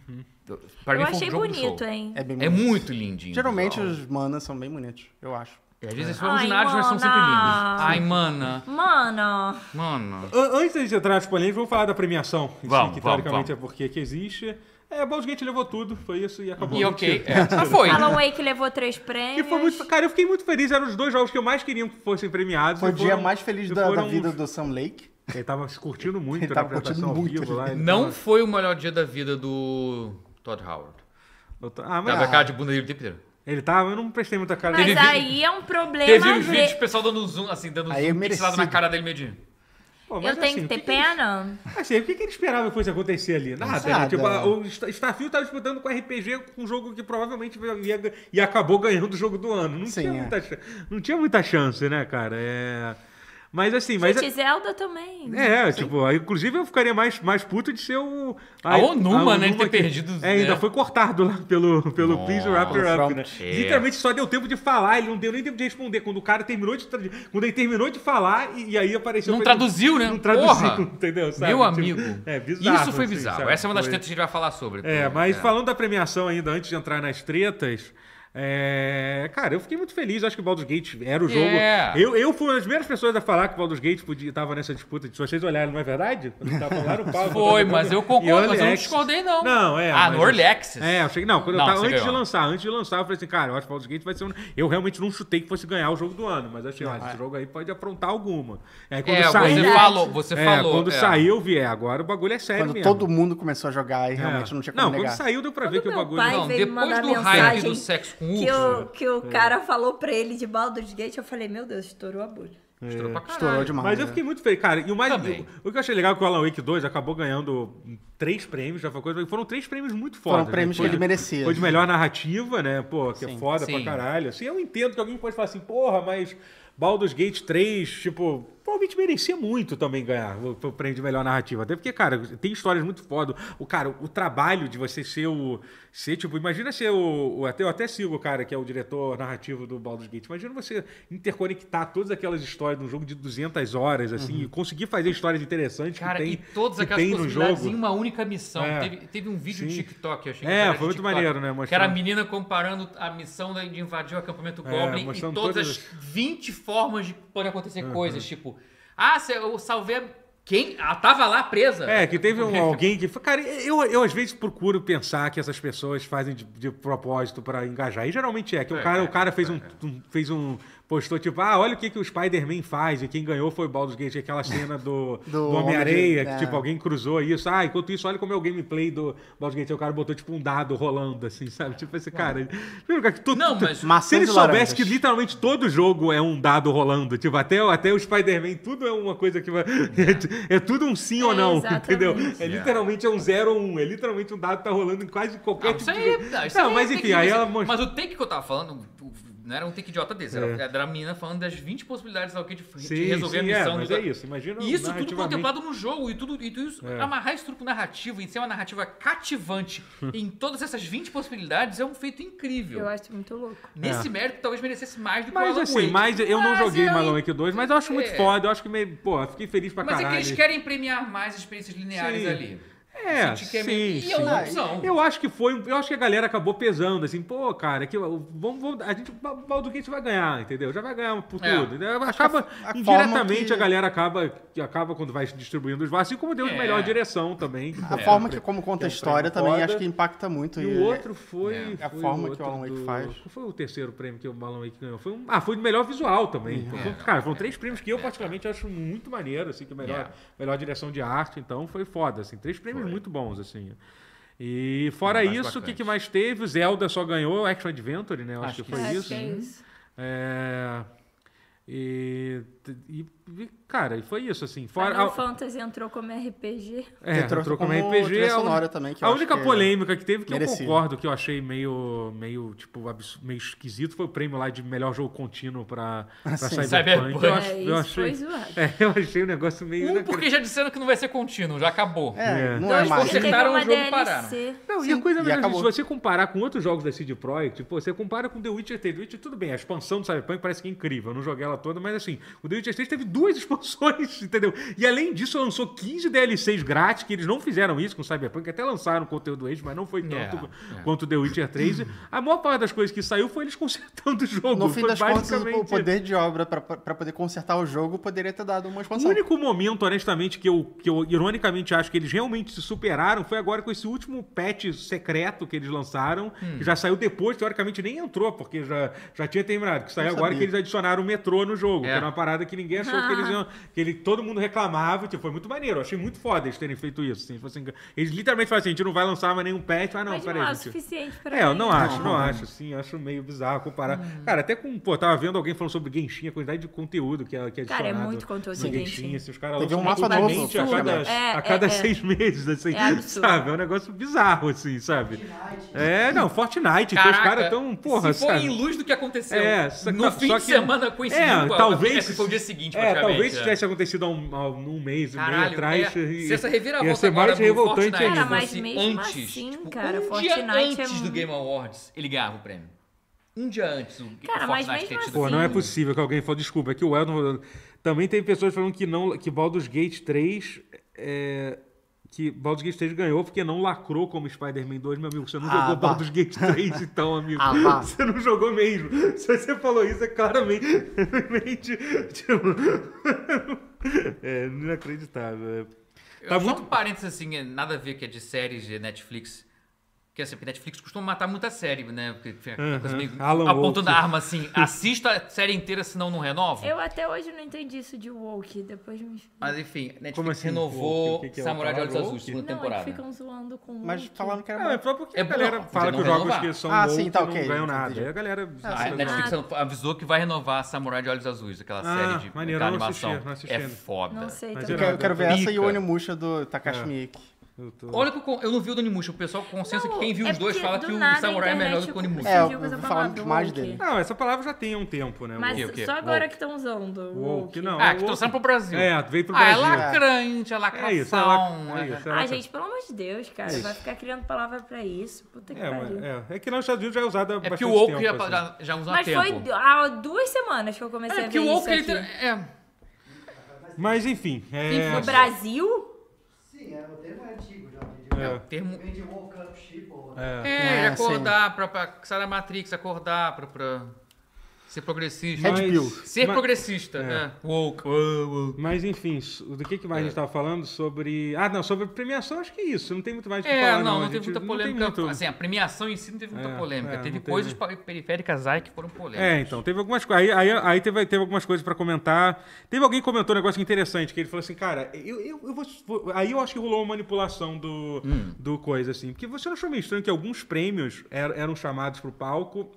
B: Eu- Pra
C: Eu
B: mim foi um
C: achei
B: jogo do
C: bonito,
B: show.
C: hein?
D: É, bem
B: É
D: bonito.
B: muito lindinho.
D: Geralmente
B: visual.
D: os manas são bem bonitos, eu acho.
B: E às vezes são
C: Ai,
B: ordinários, mas são sempre
C: mana.
B: lindos. Ai, mana.
C: Mano,
B: Mano.
A: An- Antes da gente entrar nas polêmicas, vamos falar da premiação. em si,
B: Vamos,
A: que
B: vamos,
A: teoricamente
B: vamos.
A: é porque que existe. É, Baldur's Gate levou tudo, foi isso e acabou.
B: E ok. É. Ah, foi.
C: Alan Wake levou três
A: E
C: prêmios.
A: foi muito. Cara, eu fiquei muito feliz. Eram os dois jogos que eu mais queria que fossem premiados.
D: Foi o
A: e
D: dia
A: foram-
D: mais feliz
A: e
D: da, da
A: foram-
D: vida do Sam Lake.
A: Ele tava se curtindo muito
D: Ele
A: na
D: tava curtindo
A: apresentação ao
D: muito,
A: vivo lá. ele
B: Não
A: tava-
B: foi o melhor dia da vida do Todd Howard.
A: Eu tô- Ah, mas
B: Tava a cara de bunda dele o tempo inteiro.
A: ele tava, eu não prestei muita cara
C: Mas
A: dele.
B: Teve vi-
C: aí é um problema.
B: Teve uns
C: de-
B: vídeos, o pessoal dando zoom, assim, dando
D: Aí é
B: zoom pixelado na
D: merecido.
B: cara dele medinho.
A: Pô, mas
C: Eu tenho
A: assim,
C: que
A: o que
C: ter
A: que ele-
C: pena?
A: Assim, o que, que ele esperava que fosse acontecer ali? Nada. né?
D: Nada.
A: Tipo, a- o Sta- Starfield tava disputando com RPG com um jogo que provavelmente ia, ia- e acabou ganhando o jogo do ano. Não,
D: Sim,
A: tinha,
D: é.
A: muita, chan- não tinha muita chance, né, cara? É... Mas assim, mas.
C: Gente, Zelda também.
A: É, tipo, aí, inclusive eu ficaria mais, mais puto de ser o.
B: A Onuma, né, de ter
A: que-
B: perdido,
A: É, ainda
B: né?
A: foi cortado lá pelo, pelo Please Wrap It Up,
D: Nossa.
A: né?
B: É.
A: Literalmente só deu tempo de falar, ele não deu nem tempo de responder. Quando o cara terminou de. tra- Quando ele terminou de falar, e, e aí apareceu.
B: Não
A: pra ele-
B: traduziu, né?
A: Não traduziu,
B: Porra!
A: entendeu? Sabe?
B: Meu
A: Tipo,
B: amigo.
A: É bizarro.
B: Isso foi
A: assim,
B: bizarro.
A: sabe?
B: Essa é uma das
A: Foi-
B: tretas que a gente vai falar sobre.
A: é,
B: então,
A: mas
B: é.
A: falando da premiação ainda, antes de entrar nas tretas, é, cara, eu fiquei muito feliz. Acho que o Baldur's Gate era o jogo.
B: É.
A: Eu, eu fui uma das primeiras pessoas a falar que o Baldur's Gate podia, tava nessa disputa. Se vocês olharem, não é verdade? Tá, falaram o pau.
B: Foi, mas eu concordo,
A: E Early
B: mas eu não
A: Access.
B: discordei, não.
A: Não, é.
B: Ah, no
A: mas-
B: Early Access.
A: É, eu cheguei, não, quando
B: Não,
A: eu tava,
B: você
A: antes de
B: ganhou.
A: lançar, antes de lançar, eu falei assim, cara, eu acho que o Baldur's Gate vai ser um... Eu realmente não chutei que fosse ganhar o jogo do ano, mas achei, ó, esse jogo aí pode aprontar alguma. Aí quando
B: É,
A: saiu...
B: você falou, você
A: é,
B: falou.
A: quando
B: é.
A: saiu, eu vi, é, agora o bagulho é sério
D: Quando
A: mesmo.
D: todo mundo começou a jogar e realmente
A: É.
D: não tinha como
A: quando
D: negar.
A: saiu deu pra
C: Quando
A: ver que o
C: meu
A: bagulho...
C: pai
B: Não,
C: veio me
B: depois
C: mandar
B: do hype do
C: mensagem
B: sexo com
C: Que
B: urso,
C: o, que o cara falou pra ele de Baldur's Gate, eu falei, meu Deus, estourou a bolha.
B: estourou
A: É,
B: pra
D: Estourou
B: caralho.
D: demais.
A: Mas eu
D: né?
A: fiquei muito feliz, cara. E o mais.
B: Também.
A: O, o que eu achei legal é que o Alan Wake 2 acabou ganhando três prêmios, já foi coisa. Foram três prêmios muito foda.
D: Foram prêmios
A: né? Foi
D: que ele
A: de-
D: merecia.
A: Foi de melhor narrativa, né? Pô, que é
D: Sim.
A: foda pra
B: Sim.
A: caralho. Assim, eu entendo que alguém pode falar assim, porra, mas Baldur's Gate 3, tipo, provavelmente merecia muito também ganhar o, o prêmio de melhor narrativa. Até porque, cara, tem histórias muito foda. O cara, o trabalho de você ser o. Ser, tipo, imagina ser o. o- até, eu até sigo o cara que é o diretor narrativo do Baldur's Gate. Imagina você interconectar todas aquelas histórias de um jogo de 200 horas, assim, e conseguir fazer histórias interessantes
B: Uhum. Cara,
A: que tem,
B: e todas
A: que
B: aquelas
A: tem no
B: possibilidades em
A: jogo.
B: uma única missão.
A: É.
B: Teve, teve um vídeo de
A: Sim.
B: TikTok, eu achei
A: É,
B: que era de
A: foi muito
B: TikTok,
A: maneiro, né,
B: Que era a
A: mostrando.
B: menina comparando a missão da- de invadir o acampamento
A: É,
B: Goblin e
A: mostrando
B: todas as
A: todas
B: 20 formas de poder acontecer coisas. Tipo, ah, se eu salvei a- quem? Ela tava lá presa.
A: É, que teve um, alguém que. Cara, eu, eu às vezes procuro pensar que essas pessoas fazem de, de propósito pra engajar. E geralmente é, que
B: É,
A: o cara,
B: é,
A: o cara fez, um, um- fez um. Postou tipo, ah, olha o que, que o Spider-Man faz e quem ganhou foi o Baldur's Gate, aquela cena do, do, Homem-Areia,
D: Homem de-
A: que
D: é.
A: tipo, alguém cruzou isso. Ah, enquanto isso, olha como é o gameplay do Baldur's Gate. Aí o cara botou tipo um dado rolando, assim, sabe? Tipo esse cara. Primeiro, cara, que tu,
B: Não,
A: tu-
B: mas-
A: se ele
D: Maçãs e
A: soubesse
D: laranjas.
A: que literalmente todo jogo é um dado rolando, tipo, até, até o Spider-Man, tudo é uma coisa que vai. É, tudo um sim ou
C: É,
A: não,
C: exatamente.
A: entendeu? É
B: Yeah.
A: literalmente é um zero ou um. É literalmente um dado que tá rolando em quase qualquer
B: Ah, isso
A: tipo
B: aí,
A: de.
B: não, isso
A: não,
B: aí
A: mas
B: tem
A: enfim,
B: que-
A: aí ela mostrou.
B: Mas o take que eu tava falando, o- não era um take idiota desse, era, era a menina falando das 20 possibilidades alguém de, de
A: É. Sim,
B: resolver
A: sim,
B: a missão.
A: é, mas
B: do-
A: é isso. Imagina
B: E isso tudo
A: narrativamente. É.
B: contemplado no jogo, e tudo, e tudo isso, amarrar isso tudo com narrativa, em ser uma narrativa cativante em todas essas 20 possibilidades é um feito incrível.
C: Eu acho muito louco.
B: Nesse mérito, talvez merecesse mais do que
A: É. Mas
B: o Alan
A: assim,
B: Wake.
A: mas eu não
B: Mas
A: joguei
B: eu-
A: Malone Wake 2, mas eu acho muito
B: É.
A: foda. Eu acho que meio. Pô, fiquei feliz pra
B: Mas é
A: caralho.
B: que eles querem premiar mais experiências lineares
A: Sim.
B: ali.
A: É,
B: Sentir que é
A: sim,
B: meio- E é
A: sim.
B: uma opção.
A: Eu acho que foi. um, Eu acho que a galera acabou pesando, assim, pô, cara, que, vamos, vamos, a gente, o Baldur's Gate vai ganhar, entendeu? Já vai ganhar por
B: É.
A: tudo. entendeu? Acaba,
D: a forma
A: indiretamente,
D: que-
A: a galera acaba, que acaba quando vai distribuindo os votos, assim como deu de
B: É.
A: melhor direção também. que
D: A
A: foi-
D: forma que como conta
A: é um
D: a história
A: prêmio
D: também
A: foda.
D: acho que impacta muito.
A: E
D: e-
A: o outro foi.
B: É.
D: A
A: foi
D: forma
A: outro
D: que o Alan Wake
A: do-
D: faz.
A: Qual foi o terceiro prêmio que o Alan Wake ganhou? Foi um- ah, foi de melhor visual também.
D: É.
A: Então, foi- cara, foram três prêmios que eu, particularmente, acho muito maneiro, assim, que melhor,
D: É.
B: Yeah.
A: melhor direção de arte, então foi foda, assim. Três prêmios muito bons, assim. E fora
B: Não, mais
A: isso, o que,
B: bacana.
A: que mais teve? O Zelda só ganhou, Action Adventure, né? Eu acho,
B: Acho
A: que
B: que
A: foi
C: Acho
A: isso.
C: que é isso.
A: É, E, e- e, cara, e foi isso, assim. Fora,
C: Final
A: a-
C: Fantasy entrou como RPG.
A: é,
D: Entrou
A: entrou como
D: como
A: RPG.
D: trilha
A: a un-
D: sonora também, que eu
A: a
D: acho
A: única
D: que é
A: polêmica que teve, que
D: merecida.
A: eu concordo, que eu achei meio, meio, tipo, abs- meio esquisito, foi o prêmio lá de melhor jogo contínuo pra, pra
D: Ah, sim.
A: Cyberpunk.
B: Cyberpunk.
A: Eu, acho-
C: É,
A: eu
C: isso foi
A: achei,
C: zoado.
A: é, eu achei o negócio meio...
B: Um,
A: inacreditável.
B: porque já disseram que não vai ser contínuo, já acabou.
D: É,
A: É.
D: não é
C: Dois,
D: mais.
C: porque teve
B: Consertaram
C: uma
B: o jogo e
C: DLC.
A: Não, e a coisa
D: e
A: mesmo,
D: acabou.
A: se você comparar com outros jogos da CD Projekt, pô, você compara com The Witcher 3. The Witcher, tudo bem, a expansão do Cyberpunk parece que é incrível, eu não joguei ela toda, mas assim, o The Witcher 3 teve duas expansões, entendeu? E além disso, lançou 15 DLCs grátis, que eles não fizeram isso com Cyberpunk, até lançaram conteúdo extra, mas não foi tanto
B: É,
A: qu-
B: é.
A: quanto The Witcher 3. A maior parte das coisas que saiu foi eles consertando o jogo.
D: No fim
A: foi
D: das contas, o
A: basicamente-
D: poder de obra pra- pra poder consertar o jogo poderia ter dado uma
A: O
D: expansão.
A: único momento, honestamente, que eu, que eu ironicamente acho que eles realmente se superaram foi agora com esse último patch secreto que eles lançaram, que já saiu depois, teoricamente nem entrou, porque já, já tinha terminado. Que saiu
D: Não
A: agora
D: sabia.
A: que eles adicionaram o metrô no jogo,
B: É.
A: que era uma parada que ninguém achou que eles iam. Que ele, todo mundo reclamava, tipo, foi muito maneiro. Eu achei muito foda eles terem feito isso. assim, tipo assim, eles literalmente falaram assim: a gente não vai lançar mais nenhum patch, mas não,
C: Mas
A: peraí.
C: não é o
A: gente.
C: suficiente pra
A: É, eu
C: mim.
A: não acho, não, acho, assim, acho meio bizarro comparar. Cara, até com, pô, tava vendo alguém falando sobre Genshin, a quantidade de conteúdo que é, que é
C: Cara, é
A: adicionado
C: muito conteúdo
A: no
C: de
A: Genshin.
C: Genshin.
A: assim, os caras
D: Teve um
A: lançam
D: mapa novo,
A: constantemente a cada,
D: praticamente.
A: a
C: É, é,
A: cada
C: é.
A: seis meses, assim,
C: É absurdo.
A: sabe? É um negócio bizarro, assim, sabe? É, não, Fortnite, então os
B: Caraca,
A: caras tão, porra,
B: se foi
A: sabe?
B: em luz do que aconteceu.
A: É, só que-
B: no fim
A: só
B: de
A: que-
B: semana coincidiu
A: é,
B: com a-
A: talvez,
B: é, foi o dia seguinte,
A: É,
B: praticamente,
A: talvez se
B: é.
A: tivesse acontecido há um, há um mês, e meio
B: Caralho,
A: atrás.
B: é.
A: e-
B: Se essa reviravolta
A: ia ser
B: agora
A: mais
B: do
A: revoltante
B: Fortnite
A: ainda.
C: Cara, mas
B: fosse
C: mesmo
B: antes,
C: assim,
B: tipo,
C: cara,
B: um
C: Fortnite
B: dia
C: é
B: antes do
C: um-
B: Game Awards, ele ganhava o prêmio. Um dia antes o
C: Cara, mas
B: Fortnite
C: mesmo
B: ter tido
A: Pô,
C: assim-
A: não é
B: prêmio.
A: possível que alguém fale. Desculpa, é que o Eldon. Também tem pessoas falando que não que Baldur's Gate 3. é, que Baldur's Gate 3 ganhou porque não lacrou como Spider-Man 2, meu amigo. Você não
D: Ah,
A: jogou
D: vá.
A: Baldur's Gate 3, então, amigo.
D: Ah, vá.
A: você não jogou mesmo. Se você falou isso, é claramente. claramente, tipo, é inacreditável. é. Tá
B: Eu- só
A: muito.
B: um parênteses assim, é nada a ver que é de séries de Netflix. Porque assim, porque Netflix costuma matar muita série, né? Porque fica aquela coisa
A: Uhum.
B: meio
A: Alan
B: apontando
A: Wake.
B: a arma assim. Assista a série inteira, senão não renova.
C: Eu até hoje não entendi isso de woke, depois me...
B: Mas enfim, Netflix
A: Como assim?
B: renovou
A: O que- o que que é?
B: Samurai de Olhos
A: Palavra?
B: Azuis, segunda
C: não,
B: temporada.
C: eles ficam zoando com
D: Mas
C: woke.
D: falaram que era
A: Não, é
D: bom.
A: só porque
B: É
A: a galera
B: bom,
A: fala
B: não Ah,
A: que os jogos
B: renovar.
A: que são
D: Ah,
A: woke
D: sim, tá, ok,
A: não ganham nada.
D: entendi.
A: Aí a galera.
B: A Netflix avisou que vai renovar Samurai de Olhos Azuis, aquela
A: Ah,
B: série de
A: maneiro,
B: da
A: eu não assisti,
B: animação.
A: não assisti
B: é
A: ainda.
B: foda.
C: Não sei
A: Mas
D: Eu
C: também.
D: quero, eu quero ver essa e
B: Pica.
D: o Onimusha do Takashi Miike.
A: Eu tô-
B: Olha que o con- eu não vi o do Onimusha. O pessoal consensa
C: Não,
B: que quem viu
C: é
B: os dois
C: porque
B: fala
C: do
B: que o
C: nada a
B: Samurai é melhor
C: internet
B: do que o Onimusha.
D: É,
C: surgiu
D: eu
C: com essa
D: vou falar
C: palavra
D: mais
C: woke.
D: dele.
A: Não, essa palavra já tem há um tempo, né?
C: Mas
B: O quê, o quê?
C: só agora
A: Woke.
C: que estão usando.
A: Woke, não.
B: Ah, que
A: o-
B: trouxeram pro Brasil.
A: É, veio pro
B: ah, é
A: Brasil.
B: lacrante, é lacração. né?
A: É isso, é, lac- é isso, é
C: Ah,
A: lacra-
C: gente, pelo amor de Deus, cara. Vai ficar criando palavra pra isso. Puta que
A: É,
C: pariu.
A: mas- é. É que lá nos Estados Unidos já é usada
B: É
A: bastante
B: porque o Woke
A: tempo,
B: já,
A: assim.
B: já, já usa há
C: Mas
B: tempo.
C: foi há duas semanas que eu comecei
B: É,
C: a
B: porque
C: ver
B: o
C: isso
B: Woke... Ele,
C: aqui.
B: tem- é,
A: Mas enfim, é...
C: No Brasil?
E: Sim, é, o termo é antigo já. de-
A: É.
B: termo...
E: Vem de woke up sheep, ou...
A: é.
B: É,
C: Ah,
B: ele
D: É, sim.
B: acordar pra, pra sair da Matrix, acordar pra, pra ser progressista.
D: Red
A: Mas-
D: Pill.
B: Ser
A: É mas- é.
B: progressista, né? Woke. woke.
A: Mas enfim, s- do que, que mais a
B: É.
A: gente tava falando? Sobre. Ah, não, sobre premiação, acho que é isso. Não tem muito mais o que
B: É,
A: falar.
B: não, não,
A: a
B: teve
A: gente-
B: muita
A: não
B: polêmica.
A: muito-
B: Assim, a premiação em si não teve muita
A: É,
B: polêmica.
A: é,
B: teve
A: não teve.
B: coisas pa- periféricas aí que foram polêmicas.
A: É, então, teve algumas coisas. Aí, aí, aí teve, teve algumas coisas pra comentar. Teve alguém que comentou um negócio interessante, que ele falou assim, cara, eu, eu, eu vou- vou. Aí eu acho que rolou uma manipulação do, do coisa, assim. Porque você não achou meio estranho que alguns prêmios er- eram chamados pro palco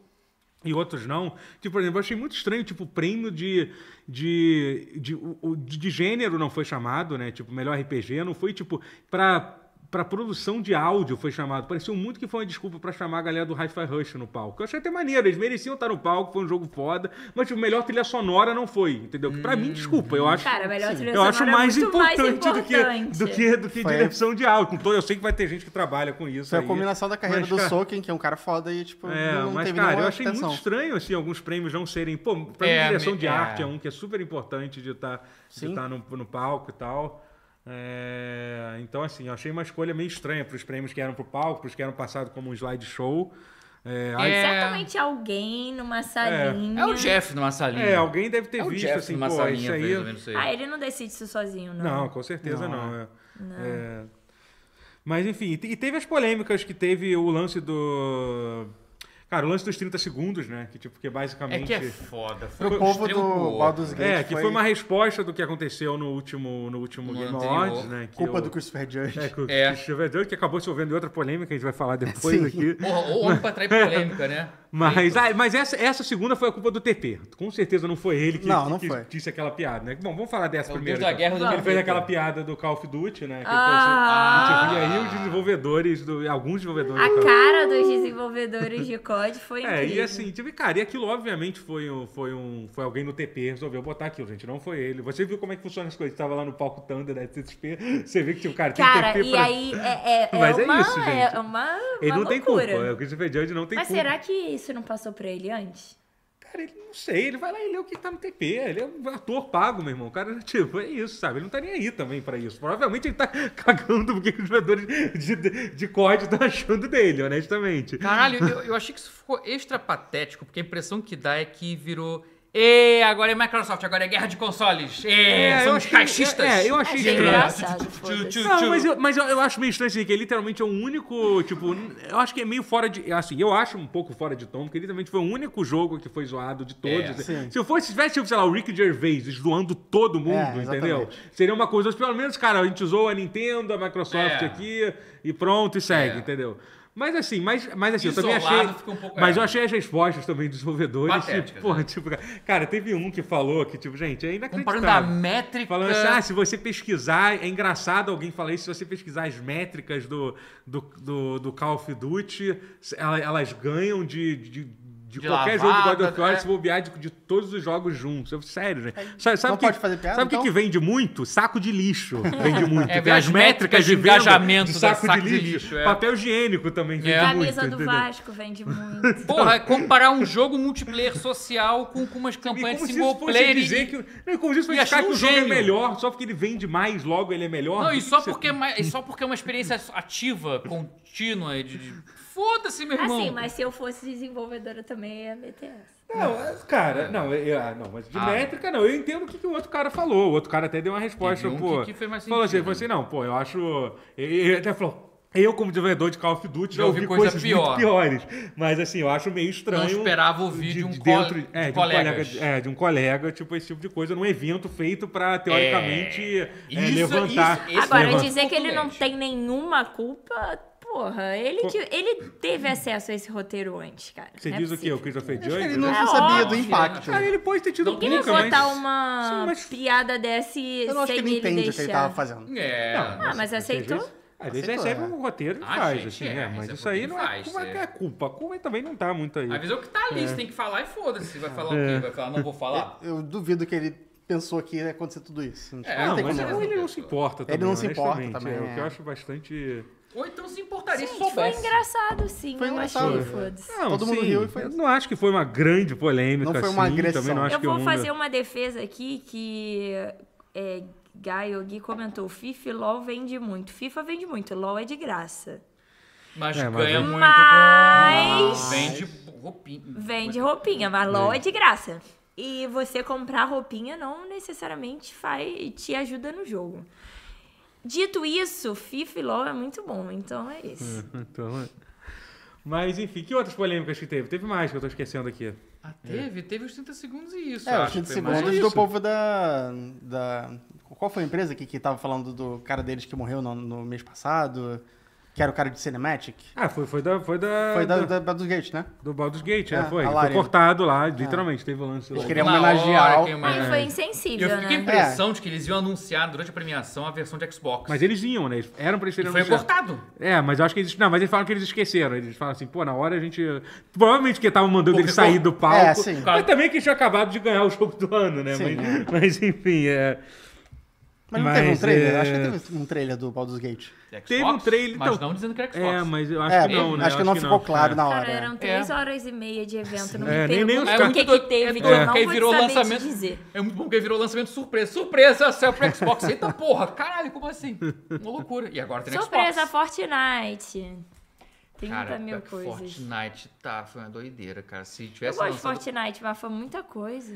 A: e outros não. Tipo, por exemplo, eu achei muito estranho, tipo, o prêmio de, de, de, o- o- de, de gênero não foi chamado, né? Tipo, melhor RPG, não foi, tipo, pra, pra produção de áudio foi chamado. Pareceu muito que foi uma desculpa pra chamar a galera do Hi-Fi Rush no palco. Eu achei até maneiro, eles mereciam estar no palco, foi um jogo foda, mas, tipo, melhor trilha sonora não foi, entendeu? Que Pra mim, desculpa, eu acho...
C: Cara, melhor trilha
A: Eu acho
C: sonora é
A: mais
C: muito mais
A: importante, do que,
C: importante.
A: do que, do que
D: Foi-
A: direção de áudio. Então, eu sei que vai ter gente que trabalha com isso.
D: Foi a
A: aí,
D: combinação da carreira
A: mas,
D: do
A: cara,
D: Soken, que é um cara foda, e tipo,
A: é,
D: não, não
A: mas,
D: teve
A: cara,
D: nenhuma
A: eu achei
D: atenção.
A: muito estranho, assim, alguns prêmios não serem... Pô, pra
B: É,
A: mim, direção
B: me-
A: de
B: é.
A: arte é um que é super importante de estar
D: Sim.
A: no, no palco e tal. É, então, assim, eu achei uma escolha meio estranha pros prêmios que eram pro palco, pros que eram passados como um slideshow. É, aí-
B: É.
C: Certamente alguém numa salinha.
B: É o Jeff numa salinha.
A: é, alguém deve ter
B: É o
A: visto,
B: Jeff
A: assim,
B: numa
A: pô,
B: salinha,
A: isso aí...
B: mais ou menos, sei.
C: Ah, ele não decide isso sozinho, não.
A: Não, com certeza não.
D: Não,
A: é. É. Mas enfim, e te- e teve as polêmicas que teve o lance do. Cara, o lance dos 30 segundos, né? Que tipo, que
B: É
A: basicamente.
B: que é foda. Foi
D: Pro
B: um
D: povo
B: extremo pro
D: do
B: outro.
D: Baldur's Gate
A: É, que foi uma resposta do que aconteceu no último, no último
B: No
A: Game
B: anterior.
A: Awards, né? Que
D: culpa
A: o-
D: do Christopher Judge.
A: É, que, o
B: É.
A: Christopher Judge, que acabou se envolvendo em outra polêmica, que a gente vai falar depois
D: Sim. então.
A: aqui.
B: Porra, ou homem pra atrair polêmica, né?
A: Mas,
B: Feito.
A: ah, mas essa, essa segunda foi a culpa do TP. Com certeza não foi ele que,
D: Não, não
A: que
D: foi.
A: disse aquela piada, né? Bom, vamos falar dessa
B: É o
A: primeiro. então.
B: Deus da Guerra do
A: Ele fez
B: Planeta.
A: aquela piada do Call of Duty, né? Que ele
C: Ah!
A: falou assim, tipo, e aí os desenvolvedores, do, alguns desenvolvedores do
C: A
A: Call of
C: cara dos desenvolvedores de COD foi incrível.
A: é, e assim, tipo, e, cara, e aquilo obviamente foi um, foi um. Foi alguém no TP, resolveu botar aquilo, gente. Não foi ele. Você viu como é que funciona as coisas? Você tava lá no palco Thunder da CSP, você vê que, tipo, cara, tem
C: Cara,
A: TP
C: e
A: pra-
C: aí é, é, é
A: Mas é
C: uma,
A: isso, gente.
C: é uma,
A: Ele
C: uma
A: não tem culpa.
C: loucura.
A: O Christopher Judge não tem
C: Mas
A: culpa.
C: será que isso não passou pra ele antes?
A: Cara, ele não sei, ele vai lá e lê o que tá no TP. Ele é um ator pago, meu irmão. O cara, tipo, é isso, sabe? Ele não tá nem aí também pra isso. Provavelmente ele tá cagando porque os jogadores de, de, de COD estão achando dele, honestamente.
B: Caralho, eu, eu achei que isso ficou extra patético, porque a impressão que dá é que virou. Ê, agora é Microsoft, agora é guerra de consoles. Ê,
A: É, eu
B: somos
A: achei-
B: caixistas.
A: é, eu achei
C: Achei
A: estranho.
C: engraçado,
B: Tchu,
C: foda-se.
B: tchu,
A: Não,
B: tchu.
A: mas, eu, mas eu, eu acho meio estranho assim, que ele literalmente é o único, tipo, n- eu acho que é meio fora de, assim, eu acho um pouco fora de tom, porque ele também foi o único jogo que foi zoado de todos. né?
B: É.
D: Sim.
A: Se eu fosse, se tivesse, tipo, sei lá, o Rick Gervais zoando todo mundo,
D: É,
A: entendeu?
D: exatamente.
A: Seria uma coisa, mas pelo menos, cara, a gente usou a Nintendo, a Microsoft
B: É.
A: aqui, e pronto, e segue,
B: É.
A: entendeu? Mas assim, mas, mas assim, eu também
B: Isolado
A: achei.
B: fica um pouco-
A: mas
B: é.
A: eu achei as respostas também dos desenvolvedores.
B: Patéticas, é. Um
A: Tipo, porra, tipo, cara, teve um que falou que, tipo, gente, é inacreditável.
B: Comparando a métrica.
A: Falando assim, ah, se você pesquisar, é engraçado alguém falar isso, se você pesquisar as métricas do, do, do, do Call of Duty, se- ela- elas ganham de, de, de
B: De
A: qualquer jogo de God
B: lavada,
A: of War,
B: é.
A: se bobear de, de todos os jogos juntos. Eu, sério, gente. Sabe, sabe
D: não
A: que,
D: pode fazer piada,
A: Sabe o que
D: então?
A: que vende muito? Saco de lixo vende muito.
B: É,
A: Tem
B: as métricas de
A: venda
B: engajamento
A: de
B: da
A: saco,
B: saco
A: de
B: de
A: lixo.
B: lixo, é.
A: Papel higiênico também vende É muito,
C: Camisa do
A: entendeu?
C: Vasco vende muito.
B: Porra, é comparar um jogo multiplayer social com, com umas
A: E
B: campanhas
A: como
B: de
A: se isso
B: single
A: fosse
B: player.
A: dizer
B: e-
A: que... Não, e como se isso
B: e
A: fosse ficar
B: achar
A: que
B: um
A: o jogo é
B: gênio.
A: melhor, só porque ele vende mais, logo ele é melhor.
B: Não,
A: Do
B: e
A: que
B: só
A: você-
B: porque, é mais- e só porque é uma experiência ativa, contínua. e De, de- Foda-se, meu irmão.
C: Assim, mas se eu fosse desenvolvedora também ia meter essa.
A: Não, mas, cara, não, eu- ah, não, mas de
B: É. Ah.
A: métrica não. Eu entendo o que, que o outro cara falou. O outro cara até deu uma resposta,
B: Teve um
A: pô.
B: que- que fez mais
A: falou assim,
B: sentido, né?
A: falou assim, não, pô, eu acho. Ele ele até falou. Eu, como desenvolvedor de Call of Duty, já
B: Já ouvi
A: ouvi
B: coisa
A: coisas muito
B: pior.
A: piores. Mas, assim, eu acho meio estranho...
B: Não esperava ouvir de um cole-
A: é,
B: de
A: de um colega,
B: colegas.
A: é, de um colega, tipo, esse tipo de coisa, num evento feito pra, teoricamente,
B: É.
A: é,
B: Isso-
A: levantar...
B: isso- Esse
C: Agora,
B: levanta.
C: dizer que ele não
B: Português.
C: tem nenhuma culpa, porra, ele, que- ele teve acesso a esse roteiro antes, cara.
A: Você
C: Não é
A: diz o quê? O
C: possível.
A: Christopher Judge?
D: Ele não
C: É
D: sabia do
B: óbvio.
D: impacto.
A: Cara, ele pode ter tido
C: Ninguém vai
A: culpa,
C: botar
A: mas-
C: uma
A: Sim, mas-
C: piada dessa e
D: Eu não acho
C: sem
D: que ele entende o que ele
C: deixar.
D: tava fazendo.
B: É.
C: Ah, mas aceitou?
A: Às vezes, às vezes
D: Aceitou,
A: recebe
D: é.
A: um roteiro e
B: Ah,
A: faz,
B: gente,
A: assim,
B: é,
A: é, mas
B: recebe
A: isso aí
B: o que
A: não é,
B: faz,
A: culpa,
B: é.
A: é. culpa. A culpa também não tá muito aí.
B: Às vezes é o que tá ali, você tem que falar e foda-se. Vai falar
A: É.
B: o quê? Vai falar, não vou falar?
D: É, Eu duvido que ele pensou que ia acontecer tudo isso. Tipo,
B: É,
D: não
A: Não,
D: tem
A: mas
D: como.
A: ele,
B: não.
A: não se importa também.
D: não se importa
A: honestamente,
D: também,
A: É, o que eu
D: é.
A: acho bastante...
B: Ou então se importaria se
C: Gente, foi
B: soubesse.
C: engraçado sim,
D: Foi
C: eu
D: engraçado. né?
C: achei, foda-se.
A: Não,
D: Todo mundo
A: sim,
D: riu e foi
A: Eu
D: isso.
A: não acho que foi uma grande polêmica,
D: Não foi uma
A: assim,
D: agressão.
A: Também não acho
C: Eu
A: que o
C: vou
A: mundo-
C: fazer um uma defesa aqui que é, Gaio Gui comentou: FIFA e LOL vende muito. FIFA vende muito, LOL é de graça.
B: Mas
A: É, mas
B: ganha
A: é-
B: muito
C: Mas-
B: com... Vende roupinha.
C: Vende roupinha, mas LOL é de graça. E você comprar roupinha não necessariamente faz, te ajuda no jogo. Dito isso, FIFA e LOL é muito bom, então é isso.
A: Então, é. Mas, enfim, que outras polêmicas que teve? Teve mais que eu tô esquecendo aqui.
B: Ah, teve? Teve os 30 segundos e isso.
D: É, os
B: acho
D: 30
B: que foi mais.
D: segundos
A: isso.
D: do povo da, da. Qual foi a empresa que, que tava falando do cara deles que morreu no, no mês passado? Que era o cara de Cinematic?
A: Ah, foi, foi da... Foi da...
D: Foi da,
A: da-
D: da, da dos Gates, né?
A: Do Baldur's Gate, é,
D: Ah,
A: foi.
D: a
A: Ele Foi
D: Lari.
A: cortado lá, literalmente, teve o lance lá.
D: Eles queriam
B: Na
D: homenagear.
B: hora
D: o-
B: que- Hum. mas-
C: Mas É, foi
B: Eu
C: insensível,
B: fiquei com a
C: né?
B: impressão de que eles iam anunciar durante a premiação a versão de Xbox.
A: É. Mas eles iam, né? Eles eram pra eles
B: E
A: terem
B: foi
A: anunciado.
B: cortado.
A: É, mas eu acho que eles. Não, mas eles falam que eles esqueceram. Eles falam assim, pô, na hora a gente. Provavelmente porque estavam mandando
B: Porque
A: ele sair
B: ficou-
A: do palco.
D: É, sim.
A: Mas também que eles tinham acabado de ganhar o jogo do ano, né?
D: Sim,
A: mas, mas, enfim, é.
D: Mas não teve um trailer?
A: é,
D: Acho que teve um trailer do Baldur's Gate.
B: Xbox,
A: Teve um trailer,
B: Mas
A: então-
B: não dizendo que era Xbox.
A: É, mas eu acho
D: É,
A: que não, né?
D: acho que não ficou claro
A: É.
D: na hora.
C: Cara, eram três horas e meia de evento. Não
A: É,
C: me
A: nem- nem os
C: pergunta o
A: caras-
C: que,
B: muito
C: que
B: doido-
C: teve, que
B: doido,
C: eu não
B: é, porque aí
C: vou
B: virou
C: saber
B: lançamento,
C: te dizer.
B: É muito bom que virou lançamento surpresa. Surpresa, saiu pro Xbox. Eita porra, caralho, como assim? Uma loucura. E agora tem no
C: Surpresa,
B: Xbox.
C: Fortnite. Tem
B: Cara,
C: muita mil
B: pior que
C: coisas.
B: Fortnite tá, foi uma doideira, cara. Se
C: Eu
B: tivesse
C: gosto de
B: lançado...
C: Fortnite, mas foi muita coisa.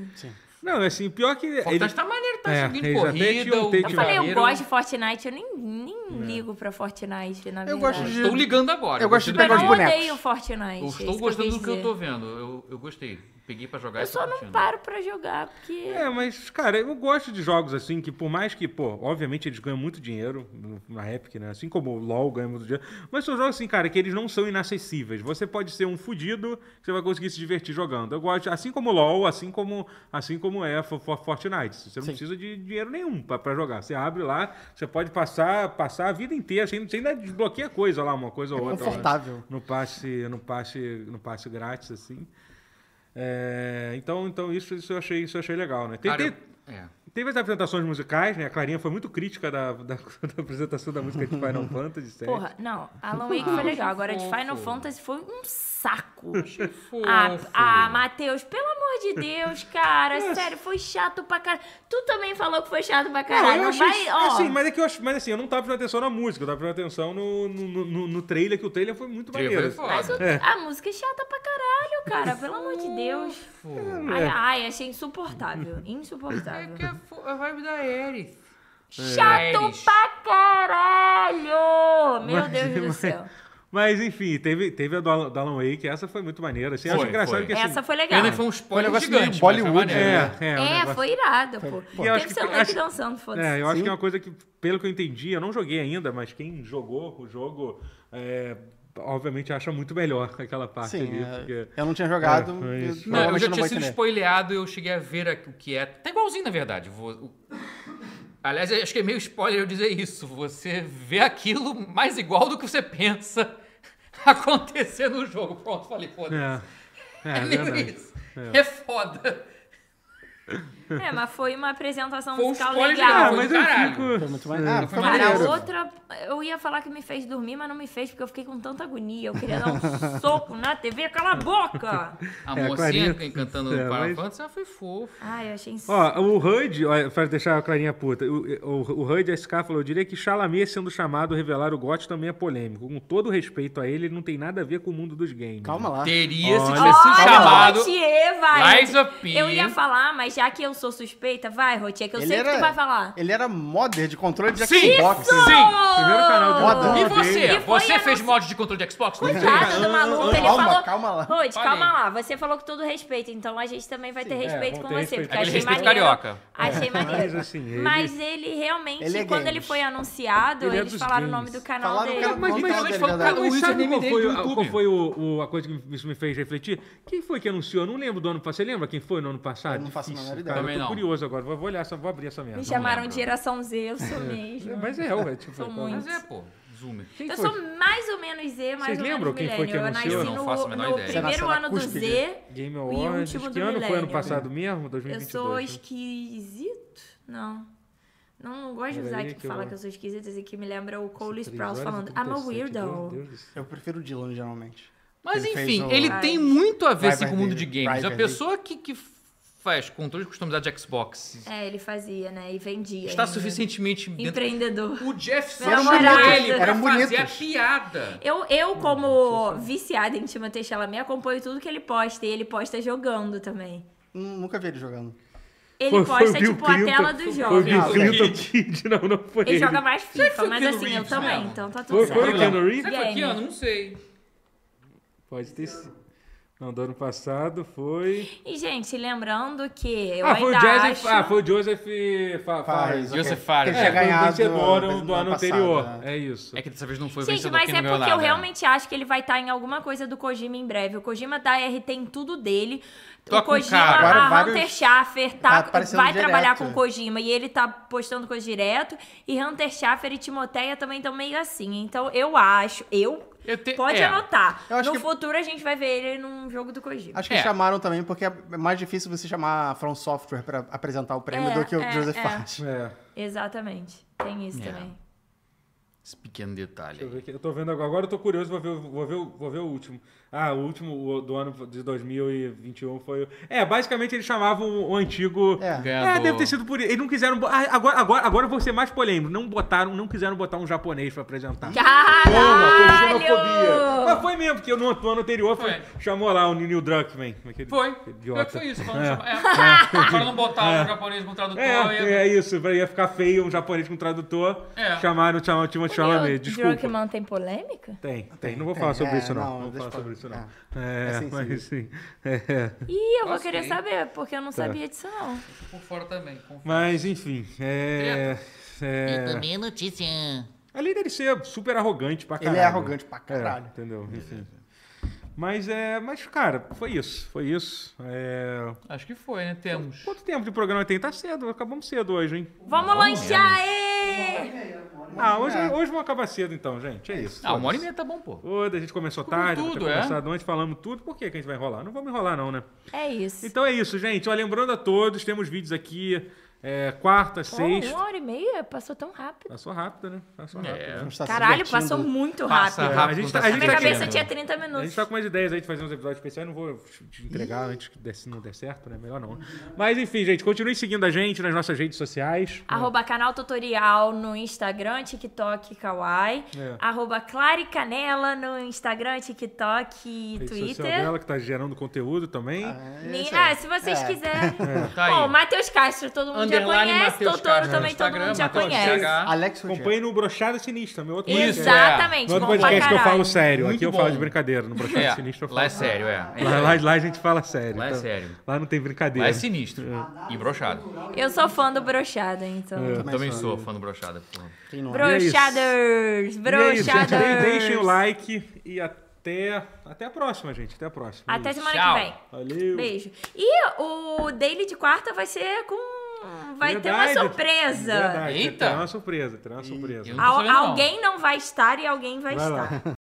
A: Não, assim, pior que.
B: Fortnite
A: Ele...
B: tá maneiro, tá
A: É,
B: seguindo
A: eles até
B: corrida,
A: tinham um
B: o
A: take
C: Eu falei, eu
B: dinheiro.
C: gosto de Fortnite, eu nem, nem ligo pra Fortnite, na verdade.
D: Eu gosto de-
B: Estou ligando agora.
D: Eu gosto de
C: Mas
D: pegar
B: gostei
D: os
C: não
B: do-
D: bonecos.
C: odeio Fortnite.
B: Eu
C: é
B: estou
C: isso que
B: gostando do
C: eu
B: que eu
C: quis
B: tô
C: dizer.
B: vendo. Eu, eu gostei. Peguei pra jogar e
C: Eu só
B: tô
C: não
B: curtindo.
C: paro pra jogar, porque...
A: É, mas, cara, eu gosto de jogos assim, que por mais que, pô, obviamente eles ganham muito dinheiro no- na Epic, né? Assim como o LoL ganha muito dinheiro. Mas são jogos assim, cara, que eles não são inacessíveis. Você pode ser um fudido, você vai conseguir se divertir jogando. Eu gosto, assim como o LoL, assim como, assim como é Fo- Fo- Fortnite. Você não precisa de dinheiro nenhum pra, pra jogar. Você abre lá, você pode passar, passar a vida inteira, você ainda- você ainda desbloqueia coisa lá, uma coisa ou
B: É
A: outra. lá.
D: confortável.
A: No passe, no passe, no passe grátis, assim. É, então, então isso, isso eu achei, isso eu achei legal, né? Tem-
B: Cara,
A: tem-
B: eu- é.
A: teve as apresentações musicais, né? A Clarinha foi muito crítica da, da- da apresentação da música de Final Fantasy VII.
C: Porra, não, Alan Wake foi legal. Agora de Final
B: fofo.
C: Fantasy foi um saco.
B: fofo.
C: Ah, ah, Matheus, pelo amor de Deus, cara. sério, foi chato pra caralho. Tu também falou que foi chato pra caralho.
A: É, eu
C: Não,
A: achei,
C: vai, ó.
A: assim, mas é que eu acho, mas assim, eu não tava prestando atenção na música, eu tava prestando atenção no, no, no, no trailer, que o trailer foi muito
B: Trailer
A: maneiro.
B: foi foda.
C: Mas o- a música é chata pra caralho, cara. Pelo amor de Deus.
A: É.
C: Ai, ai, achei insuportável. Insuportável.
B: é fo- a vibe da Eric.
C: Chato
B: Eles.
C: pra caralho! Meu
A: Mas-
C: Deus do
A: mas- é
C: céu.
A: Mas enfim, teve, teve a do Alan- do Alan Wake, essa foi muito maneira. Assim, eu acho
B: Foi,
A: engraçado
B: foi.
A: que assim,
C: Essa foi legal.
B: Pena que foi um spoiler
D: negócio meio
B: gigante. mas
D: Bollywood,
B: foi maneiro.
A: É, é, um
C: É,
A: negócio-
C: foi irado, pô.
A: E eu
C: Tem que
A: acho que-
C: ser o Drake
A: acho-
C: dançando, foda-se.
A: É, eu acho que é uma coisa que, pelo que eu entendi, eu não joguei ainda, mas quem jogou o jogo, é, obviamente acha muito melhor aquela parte
D: Sim,
A: ali.
D: é,
A: porque-
D: eu não tinha jogado.
A: É, foi
D: eu
A: isso.
B: Não, eu
D: provavelmente
B: já
D: não
B: tinha
D: vou
B: sido
D: entender.
B: spoileado, eu cheguei a ver aqui o que é. Tá igualzinho, na verdade. Vou- o- Aliás, eu acho que é meio spoiler eu dizer isso. Você vê aquilo mais igual do que você pensa acontecer no jogo. Pronto, falei, foda-se.
A: É,
B: É,
A: é,
B: meio
A: verdade.
B: isso. É. foda.
C: É, mas foi uma apresentação
B: Foi um
C: musical
B: spoiler
A: Ah,
C: legal.
B: Foi do
A: mas eu
B: caralho.
D: Foi
A: fico.
D: muito maneiro. Ah, foi
B: Foi
C: Cara, a
D: maneiro.
C: outra, eu ia falar que me fez dormir, mas não me fez, porque eu fiquei com tanta agonia. Eu queria dar um soco na TV, cala a boca!
B: A
A: É, a
B: mocinha
A: Clarinha-
B: cantando
A: É,
B: no Final
A: mas-
B: Fantasy ela foi fofa.
C: Ai, eu achei ins...
A: Ó, o HUD, ó, pra deixar a clarinha puta, o, o, o HUD, a SK falou, eu diria que Chalamet sendo chamado a revelar o GOT também é polêmico. Com todo o respeito a ele, ele não tem nada a ver com o mundo dos games.
D: Calma lá.
B: Teria se
A: Olha.
B: tivesse sido
C: Olha,
B: chamado.
C: Rotier, vai!
B: Lies of P.
C: Eu ia falar, mas já que eu sou suspeita, vai, Rotier, que eu
D: Ele
C: Então sei o que tu vai
D: era-
C: falar.
D: Ele era modder de controle de
B: Sim!
D: Xbox.
B: Sim!
A: Primeiro canal do
D: Moda.
A: YouTube
B: E
D: Odeio.
B: você?
C: E foi
B: você fez
C: anunci-
B: mod de controle de Xbox? Não fez?
C: Coitado do maluco, ele
D: Calma,
C: falou.
D: calma lá.
C: Rod,
B: Falei.
C: calma lá. Você falou com todo respeito, então a gente também vai ter
A: é,
C: respeito
A: vou
C: com
A: ter
C: você.
A: respeito.
C: Porque
B: Aquele
C: achei
B: respeito
C: maneiro.
B: carioca.
C: Achei maneiro. Mas,
A: assim, ele-
C: ele realmente,
D: é Ele é
C: quando ele
D: games.
C: foi anunciado,
A: Ele é
C: eles
A: dos
C: falaram o
A: games.
C: nome do canal
D: Falaram o
C: dele.
D: cara-
A: Mas,
D: Vamos
A: mas,
D: falar
A: mas
D: da
A: foi por
D: verdade.
A: causa-
B: O
A: mas sabe
B: username
A: qual
B: dele
A: foi,
B: do
A: a-
B: YouTube.
A: qual foi o, o- a coisa que me- isso me fez refletir? Quem foi que anunciou? Eu não lembro do ano passado. Você lembra quem foi no ano passado?
D: Eu não faço a
A: Difícil,
D: menor ideia.
A: cara.
B: Também
A: eu tô
B: não.
A: curioso agora. Vou, vou olhar, essa- vou abrir essa merda.
C: Me chamaram
B: lembro.
C: de geração Z, eu sou mesmo.
A: É, Mas é, ué, tipo,
C: Sou
A: qual-
C: muito.
B: Mas é, pô. Zoomer.
A: Quem
C: Eu
A: foi?
C: sou mais ou menos Z, mais
A: Vocês
C: ou
A: lembram
C: menos
A: quem foi
C: milênio.
A: que
C: Eu nasci
A: anunciou?
C: no,
A: Eu
B: não faço a menor
C: no
B: ideia.
D: Você
C: primeiro
D: nasceu na
C: ano do
D: cúspide.
C: Z
A: Game
C: e
A: Awards.
C: último
A: Que
C: do
A: ano foi ano
C: milênio.
A: passado mesmo? 2022.
C: Eu sou
A: né?
C: esquisito? Não. Não, não gosto de
A: Peraí
C: usar que,
A: que eu
C: fala
A: vou-
C: que eu sou esquisita, assim, que me lembra o Cole
A: Três
C: Sprouse
A: horas e
C: falando I'm a
A: 37, meu
C: weirdo.
A: Deus do céu.
D: Eu prefiro o Dylan, geralmente.
B: Mas
D: Ele fez
B: enfim,
D: o-
B: ele
C: Vai.
B: tem muito a ver
D: Vai,
B: assim,
D: vai
B: com o mundo
D: dele.
B: de games.
D: Vai,
B: A
D: vai
B: pessoa que, que faz controle customizado de Xbox
C: É, ele fazia, né? E vendia.
B: está
C: ainda.
B: suficientemente dentro.
C: Empreendedor.
B: O Jeff só
C: Meu
B: chamou
C: namorado.
B: ele pra
D: Eram
B: fazer a
D: bonitos.
B: piada.
C: Eu, eu como
A: é.
C: viciada em Timothée Chalamet, acompanho tudo que ele posta. E ele posta jogando também.
D: Hum, Nunca vi ele jogando.
C: Ele
A: Foi- foi o
C: posta,
A: Bill
C: tipo,
A: Clinton.
C: a tela dos
A: Foi o
C: jogos.
A: Bill
D: Ah,
A: Clinton
B: ok.
A: Kid. Não, não foi
C: Ele
A: ele.
C: joga mais
B: Será que
C: FIFA,
B: foi o
C: mas
B: Keanu
C: assim, eu
B: Reeves
C: também,
B: mesmo?
C: então tá tudo
A: Foi, foi o
C: certo.
A: Keanu Reeves?
B: Será que foi aqui,
C: Game.
B: Ana? Não sei.
A: Pode ter sido. Não, do ano passado foi...
C: E, gente, lembrando que eu
A: Ah,
C: ainda
A: foi o Joseph...
C: acho...
A: Ah, foi o Joseph... eh, Fa- Fares.
D: Fares, ok.
B: Joseph Fares.
D: Ele tinha
B: É,
A: foi o
D: ganhado
A: vencedor do,
D: do-
A: do ano
D: passado,
A: anterior.
D: né?
A: É isso.
B: É que dessa vez não foi o
C: Gente,
B: vencedor
C: mas é
B: que não
C: porque
B: ganhou nada.
C: eu realmente acho que ele vai estar em alguma coisa do Kojima em breve. O Kojima da RT em tudo dele.
B: Tá
C: o
B: com
C: Kojima,
B: cara.
D: Agora
C: a
D: vários-
C: Hunter Schaffer
D: Tá
C: tá,
D: aparecendo
C: vai
D: direto.
C: trabalhar com o Kojima e ele tá postando coisa direto. E Hunter Schaffer e Timoteia também estão meio assim. Então eu acho, eu.
B: Eu te-
C: Pode
B: é.
C: anotar.
D: Eu acho
C: No
D: que-
C: futuro a gente vai ver ele num jogo do Kojima.
D: Acho que
B: É.
D: chamaram também, porque é mais difícil você chamar a From Software pra apresentar o prêmio
C: É,
D: do que o
C: é,
D: Joseph
C: é.
D: Fares.
A: É,
C: Exatamente. Tem isso
B: É.
C: também.
B: Esse pequeno detalhe.
A: deixa eu
B: aí.
A: ver aqui. Eu tô vendo agora, agora eu tô curioso, vou ver, o- vou ver, o- vou ver o último. Ah, o último o- do ano de 2021 foi. o- É, basicamente eles chamavam o antigo.
D: É.
A: É, deve ter sido por isso. Eles não quiseram. bo- Ah, Agora, agora, agora eu vou ser mais polêmico. Não botaram, não quiseram botar um japonês pra apresentar. Toma, foi xenofobia.
C: Caralho!
A: Mas foi mesmo, porque no ano anterior foi-
B: Foi.
A: chamou lá o Neil Druckmann. Aquele
B: Foi.
A: aquele
B: Pior
A: Idiota.
B: que foi isso. Falando é. É. Pra não botar o japonês com o tradutor.
A: É,
B: e-
A: é isso, pra- ia ficar feio um japonês com tradutor.
B: É.
A: Chamaram, chamaram o Timothy
C: O
A: Chalamet, desculpa.
C: Druckmann tem polêmica?
A: Tem, tem,
D: Tem,
A: Não vou
D: tem.
A: falar sobre
D: É,
A: isso, não.
D: não,
A: Não, vou
D: deixa
A: falar
D: pra-
A: sobre isso, não.
D: é
A: É,
D: sensível.
A: mas sim. É.
C: Ih, eu vou
B: Nossa,
C: querer
B: hein?
C: saber, porque eu não
D: Tá.
C: sabia disso, não.
B: Por fora também. confesso.
A: Mas, enfim. É.
F: E
A: é...
F: também notícia.
A: Além dele ser super arrogante pra caralho.
D: Ele é arrogante pra
A: É,
D: caralho.
A: entendeu? Enfim. Mas é. Mas, cara, foi isso. Foi isso. É,
B: Acho que foi, né? Temos.
A: Quanto tempo de programa tem? Tá cedo, acabamos cedo hoje, hein?
C: Vamos lanchar,
E: É,
C: ê!
A: Ah, hoje,
D: É.
A: hoje vamos acabar cedo então, gente. É isso.
B: Ah, uma hora e
A: foda-se.
B: meia tá bom, pô.
A: Foda, a gente começou
B: Comemos
A: tarde, tudo,
B: tudo,
A: ter
B: é?
A: começado antes, falamos tudo. Por que, que a gente vai enrolar? Não vamos enrolar, não, né?
C: É isso.
A: Então é isso, gente. Ó, lembrando a todos, temos vídeos aqui É,
B: Tá
A: quarta,
C: Pô,
A: sexta.
C: uma hora e meia passou tão rápido.
A: Passou rápido, né? Passou rápido.
B: É.
D: A gente tá se
C: Caralho,
D: divertindo.
C: passou um muito rápido.
B: Passa
A: A gente
B: rápido.
A: tá- a
C: Na
A: gente
C: minha
A: tá
C: cabeça
A: querendo.
C: tinha 30
A: A
C: minutos.
A: gente tá com umas ideias aí de fazer uns episódios especiais, não vou te entregar antes que der, se não der certo, né? Melhor não. Mas enfim, gente, continue seguindo a gente nas nossas redes sociais.
C: Arroba canal tutorial no Instagram, TikTok, Kawaii.
A: É.
C: Arroba Clare Canela no Instagram, TikTok e
A: Rede social
C: Twitter.
A: dela que tá gerando conteúdo também.
D: É,
C: Ni-
D: isso
C: Ah,
D: aí.
C: se vocês
D: É.
C: quiserem.
B: Tá aí.
C: Bom, Matheus Castro, todo mundo já
B: Underline
C: conhece.
B: Matheus
C: Totoro
B: Castro no
C: também, todo
B: Instagram,
C: mundo já
B: Matheus
C: conhece.
B: CH.
D: Alex Rogério.
A: Acompanhe no Brochada Sinistra, meu outro podcast.
B: Isso, é.
C: Exatamente,
A: No
C: bom
A: outro
C: pra
A: podcast que eu
C: caralho.
A: falo sério.
D: Muito
A: Aqui eu
D: bom.
A: falo de brincadeira. No Brochada
B: É,
A: Sinistra eu falo.
B: lá é sério, é.
A: Lá, lá- lá a gente fala sério.
B: Lá é
A: então.
B: sério.
A: Lá não tem brincadeira.
B: Lá é sinistro. E brochado.
C: Eu sou fã do Brochada, então.
B: Eu
A: É.
B: também
D: sou.
B: sou fã do brochada, porra.
D: Quem não é?
C: Brochaders!
A: E é isso, gente.
C: Brochaders!
A: De- Deixem o like e até, até a próxima, gente. Até a próxima.
C: Até semana
B: Hum, Tchau.
C: que vem.
A: Valeu.
C: Beijo. E o Daily de quarta vai ser com. Vai ter uma
A: Verdade.
C: surpresa.
A: Verdade,
B: Eita.
A: Terá uma surpresa, terá uma surpresa.
B: eu-
C: Al-
B: sabendo, não.
C: alguém não vai estar e alguém vai,
A: Vai lá.
C: estar.